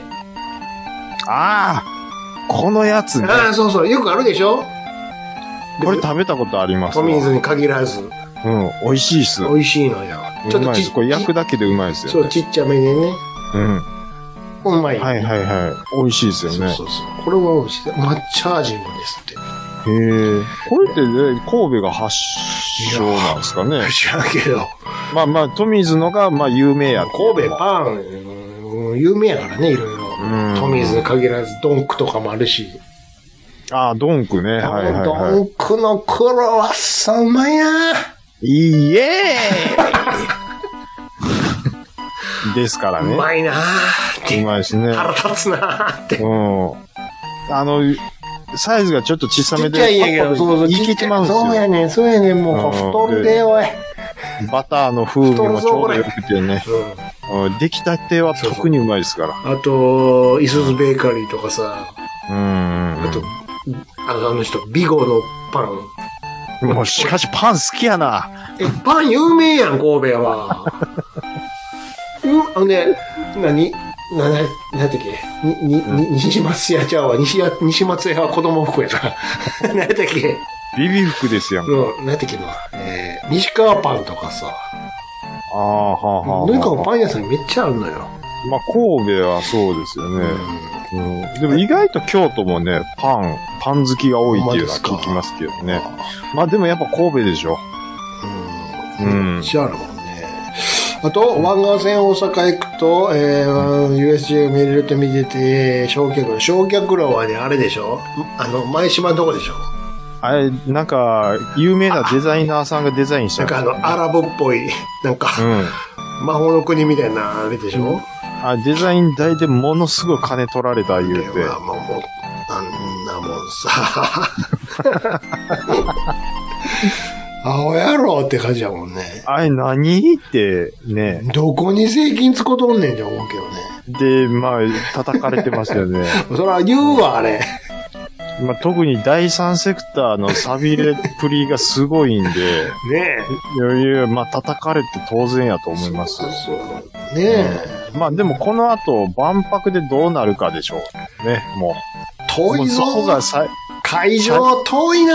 ああこのやつね。
ああ、そうそう、よくあるでしょ
これ食べたことあります
ト
わ
ミーズに限らず、
うん、美味しいっす。
美味しいのよ。ち
ち
ょ
ょっ
っと
と
ち
ちこれ焼くだけでうまいです
そ
よ
う、
ね。
ちっちゃめでね。
うん。
うまい。
はいはいはい。美味しいですよ
そう
ね。
そうそう。これは美味しい。抹茶味もですって。
へえ。これってね、神戸が発祥なんですかね。
知らんけど。
まあまあ、トミーズのが、まあ、有名やっていうのは
神戸パン、うん有名やからね、いろいろ。
うん
トミーズに限らず、ドンクとかもあるし。
ああ、ドンクね。はいはい
ド
は
ンクのクロワッサンうまいなぁ
い。イエ ーイですからね。
う
うま
まいなぁって。
いですね。
腹立つなぁって。
うん。あの、サイズがちょっと小さ
ち
め
っ
で、
ちゃいんやけど、そうそう。
いけてまうんです
そうや
よ。
ねん、そうやねん、もう、
うん
太るで、おい。
バターの風味もちょうどよくてね。
うん
うん出来たては特にうまいですから。
あと、イスズベーカリーとかさ、
うん。
あと、あのあの人、ビゴのパン。
もうしかしパン好きやな。
え、パン有名やん、神戸は。 うん、あのね、なに、な、な、なんてっけ、に、に、に、西松屋ちゃうわ、西や、西松屋は子供服や な。なんてっけ、
ビビ服ですやん。あ
うん、なんてっけな、えー、西川パンとかさ、
あ、はあはあ。
何かのパン屋さんめっちゃあるのよ。
まあ、神戸はそうですよ
う
ね。
ん
うんでも意外と京都もね、パン、パン好きが多いっていうのは
ほんまですか
聞きますけどね。まあでもやっぱ神戸でしょ。う
うん。め
ん
っ。ちゃあるもんね。あと、湾岸線大阪行くと、えー、USJ 見れると見てて、焼却炉。焼却炉はね、あれでしょあの、前島のとこでしょ
あれ、なんか、有名なデザイナーさんがデザインし
な
た
んかあの、アラブっぽい、なんか、
うん。
魔法の国みたいな、あれでしょ、
あデザイン代でものすごい金取られた言う
あ
て。
もう、もう、あんなもんさ。 青やろって感じやもんね。
あれ何ってね。
どこに税金つことんねんって思うけどね。
で、まあ、叩かれてましたよね。
そら言うわ、あれ。
まあ、特に第三セクターのサビレっぷりがすごいんで、
ね
いやいや、まあ、叩かれて当然やと思います
そう。そう。ねえ。
まあでもこの後、万博でどうなるかでしょう。ね、もう。
遠
も
いう
そこが
ぞ。
さい、
会場遠いな。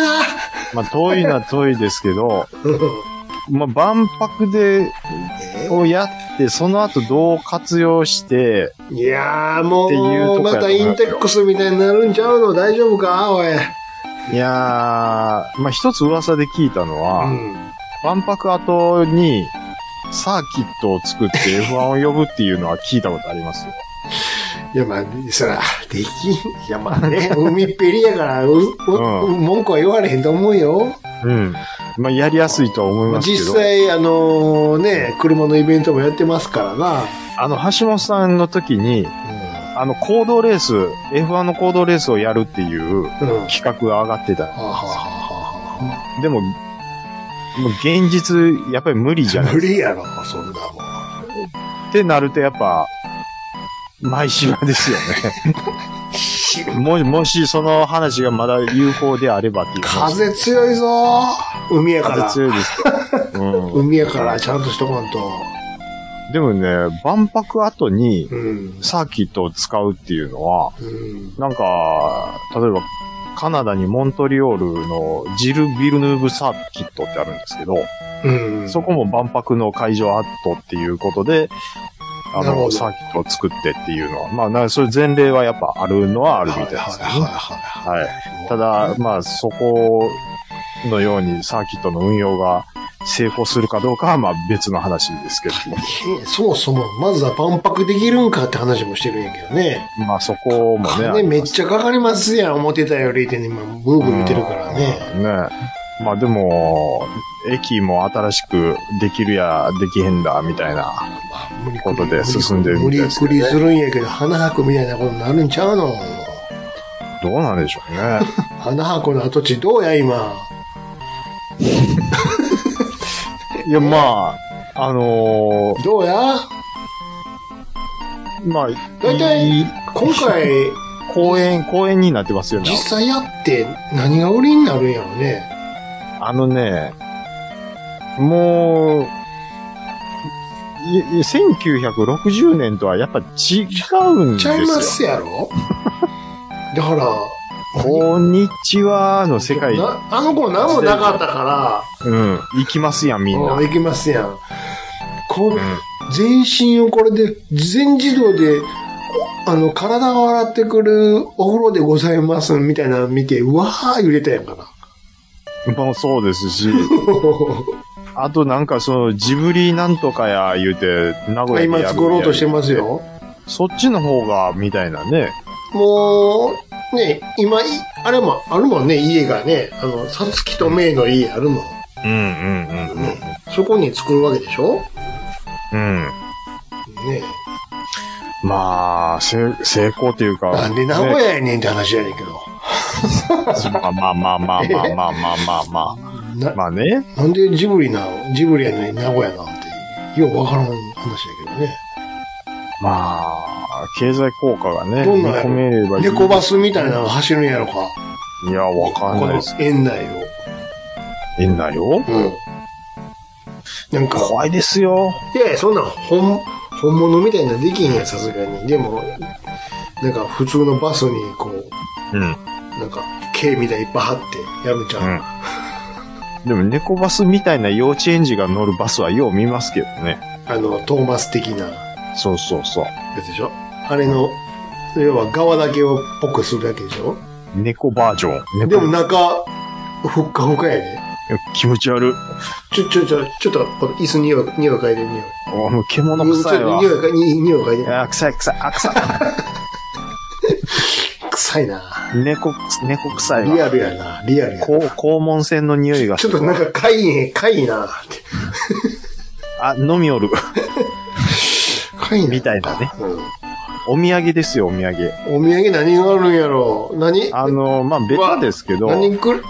まあ遠いのは遠いですけど、まあ万博で、をやって、その後どう活用して、
いやーも
っていう
う、
とこやと
ま
思
た
います
イ
よ
ンテックスみたいになるんちゃうの大丈夫かおい。
いやー、まあ一つ噂で聞いたのは、
うん。
万博後に、 サーキットを作って F1 を呼ぶっていうのは聞いたことありますよ。
いや、まあ、そら、できん。いや、ま あね、海っぺりやから、う、う、
う
文句は言われへんと思うよ。
うん。まあ、やりやすいとは思いますけど。
実際、あのね、車のイベントもやってますからな。
あの、橋本さんの時に、あの、行動レース、F1 の行動レースをやるっていう
うん。うん。は
企画が上がってた。
あ、はあはあは
でも、もう現実、やっぱり無理じゃ
あ、
ない
無
っ
理やろ、そんなもん。
てなると、やっぱ、舞島ですよね。もし、もし、その話がまだ有効であればっていう話。
風強いぞ海やから
風。強いですけど。うん
海やから、ちゃんとしとかんと。
でもね、万博後に
うん。
サーキットを使うっていうのは、
うん。
なんか、例えば、カナダにモントリオールのジル・ビルヌーブサーキットってあるんですけど、
うん。
そこも万博の会場アットっていうことで、あ
なるほ
の、
ど
サーキットを作ってっていうのは、まあ、なそういう前例はやっぱあるのはあるみたいですね。
はいはいはいはい
はい。ただ、まあ、そこのようにサーキットの運用が成功するかどうかは、まあ別の話ですけども、
えそもそも、まずは万博できるんかって話もしてるんやけどね。
まあそこもね。
金めっちゃかかりますやん、思ってたよりってね、今、ブーブー言ってるからね。
ねえ。まあでも、駅も新しくできるやできへんだ、みたいな。
まあ無理
ことで進んでる
無
みたい
理
です
く
けどね
りするんやけど、花博みたいなことになるんちゃうの
どうなんでしょ うね。
花博の跡地どうや、今。
いや、まあ、あの
どうや
ーまあ、
大体
いい
今回、
公園、公園になってますよね
実。際やって何が売りになるんやろね。
あのね、もう、いい1960年とはやっぱ違うんです
ちゃ
よ。
います やろだから、
こんにちはの世界、
なあの子何もなかったから、
うん、行きますやん、みんな。
あ
うん
行きますやん。こう、
ん
全身をこれで、全自動で、あの、体が笑ってくるお風呂でございますみたいなの見て、うわー揺れたやんかな。
もうそうですし、あとなんかそのジブリなんとかや言うて、名古屋でやる
今作ろうとしてます。よ。
そっちの方が、みたいなね。
もう、ね、今、いあれも、あるもんね、家がね、あの、さつきとめいの家あるもん。
うんうんうん
ね、そこに作るわけでしょ
うん。うん。
ね
まあ、せ成功というか。
なんで名古屋やねんって話やねんけど。
まあまあまあまあまあまあまあまあまあ。
な
まあね。
なんでジブリなのジブリやのに名古屋なんて、ようわからん話だけどね。
まあ、経済効果がね。
どんなんやろ
見込めればいい。
猫バスみたいなの走るんやろか。
いや、わかん
こ
ない
の
です。
園内を。
いいんだよ。
うん。なんか、
怖いですよ。
いやいや、そんなん本、本物みたいなのできへんやん、さすがに。でも、なんか普通のバスに、こ
う
う、
ん。
なんか、毛みたいないっぱい貼ってやるんちゃう、
うんでも、猫バスみたいな幼稚園児が乗るバスはよう見ますけどね。
あの、トーマス的なや
そうそうそう。
つでしょあれの、要は側だけをっぽくするだけでしょ
猫バージョン。
でも中、ふっかふかやで。
気持ち悪い。
ちょ、ちょ、ちょ、ちょっと、この椅子匂い、匂い嗅いで、匂い。
おもう獣臭いわ。
匂い嗅いに匂い嗅いで。
あー臭い臭い。あ、臭い。
臭いな
猫、猫臭い
リ
わ。
アルやなリアルやな
こう肛門腺の匂いが
ち
す
ょっ
る。
となんか、かいね、かいなって。
あ、飲みおる。
かいな
みたいなね。
うん
お土産ですよ、お土産。
お土産何があるんやろ何
あの、まあ、ベタですけど、
何くる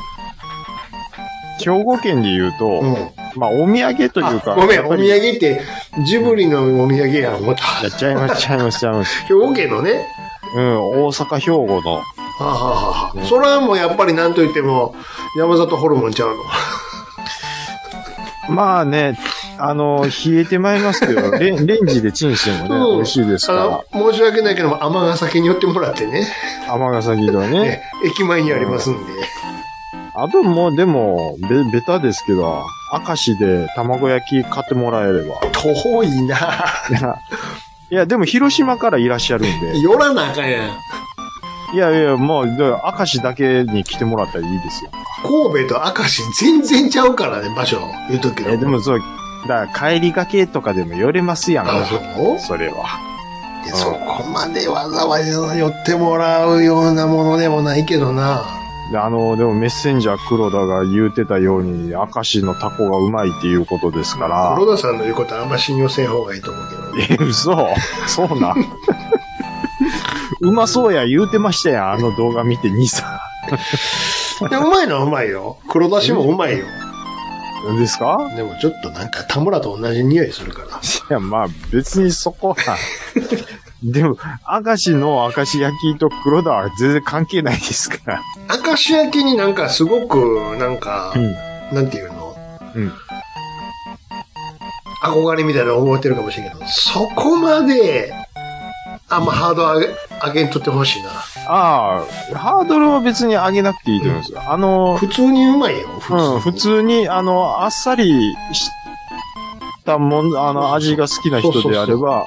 兵庫県で言うと、
うん。
まあ、お土産という
あ
か、
ごめん、
や
お
っぱ
土産
り
って、ジブリのお土産やん、思った。
やっちゃいます、ちゃいます、ちゃいます。
兵庫県のね。
うん、大阪、兵庫の。
はあ、はあはあ、それはもうやっぱり何と言っても、山里ホルモンちゃうの。
まあね、あの、冷えてまいりますけど、レ ンレンジでチンしてもね、
うん
美味しいですか
あの、申し訳ないけども、尼崎に寄ってもらってね。
ら、尼崎のね
ね。駅前にありますんで。
あともう、でも、べ、ベタですけど、明石で卵焼き買ってもらえれば。
遠いない
や、いやでも広島からいらっしゃるんで。
寄らなあかんやん。
いやいや、もう、だから明石だけに来てもらったらいいですよ。
神戸と明石全然ちゃうからね、場所。言うとくけど。
え、でもそう、だから帰りがけとかでも寄れますやん
あ、
か。
そう
それは。
でそこまでわざわざ寄ってもらうようなものでもないけどな。
であの、でもメッセンジャー黒田が言うてたように、明石のタコがうまいっていうことですから。
黒田さんの言うことはあんま信用せん方がいいと思うけどね。
え、嘘そうなん。うまそうや言うてましたやん、あの動画見て兄さ
で うまいのはうまいよ。黒だしもうまいよ。
ん。ですか
でもちょっとなんか田村と同じ匂いするから。
いや、まあ別にそこは。でも、明石の明石焼きと黒田は全然関係ないですから。
明石焼きになんかすごく、なんか、
うん
なんていうの
うん
憧れみたいなの覚えてるかもしれんけど、そこまで、あんまハード上げ、上げんとってほしいな。
ああ、ハードルは別に上げなくていいと思いますよ。あの、
普通にうまいよ、普通に。
うん、普通に、あの、あっさりしたもん、あの、味が好きな人であれば、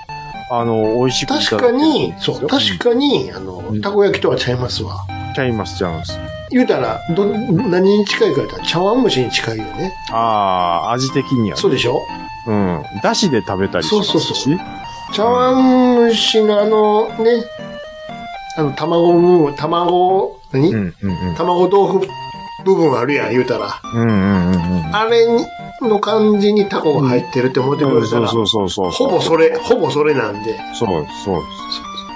あの、美味しくいただけ
確
る
かに、そう、
と思うんです
確
よ
かに、あの
う、ん
たこ焼きとはちゃいますわ。
うんちゃいます、ちゃいます。
言うたら、ど、何に近いか言ったら、茶碗蒸しに近いよね。
ああ、味的には、
そうでしょ
う。うん。だしで食べたりしますし。
そうそうそう茶碗蒸しのあの、ね、あの、卵も、卵、何、
うん、うん、うん。
卵豆腐部分あるやん、言うたら。
うん、うん、うんうん。
あれの感じにタコが入ってるって思ってく
そう
れた
そう
ら、
そうそうそう。
ほぼそれ、ほぼそれなんで、
そう、そう。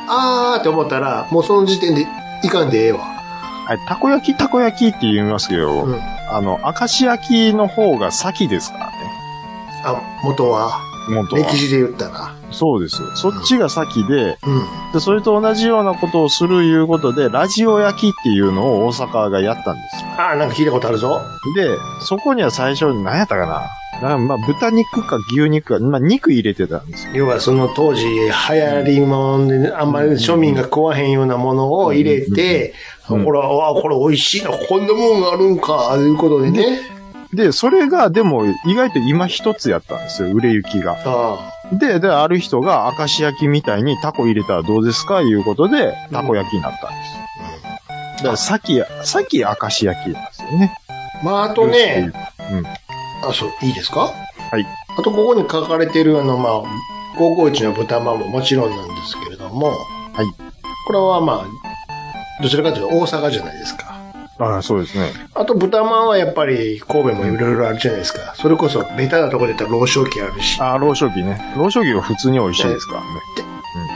あーって思ったら、もうその時点でいかんでええわ。
あれたこ焼き、たこ焼きって言いますけど、
うん
あの、明石焼きの方が先ですからね。
あ、元は、
元は
歴史で言ったら。
そうです。そっちが先で、
うん。
で、それと同じようなことをするいうことで、ラジオ焼きっていうのを大阪がやったんですよ。
あーなんか聞いたことあるぞ。
で、そこには最初に何やったかななんかまあ豚肉か牛肉か、まあ肉入れてたんですよ。
要はその当時流行りもんで、あんまり庶民が食わへんようなものを入れて、
うんうん
ほら、わあ、これ美味しいな、こんなもんがあるんか、ということでね。
で、それがでも意外と今一つやったんですよ、売れ行きが。
あ
で、で、ある人が明石焼きみたいにタコ入れたらどうですかいうことで、タコ焼きになったんです。だからさっき、さっき明石焼きなんですよね。
あ。まあ、あとね、あ、そう、いいですか
はい。。
あと、ここに書かれてる、あの、まあ、高校一の豚まんももちろんなんですけれども、はいこれはまあ、どちらかというと大阪じゃないですか。
ああ、そうですね。
あと、豚まんはやっぱり神戸もいろいろあるじゃないですか。それこそ、ベタなとこで言ったら老少期あるし、
ああ、老少期ね。老少期は普通に美味しいですからね。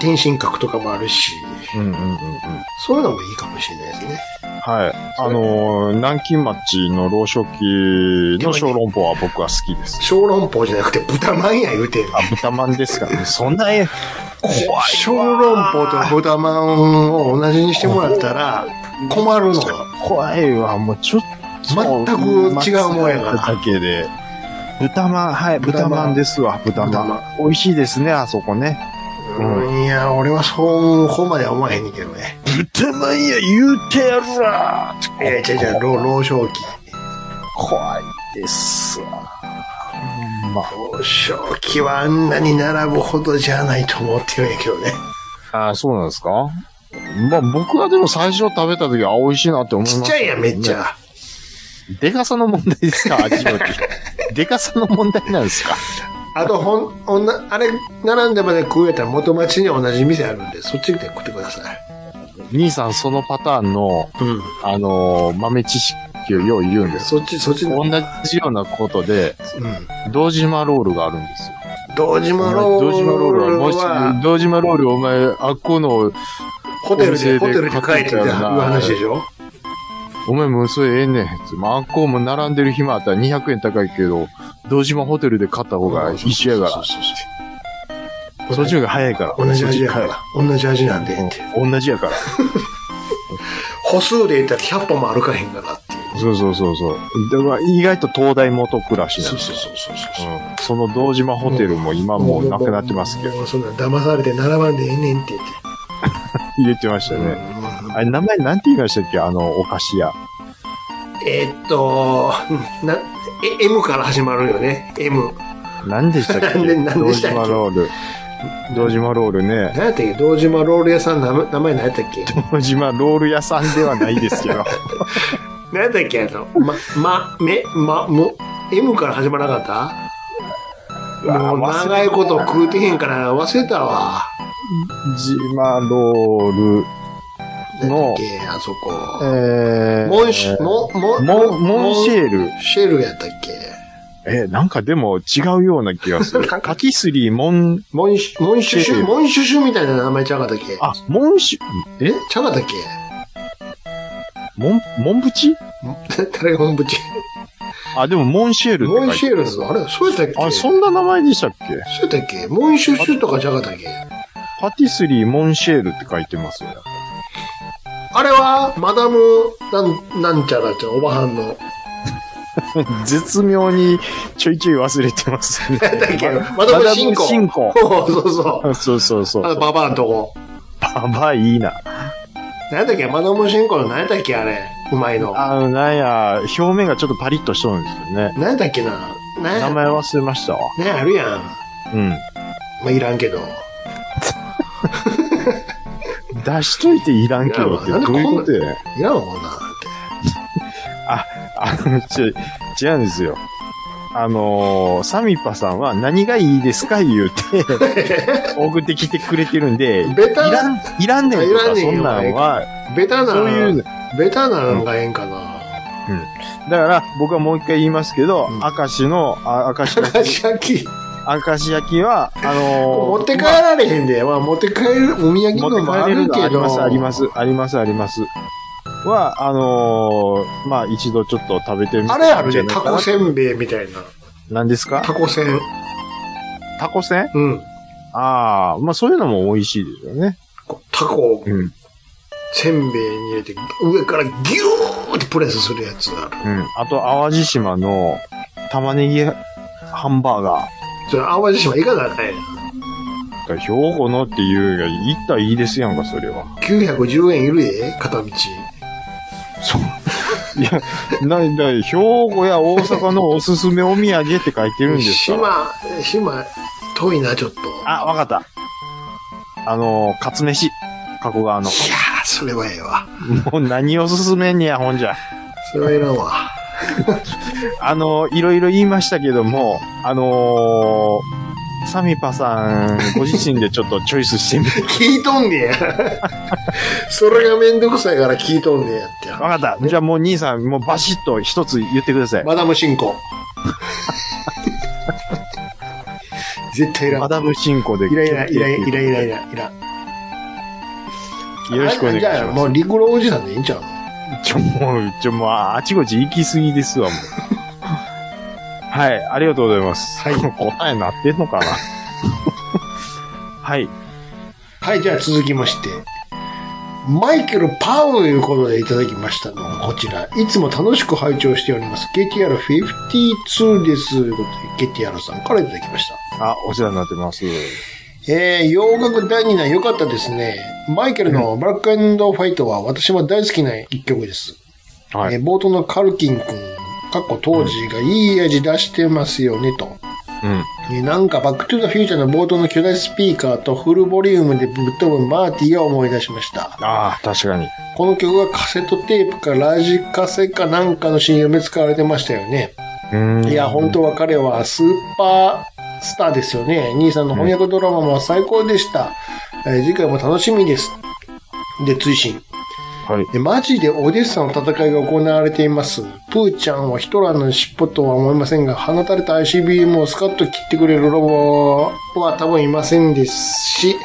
天津閣とかもあるし、
うんうんうんうん。
そういうのもいいかもしれないですね。
はい。あのー、南京町の老少期の小籠包は僕は好きです。
小籠包じゃなくて豚まんや言うてんね ん
あ、豚まんですからね。 そんな、え
小籠包と豚まんを同じにしてもらったら困るの。
怖いわ。もうちょっと。
全く違うもんやから
だけで。豚まん、はい、
豚ま
豚
ん
まんですわ、豚ま
豚ま
ん。美味しいですね、あそこね。う
いや、俺はそうこまでは思わへんねんけどね。
豚まんや言うてやるわ
えー、違う違う、老老少期。
怖いですわ。ま
老少期はあんなに並ぶほどじゃないと思ってるんやけどね。
あ、あそうなんですかまあ僕はでも最初食べた時はあ美味しいなって思いま
ち
す
っちゃいやん、めっちゃ。
でかさの問題です か味の。でかさの問題なんですか
あと、ほん、おんな、あれ、並んでまで食うやったら元町に同じ店あるんで、そっちで食ってください。
兄さん、そのパターンの、
うん。
あのー豆知識をよう言うんです。
そっち、そっち
同
の、
じようなことで、
うん。
堂島ロールがあるんですよ。
堂
お
島
前
ロール
堂島ロールは、もし、
は、
堂島ロールお前、あっこの、
ホテルで、
お
ホテ
店
ル
で
で書いてたいう話でしょ
お前もうそれええねんって。まあ、あっこも並んでる暇あったら200円高いけど、堂島ホテルで買った方が一緒やか
そう
ら。
そうそ
そっちの方が早いから。
う同じ味やか
そっ
ら。同じ味なんで、って
ち。買え同じやから。
歩数で言ったら100歩も歩かへんからっていう。
そうそうそうそう。だから意外と東大元暮らしなん
そう
です
そうそうそうそう。
うんその堂島ホテルも今もうなくなってますけど、
もうそんな騙されて並ばんでええねんって言って。
言ってましたね。
うん
あれ、名前なんて言いましたっけあの、お菓子屋。
えーっと、 な、え M から始まるよね。M。
何でしたっけ
何で 何で
堂
したっけ
島ロール。堂島ロールね。
何やったっけ堂島ロール屋さんの名前何やっ たっけ
堂島ロール屋さんではないです けど。
何やったっけあの、ま、ま、め、ま、む、M から始まらなかったもう長いこと食うてへんから忘れたわ。
ジマロール、
だ
の
っけあそこ。
えー、
モンシ、モ、
モ
モ、
ン、モンシェル。
シェルやったっけ
え、なんかでも違うような気がする。
なん か
カキスリー、モン、
モンシ、モンシュシ
シェ
ュ、
ル
モンシュシュみたいな名前ちゃうかったっけ
あ、モンシュ、え
ちゃうかったっけ
モン、モンブチ
誰がモンブチ。
あ、でもモンシェルって書
モ
いてあ
ン
る
シェルズ、あれそうやったっけ
あ、そ
うん
な名前でしたっけ
うやったっけモンシュシュとかちゃうかったっけ
パティスリー、モンシェールって書いてますよ。
あれは、マダム、なん、なんちゃらちゃん、おばはんの。
絶妙にちょいちょい忘れてます ね。
だっけマダムシンコ。
進行。
そうそうそう。
そうそうそう。
あの、ババアのとこ。
ババいいな。
なんだっけマダムシンコの何やったっけあれ。うまいの。
あの、なんや、表面がちょっとパリッとしとるんですよね。
何やったっけな。ね
名前忘れましたわ。
ねあるやん。
うん。
まあ、いらんけど。
出しといていらんけどって、
いやなんで
どうんいう
こな
ことや。
いらんわ、こんなんって。
あの、ちょ、違うんですよ。あのーサミパさんは何がいいですか言う て、送ってきてくれてるんで、い
ベタな
らん、いらんねんと
いらん
か、
ね
そ
ん
ん
よ
なんは、
ベタな、
そういうの、
ベタなのがええんかな。
だから、僕はもう一回言いますけど、
うん
明石の、あ明石
た
の、
だし焼き、
明石焼きは、あのー
持って帰られへんで。まあ、持って帰る、お土産
持
のも
って
あ
帰れ
る
るの
け
ありま
ど。
す、あります、あります、あります。は、あのーまあ、一度ちょっと食べてみて
あれある
じゃ
ね。
ない
タ
かな
コせんべいみたいな。
何ですか
タコせん。
タコせん
うん。
ああ、まあ、そういうのも美味しいですよね。
こうタコを
うん。うん。
せんべいに入れて、上からギューってプレスするやつある。
あと、淡路島の玉ねぎハンバーガー。
それ、淡路島いかなあかんやん。
兵庫のっていうより、行ったらいいですやんか、それは。
910円いるで、片道。
そう。いや、ない、ない、兵庫や大阪のおすすめお土産って書いてるんですから。
島、島、遠いな、ちょっと。
あ、わかった。あのー、カツ飯。加古 川の。
いやー、それはええわ。
もう何をすすめんねや、ほんじゃ。
それはいらんわ。
あのー、いろいろ言いましたけども、あのー、サミパさん、ご自身でちょっとチョイスしてみて。
聞いとんねや。 それがめんどくさいから聞いとん ねやって。
わかった。じゃあもう兄さん、もうバシッと一つ言ってください。
マダム進 行。絶対いらん。
マダム進行で。
いらんいらん いらんいらんいらんいらんいらん。
よろしくお願いし
あじゃあ、
ま
もう陸路おじさんでいいんちゃうの
す。ちょ、もう、ちょ、もう、あちこち行き過ぎです わ、もう。はい、ありがとうございます。
はい
答えなってんのかな はい。
はい、じゃあ続きまして。マイケル・パウということでいただきましたのはこちら。いつも楽しく拝聴しております。KTR52 です。ということで、KTR さんからいただきました。
あ、お世話になってます。
えー、洋楽第2弾良かったですね。マイケルのバックエンドファイトは私も大好きな一曲です。
は
え
い。
ー冒頭のカルキン君、かっこ当時がいい味出してますよねと。
うん。
えーなんかバックトゥーザフューチャーの冒頭の巨大スピーカーとフルボリュームでぶっ飛ぶマーティーを思い出しました。
ああ、確かに。
この曲がカセットテープかラジカセかなんかの CM で使われてましたよね。
うーん。
いや、本当は彼はスーパースターですよね。兄さんの翻訳ドラマも最高でした。えー次回も楽しみです。で、追伸。
はい。
えマジでオデッサの戦いが行われています。プーちゃんはヒトラーの尻尾とは思いませんが、放たれた ICBM をスカッと切ってくれるロボは多分いませんですし、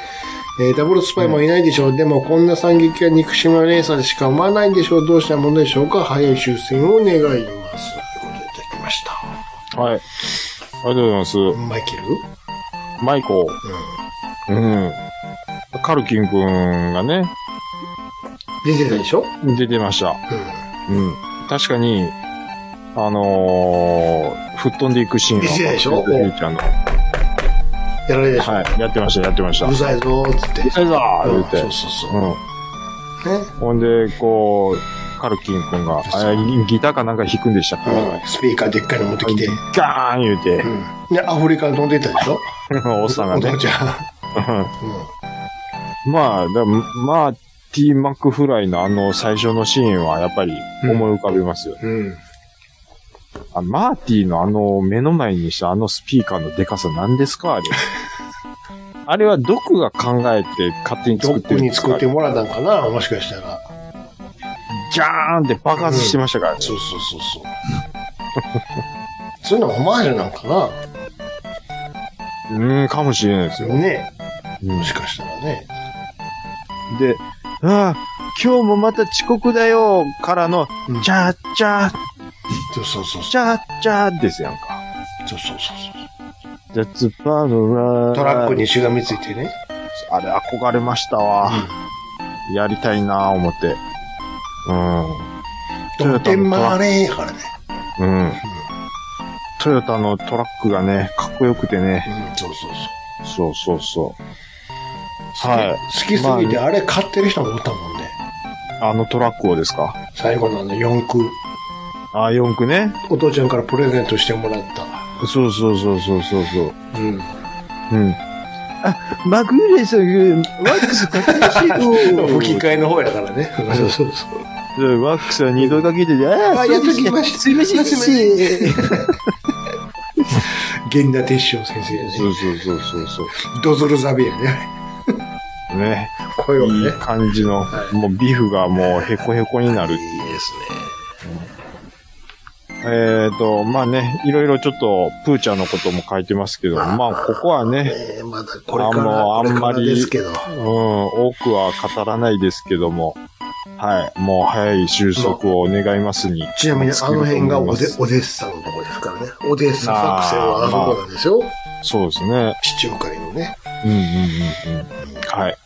えーダブルスパイもいないでしょう。でも、こんな惨劇は憎しみの連鎖でしか生まないでしょう。どうしたものでしょうか。早い終戦を願います。ということでいただきました。
はい。ありがとうございます。
マイケル
マイコー。うん。カルキンくんがね、
出てたでしょ
出てました。
う
うん。確かに、あのー、吹っ飛んでいくシーンは
ですでしょ
フューチャーの。
ん。やられたでしょ、
はい。やってました、やってました。
う
う
る
る
さいぞーっつって。
さいぞー
う
言
ん
って。
そうそうそうう。
ん。
ね。
ほんで、こう、カルキン君が、あギターかなんか弾くんでしたっけ、
うん。スピーカーでっかいの持ってきて。
ガーン言う て
う、ん。で、アフリカに飛んでったでしょ
おっさんが
お
ね
父。ちゃん。
うんまあ、だまあ、ティー・マックフライのあの最初のシーンはやっぱり思い浮かべますよね。
うん。うん。
あ マーティのあの目の前にしたあのスピーカーのデカさ何ですかあれ。あれは毒が考えて勝手に
ど
作っ
っ
て
く
るん
に
ですか
作ってもらったんかなもしかしたら。
ジャーンって爆発してましたからね。
そうそうそうそう。そういうのはオマージュなんかな
うん、かもしれないですよ。
ね。
うん
もしかしたらね。
で、ああ、今日もまた遅刻だよからの、
うん
チャーチャー、
そうそうそうそ
チャーチャーですやんか。
う。そうそうそう
絶版の
そう。トラック。にしがみついてね。
あれ憧れましたわ。やりたいなぁ思って。うん。
ドテンマーレーやからね。
うん。トヨタのトラックがね、かっこよくてね。
うん、そうそうそう。
そうそうそう。はい
好きすぎて、あれ買ってる人もおったもんね。
あのトラックをですか
最後のあの4区、
ああ、四駆ね。
お父ちゃんからプレゼントしてもらった。
そうそうそうそうそうそう。
うん。
うん。あ、マグーレさんが、ワックスかけましい よ
吹き替えの方やからね。そうそうそう。
ワックスは二度かけてて、あ
あ、
そう
やっ
で
と
す
き
ね
ました。
すいません、
すいません。 源田鉄章先生や
そ
ね。
うそうそうそうそ
ドズルザビやね。
う。ね。
声を
いい
ね。
感じの、
はい
もうビフがもうヘコヘコになる。
ですね。
えっ、と、まあね、いろいろちょっと、プーちゃんのことも書いてますけど、まあ、ここはね、
えー、まだこれから、
あ
こ
んま
れからですけ
う
ど。
ん、多くは語らないですけども、はい、もう早い収束を願いますに。
ちなみにあの辺がオデ
尽きると思います
オデッサのとこですからね。オデッサ作戦はあそこなんですよ。
そうですね。
地中海のね。
うんうんうんうん。はい。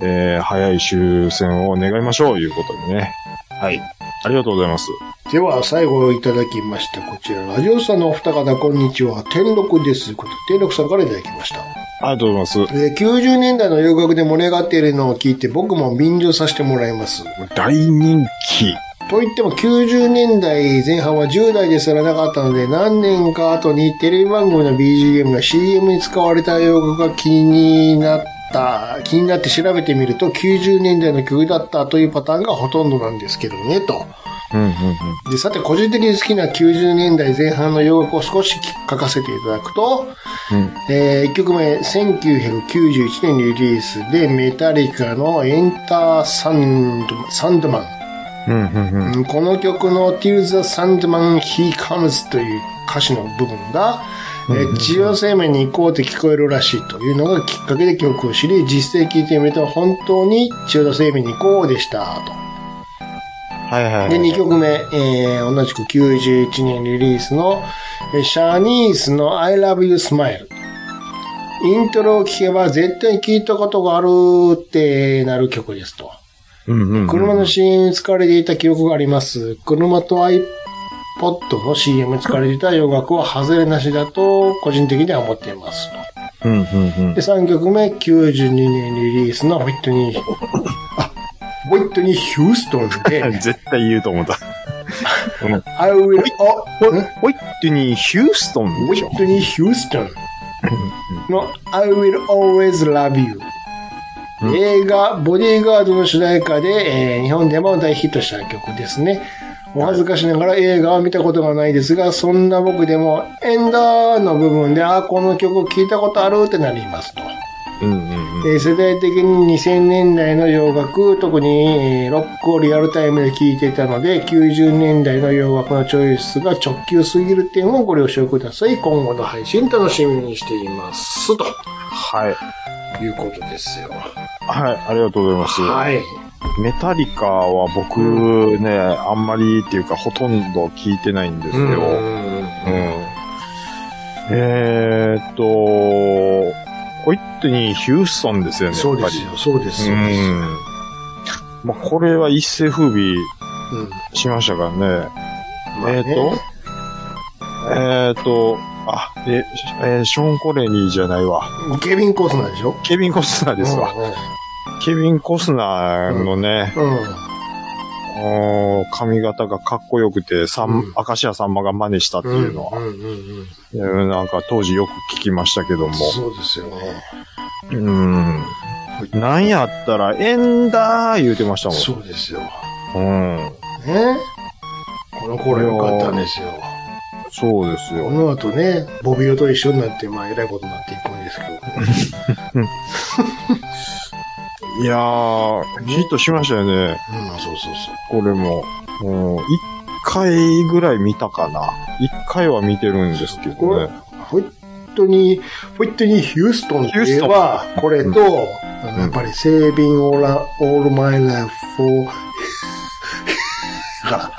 えー、早い終戦を願いましょう、いうことでね。はい。ありがとうございます。
では、最後いただきました。こちら、ラジオさんのお二方、こんにちは。天禄です。こと天禄さんからいただきました。
ありがとうございま
えー90年代の洋楽で盛り上がっているのを聞いて、僕も便乗させてもらいます。
す。大人気。
と言っても90年代前半は10代ですらなかったので何年か後にテレビ番組の BGM が CM に使われた用語が気になった気になって調べてみると90年代の曲だったというパターンがほとんどなんですけどねと
うんうんうん。
でさて個人的に好きな90年代前半の洋楽を少し書かせていただくと、
うん
え1曲目1991年リリースでメタリカのエンターサンドサンドマン
うんうんうん。
うんこの曲の Till the Sandman He Comes という歌詞の部分が、えー地上生命に行こうって聞こえるらしいというのがきっかけで曲を知り、実際聴いてみると本当に地上生命に行こうでした
はいはいは
と。
い。
で、2曲目、えー同じく91年リリースの、えーシャーニースの I Love You Smile。イントロを聴けば絶対聴いたことがあるってなる曲ですと。
うんうんうん
車の CM に使われていた記憶があります。車と iPod の CM に使われていた洋楽は外れなしだと個人的には思っています
う
と。
んうんうん
で、。3曲目、92年リリースのウィットニー、あ、ウィットニー・ヒューストン で、
絶対言うと思った。
I will,
ホイ
oh, ん
ホイットニー・ヒューストン
ウ
で
ィ
しょ
ットニー・ヒューストンの I will always love you。映画、ボディーガードの主題歌で、えー日本でも大ヒットした曲ですね。お恥ずかしながら映画は見たことがないですが、そんな僕でもエンダーの部分で、あ、この曲聞いたことあるってなりますと。
うんうんうん。
えー世代的に2000年代の洋楽、特にえーロックをリアルタイムで聴いていたので、90年代の洋楽のチョイスが直球すぎる点をご了承ください。今後の配信楽しみにしています。と
はい。
いうことですよ。
はい、ありがとうございます。
はい。
メタリカは僕ね、あんまりっていうかほとんど聞いてないんですよ。うん。えーっと、ホイットニー・ヒューストンですよね、やっぱり。
そうですよ、そうです
う
よ。
ん。まあ、これは一世風靡
うん
しましたからね。
まあね
えっ、と、えっ、と、あ、え、えーショーン・コレニーじゃないわ。
ケビン・コースナーでしょ
ケビン・コスナーですわ。ケビン・コスナーのね、
うん。うん
おー髪型がかっこよくて、さ
うん
ん、明石家さんまが真似したっていうのは、
うんうんうんうん
えーなんか当時よく聞きましたけども。
そうですよね。
うん。なんやったら、エンダー言うてましたも
そうですよ。
ん。うん。
ね。この頃良かったんですよ。
そうです
こ
よ。
の後ね、ボビオと一緒になって、まあ、えらいことになっていくんですけど。
いやー、ヒットしましたよね。
うん、まあ、そうそうそう。
これも。うん、一回ぐらい見たかな。一回は見てるんですけどね。
本当に、本当にヒューストンといえば、これと、あのやっぱり、セービンオーラ、オールマイラフ ォー、から。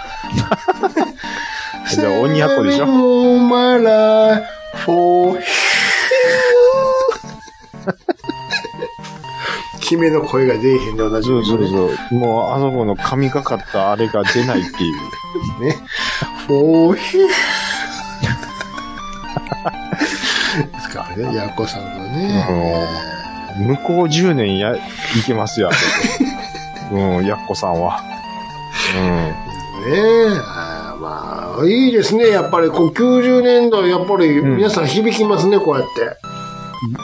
じゃあ鬼奴でしょ
Saving all my life for you 決めの声が出えへんでおなじ
そ
み
うそうそう。もう、あそこの神がかったあれが出ないっていう。
おひ ですからね、ヤコさんのね。
向こう10年や、いけます よ、あれうん、やっこさんは。
ねえ、あーまあ、いいですね、やっぱり、こう、90年代、やっぱり、
ん
皆さん響きますね、こうやって。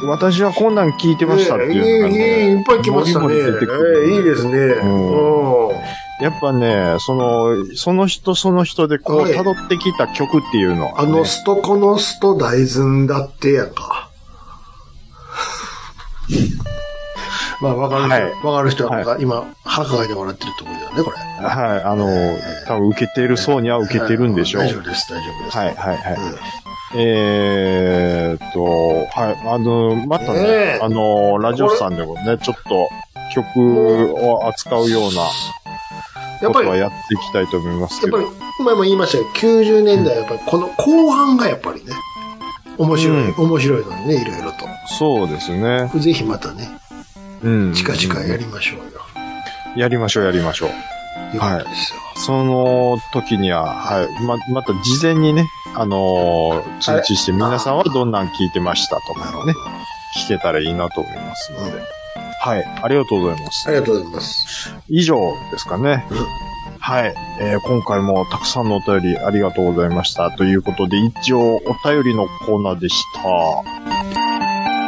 うん。私はこんなん聞いてましたって
ね
いうのが
えいい、い
ね
い、いっぱい来ましたね。
ボリボリ出てくる
ええいいですね。
ん
うん
やっぱね、その、その人その人でこう、
はい
辿ってきた曲っていうのは、
あの、ストコのスト大豆だってやんか。まあ、わかる人、
はい
わ、かる人は、
は
今、腹抱えて笑ってるところだよね、これ。
はい、あの、多分受けてる層には受けてるんでしょう。
大丈夫です、大丈夫です。
はい、はい、はい。えーっと、はい、あの、またね、
ねえ
あの、ラジオさんでもね、ちょっと曲を扱うような
やっ
こ
ぱ
と
り、
は
やっ
やっていきたいと思いますけ
ぱ
ど。
り、前も言いましたよ、90年代はやっぱり、この後半がやっぱりね、面白い、
うん
面白いのにね、いろいろと。
そうですね。
ぜひまたね、
うん。
近々やりましょうよ。
やりましょう、やりましょう。
いうことですよ。
その時には、はい。ま、また事前にね、あのー通知して、皆さんはどんなん聞いてましたと
なる
か
ほど
ね、。聞けたらいいなと思いますので。
うん
はい。ありがとうございます
あ。りがとうございます。
以上ですかね。はい、えー今回もたくさんのお便りありがとうございました。ということで、一応お便りのコーナーでした。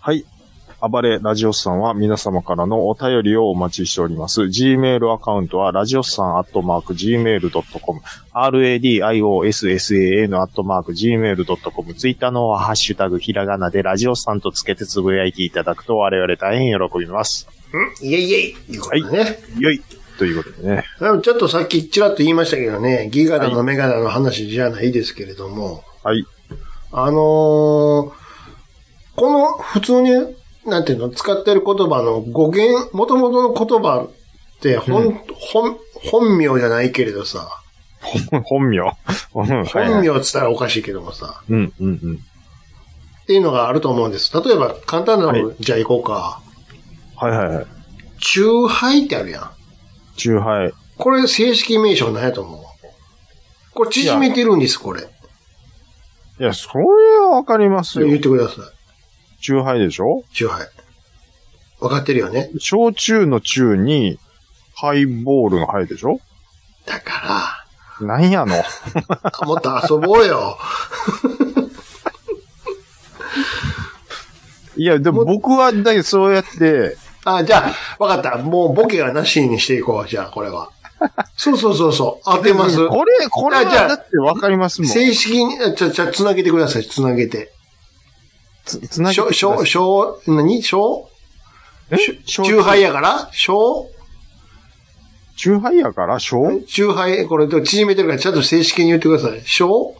はい。暴れラジオスさんは皆様からのお便りをお待ちしております。Gmail アカウントは、ラジオスさんアットマーク Gmail.com、radiossan のアットマーク gmail.com、ツイッターの方はハッシュタグひらがなでラジオさんとつけてつぶやいていただくと我々大変喜びます。
イェイイェイいうことでね。
よいということでね。
でもちょっとさっきちらっと言いましたけどね、ギガダのメガダの話じゃないですけれども、
はい。
あのーこの普通に、なんていうの、使ってる言葉の語源、元々の言葉って本、本、本名じゃないけれどさ、
本名。 本
本名って言ったらおかしいけどもさ、
うん、うん、うん。
っていうのがあると思うんです。例えば簡単なの、
は
じゃあ行こうか。
はいはいはい。
中杯ってあるやん。
中杯。
これ正式名称なんやと思う。これ縮めてるんです、これ。
いや、それはわかります
言っ
よ。
てください。
中杯でしょ
中杯。わかってるよね。
焼酎の中に、ハイボールのハイでしょ
だか
なんやの
ら、もっと遊ぼうよ。
いや、でも僕は、だけどそうやって、
あ、じゃあ、わかった。もうボケがなしにしていこう。じゃあ、これ は。そうそうそうそう。当てます。
これ、これは
あじゃあ
だってわかりますもん。
正式に、あちょ、ちょ、つなげてください。つなげて。
つ、つな
しょ、しょ、
し
しょ、何しょ
え
中杯やからしょ
中杯やから、小
中杯、これと縮めてるから、ちゃんと正式に言ってください。しょ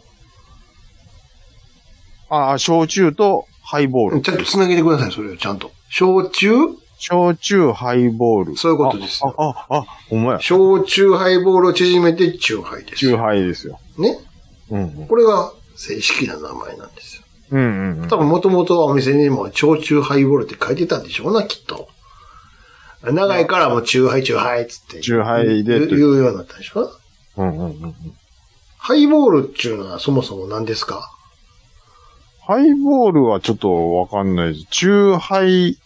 ああ、焼酎とハイボール。
ちゃんとつなげてください。それをちゃんと。小中
焼酎、ハイボール。
そういうことです
あ
よ、
あ、あ、ほんまや。
小中杯ボールを縮めて中杯です
中
よ。
杯ですよ。
ね。
うんうん。
これが正式な名前なんですよ。
うんうん
多分もともとはお店にも、超中ハイボールって書いてたんでしょうな、きっと。長いからもう中ハイ、中ハイっつって。
中杯で
言う言うようになったんでしょ
うん。うんうんうん。
ハイボールっていうのはそもそも何ですか
ハイボールはちょっとわかんないです。中杯、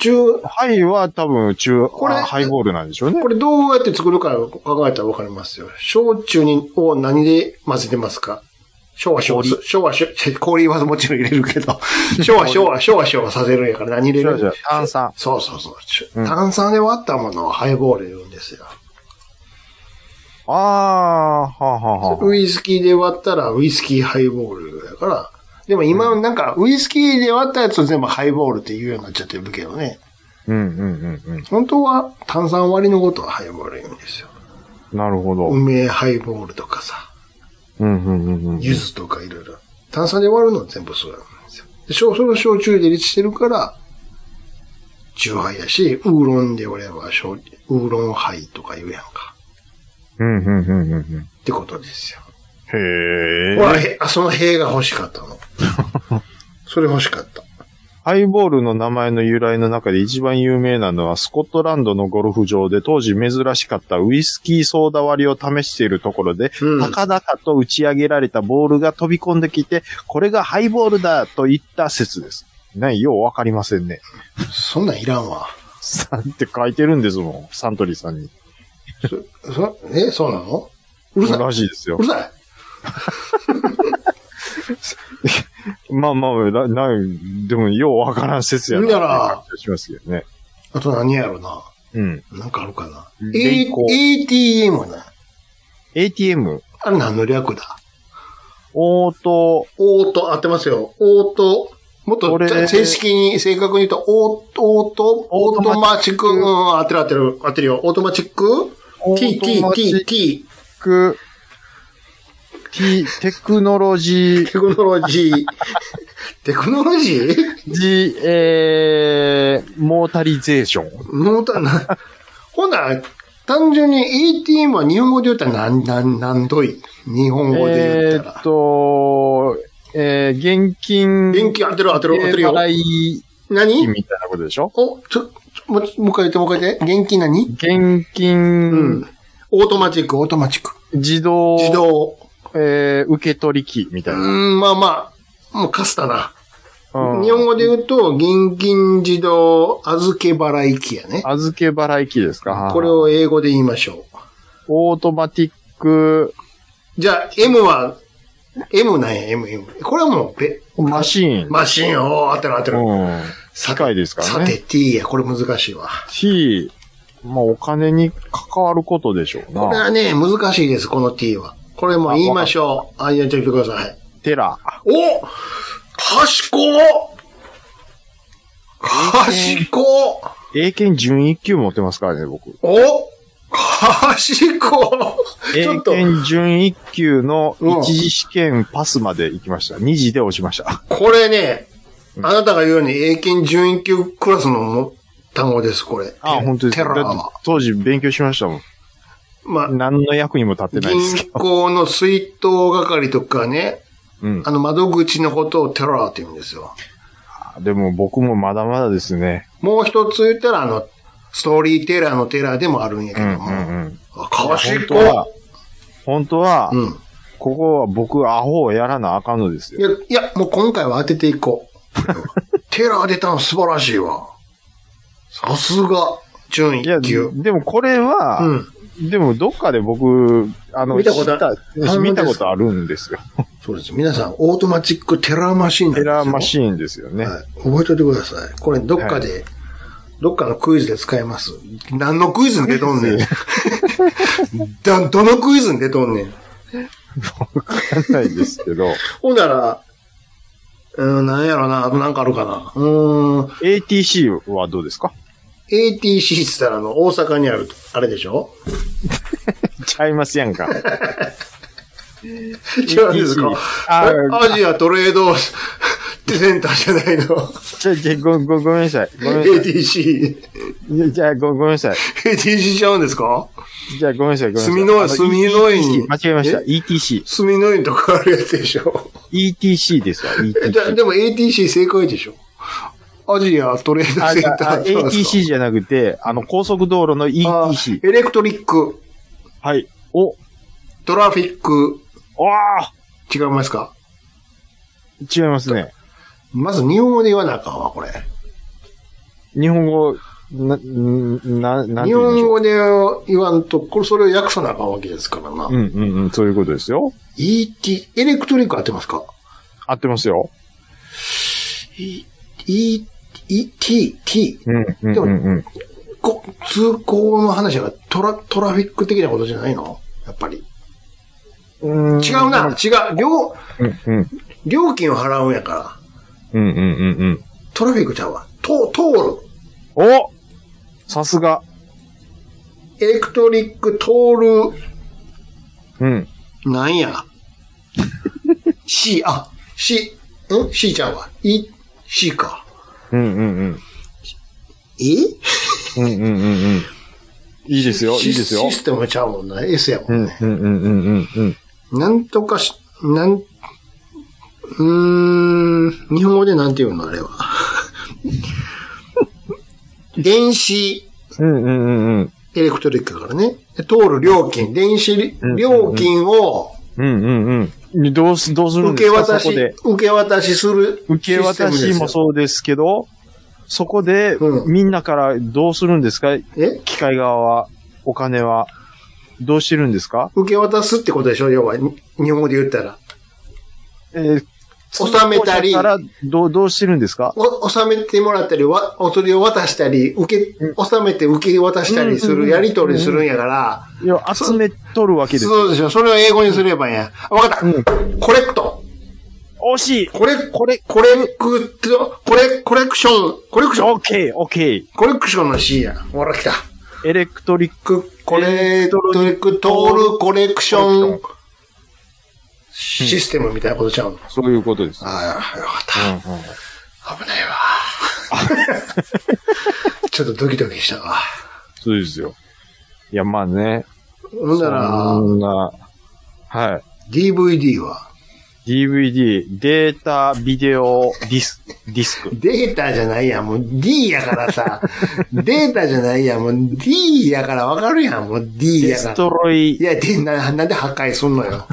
中、
ハイは多分中、
これ
あハイボールなんでしょうね
こ。れどうやって作るか考えたらわかりますよ。焼酎にを何で混ぜてますか昭和昭和、昭和昭和、 氷はもちろん入れるけ ど、昭和昭和、昭和昭和させるんやから何入れ
違う
る
違う。炭酸。
そうそうそう。
うん
炭酸で割ったものをハイボール言うんですよ。
ああ、はあ、はあ、はあ。
ウイスキーで割ったらウイスキーハイボールだから、でも今なんかウイスキーで割ったやつを全部ハイボールって言うようになっちゃってるけどね。
うん、うん、うん、
本当は炭酸割りのことはハイボール言うんですよ。
うん。なるほど。
梅ハイボールとかさ、
うん、うん、うん、うん。
柚子とかいろいろ。炭酸で割るのは全部そうなんですよ。で、焼それを焼酎で立してるから、酎ハイやし、ウーロンで割れば焼、ウーロンハイとか言うやんか。
うん、うん、うん、うんうん。
ってことですよ。
へ
ほ
え。
ら、へあその塀が欲しかったの。それ欲しかった。
ハイボールの名前の由来の中で一番有名なのはスコットランドのゴルフ場で当時珍しかったウイスキーソーダ割りを試しているところで、
うん
高々と打ち上げられたボールが飛び込んできて、これがハイボールだと言った説です。ね、ようわかりませんね。
そんなんいらんわ。
さんって書いてるんですもん。サントリーさんに。
そえ、そうなのうるさい。
らしいです
う
よ
る。さ
まあまあ、な、ない、でもようわからん説やな。
だから
って感じがしますけどね。
い。あと何やろな。
うん。
なんかあるかな。
レ
A
イコー
ATM な。
ATM、
あれ何の略だ
オート、
オート、合ってますよ。オート、もっと
これ
ちゃ正式に、正確に言うと、オート、オート、
オ
オ
ー
ー
ト
トマ
マ
チック、うん、当てる当てる、当てるよ。オートマチック
オー
?T、
ト
T、
マチッ
T、T、
ク、ティ、テクノロジ
テクノロジ ー。テクノロジー
ー、えー、モータリゼーション。
もうたな、ほな、単純に ATM は日本語で言ったらなん、なん、なんどい。日本語で
え
言った
ーっ
ら。
と、えー、現金、
電気当てろ当てろ当てるよ。
払い
何
みたいなことでしょ
お、ちょ、ちょもう、もう一回言って、もう一回言って。現金何
現金、
うん。オートマチック、オートマチック。
自動、
自動。
えー、受け取り機み
う
たいな。
ん、まあまあ、もうかすたな。
うん
日本語で言うと、現金自動預け払い機やね。
預け払い機ですか
これ。を英語で言いましょう。
オートマティック、
じゃあ、M は、M なんや、M、M。これはもうべ、
マシーン。
マシンを当てる当てる。
うん。機械ですからね
さて、t や、これ難しいわ。
T、まあお金に関わることでしょう
これ
な。
はね、難しいです、この t は。これもう言いましょう。あ、やっちゃってください。
テラ。
お賢賢
英検準一級持ってますからね、僕。
お賢ちょ
英
っと、
検準一級の
うん
一次試験パスまで行きました。二次で落ちました。
これね、あなたが言うように英検準一級クラスの単語です、これ。
あ、本当です
テ
か。
ラー
だっ
は
て。当時勉強しましたもん。
まあ、
何の役にも立ってないですけ
銀
ど。
行の水筒係とかね、
うん
あ。の窓口のことをテラーって言うんですよ。
でも僕もまだまだですね。
もう一つ言ったら、あの、ストーリーテラーのテラーでもあるんやけ
う
ど
ん
も。
うんうん。
あ賢
本
い
当は、本当は、
うん。
ここは僕アホをやらなあかんのです
い
よ。
や、いや、もう今回は当てていこう。 テラー出たの素晴らしいわ。さすが、順
いや、
一級。
でもこれは、
うん。
でも、どっかで僕、あの、
見たこと
知
あ
った
あ
見たことあるんですよ。
そうです。皆さん、オートマチックテラーマシーンなん
エ
ですよ
ラーマシーンですよね。
はい。覚えておいてください。これ、どっかで、どっかのクイズで使えます。何のクイズに出と んねん。だどのクイズに出とんねん。
わかんないですけど、
ほんなら、うん、なんやろな、あとなんかあるかな。うーん、
ATC はどうですか
ATC って言ったらあの、大阪にある、あれでしょ
ちゃいますやんか。
違うんですか
ATC あ
あアジアトレードセンターじゃないの。
ちょ、ちょ、ご、ご、ごめんなさい。ごめんなさ
ATC。
いいや。じゃあ、ご、ごめんなさい。
ATC ちゃうんですか
じゃあ、ごめんなさい。ごめんなさい。
住の
あ
住の園に
ETC 間違えました。
え
ETC。
住の院とかあるやつでしょ
ETC ですわ。
え じゃ
ETC。
でも ATC 正解でしょアジアトレード
あ
セン
じゃ
タ
ああ
ーってなんですか
ATC じゃなくて、あの、高速道路の
あ
ETC。
エレクトリック、
はい。お、
トラフィック、
ああ
違いますか
違いますね。
まず日本語で言わなあかんわ、これ。
日本語な、んな、なんて
日
言うんでし
本
ょう。
語で言わんと、これ、それを訳さなあかんわけですからな。
うんうんうん、そういうことですよ。
ET、エレクトリック合ってますか
合ってますよ。
?E、E、ET、T。
うんうんうんうん。
こ通行の話がトラ、トラフィック的なことじゃないのやっぱり。
うん
違うな、違う。料、
うんうん
料金を払うんやから。
うんうんうんうん。
トラフィックちゃうわ。と、通る。
おさすが。
エレクトリック通
うん。
る、なんや。C、あ、C、ん ?C ちゃうわ。E、C か。
うんうんうん。
E?
うんうんうんうん。いいですよ、いいですよ
シ。ステムちゃうもんな。S やも
うんん
ね。
うんうんうんうん
なんとかし、なん、うーん、日本語でなんて言うの あれは。電子
うん。うんうんうんうん。
エレクトリックだからね。で通る料金、電子り
うんうんうん
料金を
うんうんうん。どうす、どうするん
受
で
け
すか
渡
そ
し、
こで
受。け渡しする。
受け渡しも
う。
そうですけど、そこで、
うん
みんなからどうするんですか
え
機械側は、お金は、どうしてるんですか
受け渡すってことでしょ要は、に日本語で言ったら。
えー、
納めたり
通行者からどう、どうしてるんですか
お、納めてもらったり、わ、お釣りを渡したり、受け、納めて受け渡したりす
うんうんう
る、
ん
やり取りするんやから、
いや、集めとるわけです。
そうでしょ。それを英語にすればいいや。あわかった、
うん
コレクト。
惜しい
コレ、
これ、
コレクト、コレ、コレクション、コレクショ
オッ
ン、
ケー、オッケー。
コレクションの C や。ほら来た。
エレクトリック、
ク、コレクトリック、トール、コレクション、システムみたいなことちゃうの。
そういうことです。
ああ、よかった。危ないわ。 ちょっとドキドキしたわ。
そうですよ。いや、まあね。
ほんなら
そ、んな、は
DVD は、
い。DVD、データ、ビデオ、ディス、ディスク。
データじゃないやん、もう D やから さ。データじゃないやん、もう D やからわかるやん、もう D
デ
やか
ス
ら。
トロ
い
イ、
や、で、な、なんで破壊すんのよ。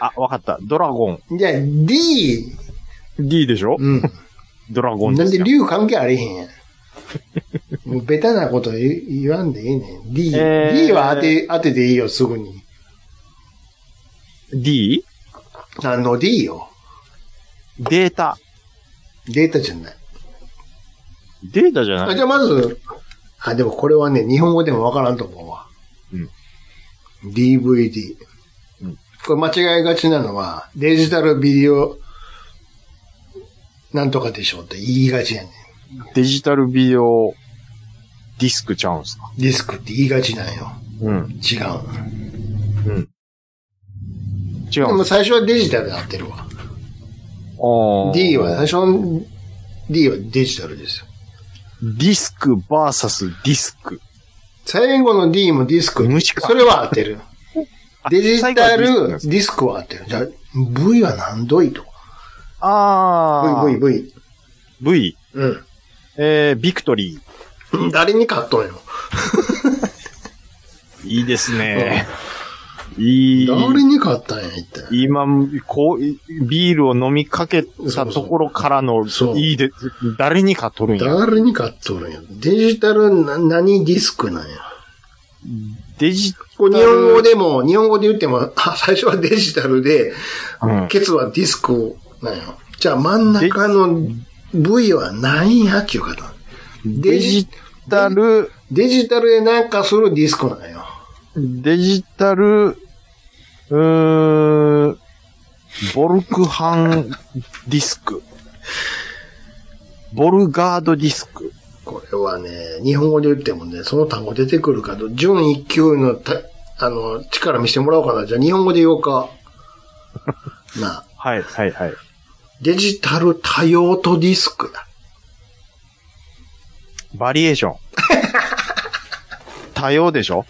あ、わかった。ドラゴン。
じゃあ、D、
D でしょ
うん。
ドラゴン
な
で
ん
す
で
よ。
竜関係あれへんやん。もうベタなこと言言わんでいいねん。D、
えー
D は当て、当てていいよ、すぐに。
D?
あの D よ。
データ。
データじゃない。
データじゃ
あ、
な
じ
い
ゃあまず、あ、でもこれはね、日本語でもわからんと思うわ。
うん。
DVD。
うん
これ間違いがちなのは、デジタルビデオ、なんとかでしょうって言いがちやねん。
デジタルビデオ、ディスクちゃうんすか
ディスクって言いがちなんよ。
うん。
違
違
う。で
うん
も
です
最初はデジタルで合ってる
あ
わ。
ー
D は、最初の D はデジタルですよ。
ディスクバーサスディスク。
最後の D もディスク。
無視か
それは合ってる。
あ
デジタ
最後は
ル
デ
デ
ィスクなんです
ィスクは合ってる。じゃあ、V は何度いと。
あー
V、。V、V。
V。
うん。
えー、ビクトリー。
誰に買っとんよ。
いいですね。いい。
誰に買ったんや、一体。
今、こう、いビールを飲みかけたところからの、
そう
いいで、誰にか取るんや。
誰に買っとるんや。デジタルな、何ディスクなんや。
デジ、
これ日本語でも、日本語で言っても、 あ最初はデジタルで、
うん、
ケツはディスクなんや。じゃあ真ん中の V は何やっていう方。
デジタル、
デジタルでなんかするディスクなんよ。
デジタル、うーん、ボルクハンディスク。ボルガードディスク。
これはね、日本語で言ってもね、その単語出てくるかと、準一級のた、あの、力見せてもらおうかな。じゃあ日本語で言お うか。なあ、
はい、はい、はい。
デジタル多用途ディスクだ。
バリエー ション。多様でしょ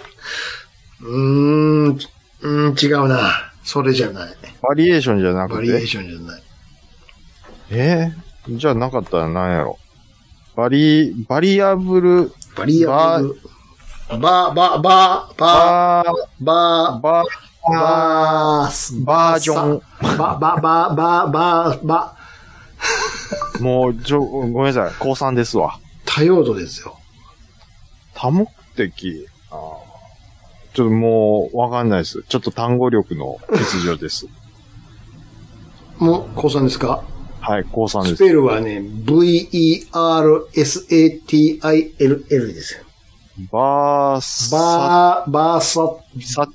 うーん、うーん、違うな。それじゃない。
バリエーションじゃな
バ
く
リエー
て。
ションじゃない。
えーじゃなかったら何やろ。バリ、バリアブル、
バリアブル。バー、バー、バー、バ
バ
ー、
ー、バ
バー、
ー、
バー、
バージョン。
バ、バ、バ、バ、バ、バ、
もう、ちょ、ごめんなさい。高3ですわ。
多用途ですよ。
多目的。あーちょっともう、わかんないです。ちょっと単語力の欠如です。
もう、高さんですか
はい、高3で
ス
す。
ペルはね、V-E-R-S-A-T-I-L-L ですよ。
バーサ、
バー、バーサ、
サ、サ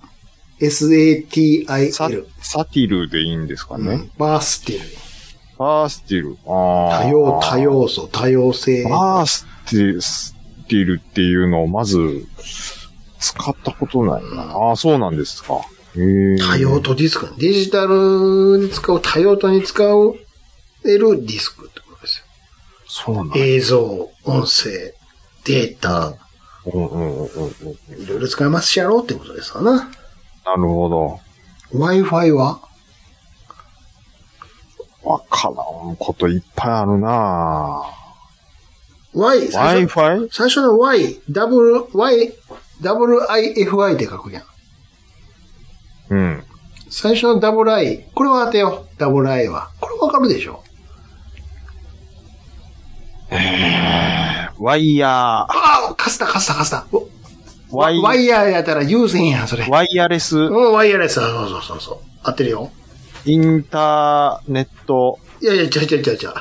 S-A-T-I-L。
サティルでいいんですかね。
うんバースティル。
バースティル。あー
多様、多。要素、多様性。
バースティル、スティルっていうのをまず、使ったことないな。ああ、そうなんですか。へえ。
多用途ディスク。デジタルに使う、多用途に使う、得るディスクってことですよ。
そうなんだ。
映像、音声、データ、
うんうんうんうんうん。
いろいろ使いますしやろうってことですわな。
なるほど。
Wi-Fi は
わからんこといっぱいあるな
?Y、最初
Wi-Fi?
最初の Y、W、Y、WIFI で書くやん。
うん。
最初の WI、これは当てよう。WI は。これわかるでしょ
ワイヤー、
ああ、かすたかすたかすた。お
ワイ
ワイヤーやったら優先やん、それ。
ワイヤレス、
うん、ワイヤレス。あそうそうそうそう。合ってるよ。
インターネット、
いやいや、ちゃうちゃうちゃうちゃう。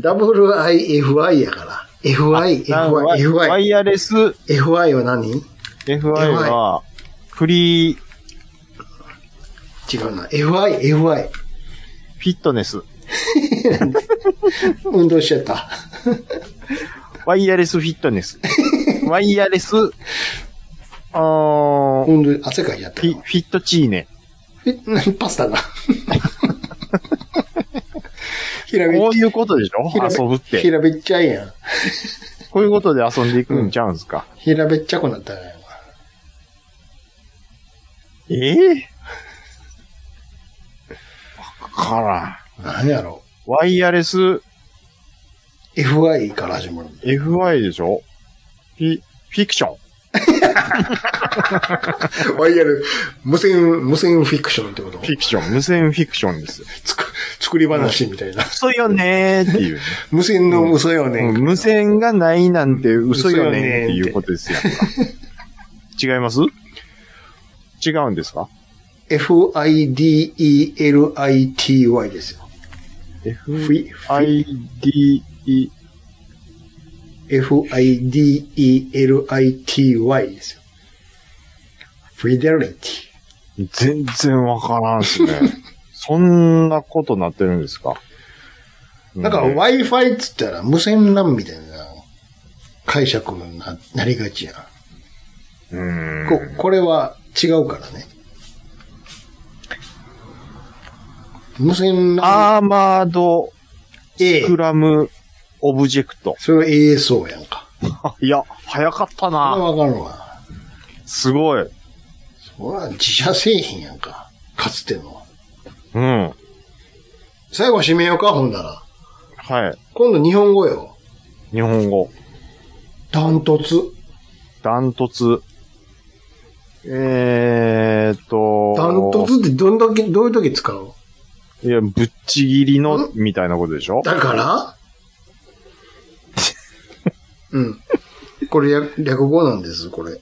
WIFI やから。FI、
なんかワ
FI、
ワ
FI。
イヤレス、
FI は何違
FI は、フリーフ
うな。FI、FI。
ィットネス。
運動しちゃった。
ワイヤレスフィットネ ス。ワイヤレス、あーフ
運動、汗かいちゃった
ィ、
よ
フ。ィットチーネ。
え、何パスタな。ひらめ
こう
っ
いうことでしょ
ひらめ
遊ぶっ
ちゃ、ひ
て。
らめっちゃいやん。
こういうことで遊んでいくんちゃうんすか。
ひらめっちゃくなったらやん。
ええわからん。
何やろ。
ワイヤレス
FI から始まる。
FI でしょフィ、フィクション。
ワイヤル、無線、無線フィクションってこと
フィクション。無線フィクションですよ。
つく作り話みたいな。
嘘よ ねーっていう、
無線の嘘よね。
うん無線がないなんて嘘よねーっていうことですよ。違います違うんですか
F-I-D-E-L-I-T-Y ですよ。
?F、
Fi-
I、D、E、
F-I-D-E-L-I-T-Y ですよ。フィデリティ。
全然わからんっす ね。そんなことなってるんですか
だから
うん
Wi-Fi っつったら無線 LAN みたいな解釈にななりがちやん。
うん
ここれは違うからね。無線 LAN
アーマード、
A
スクラム、オブジェクト。
それは ASO やんか。
いや、早かった
これ
な。
はわかるわ。
すごい。
それは自社製品やんか。かつての。
うん。
最後締めようか、ほんなら。
はい。
今度日本語よ。
日本語。
ダントツ。
ダントツ。えーっと。
ダントツってどんだけ、どういう時使う
いや、ぶっちぎりの、みたいなことでしょ
だから うん。これ略略語なんです、これ。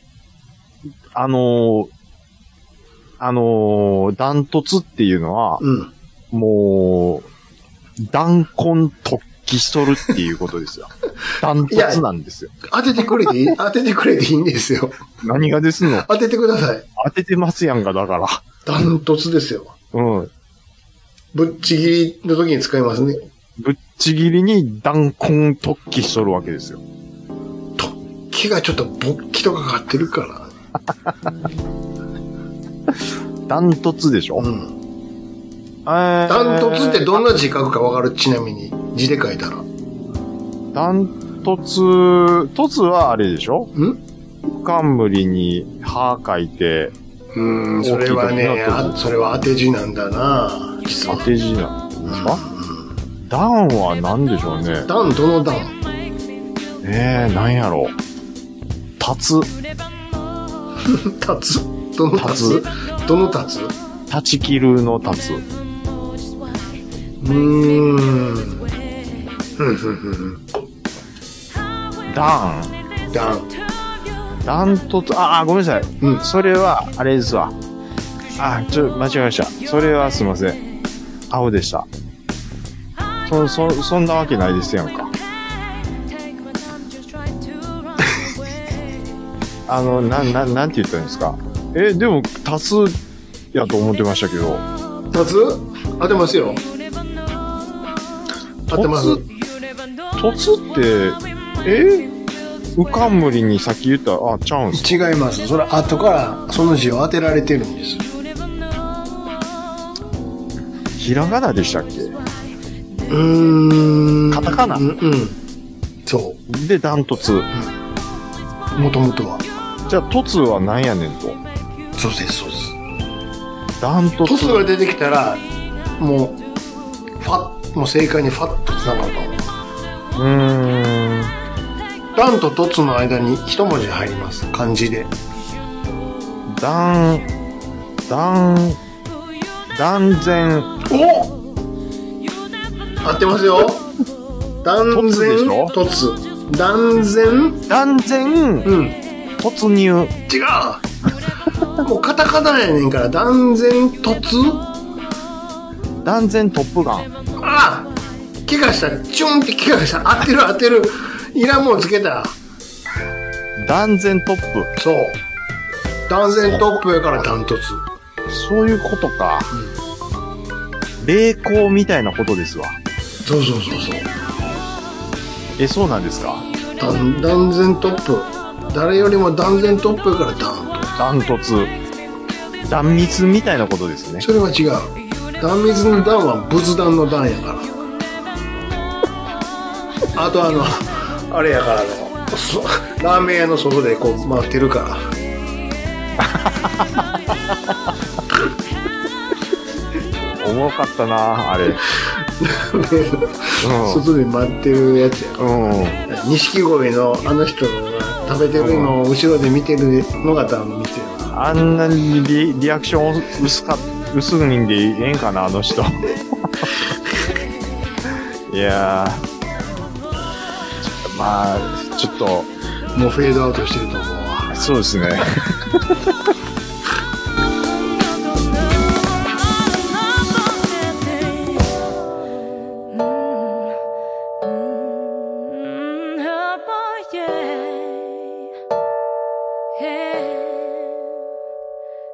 あのー、あのー、ダントツっていうのは、
うん。
もう、弾痕突起しとるっていうことです よ。ダントツなんですよ。
当ててくれていい当ててくれていいんですよ。
何がですの
当ててください。
当ててますやんか、だから。
ダントツですよ。
うん。
ぶっちぎりの時に使いますね。
ぶっちぎりに弾痕突起しとるわけですよ。
木がちょっと勃起とかかってるから。
ダントツでしょ、え
うん。
ー
ダントツってどんな字書くかわかるちなみに。字で書いたら。
ダントツ、トツはあれでしょ
ん
冠に歯書いて、
うん、それはね、あそれは当て字なんだな実
当
は。
て字なんですかダンは何でしょうね。
ダン、どのダン
えー、何やろう。タツ、
立つどの立つどの立つう
断ち切るのタツ。
ーん。うん、うん、うん。
ダン、
ダン。
ダントツ、ああ、ごめんなさい。うん。それは、あれですわ。あーちょ、間違えました。それはすいません。青でした。そ、そ、そんなわけないですやんか。あの、な、な、なんて言ったらいいんですか。え、でも、多数やと思ってましたけど。
立つ当てますよ。当てます。
突突って、えうかんむりにさっき言った、あ、ちゃうんす。
違います。それ後からその字を当てられてるんです。
ひらがなでしたっけ
うーん。
カタカナ
うん、うん。そ
で、ダントツ。
う。もともとは。
じゃあ、突は何やねんと。
そうです、そうです。
ダント
ト
ツ
ス。が出てきたら、もう、ファッ、もう正解にファッと繋がると思う。
うーん。
ダンとトツの間に一文字入ります。漢字で。
断、断、断然、
お合ってますよ。断然
トツでしょ
トツ。断然
断然、
うん。違
突入。
うもうカタカナやねんから、断然トツ
断然トップガン。
ああ怪我した。チュンって怪我した。当てる当てる。いらんもんつけた。
断然トップ。
そう。断然トップやからダントツ。
そういうことか。霊光みたいなことですわ。
そうそうそうそう。
え、そうなんですか
断断然トップ誰よりも断然トップやからダンと
断突。断密みたいなことですね。
それは違う断水の断は仏壇の断やからあとあのあれやからあのそラーメン屋の外でこう回ってるから
おもろかったなあれ。うん。
外で待ってるやつや
うん。
錦鯉のあの人が食べてるのを後ろで見てるのが断水やな
あんなにリリアクション薄か、薄いんでええんかな、あの人。 いやー。まあ、ちょっと、
もうフェードアウトしてると思うわ
そうですね。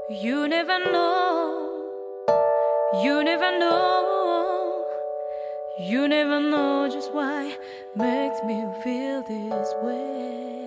You never know, you never know, you never know just why makes me feel this way.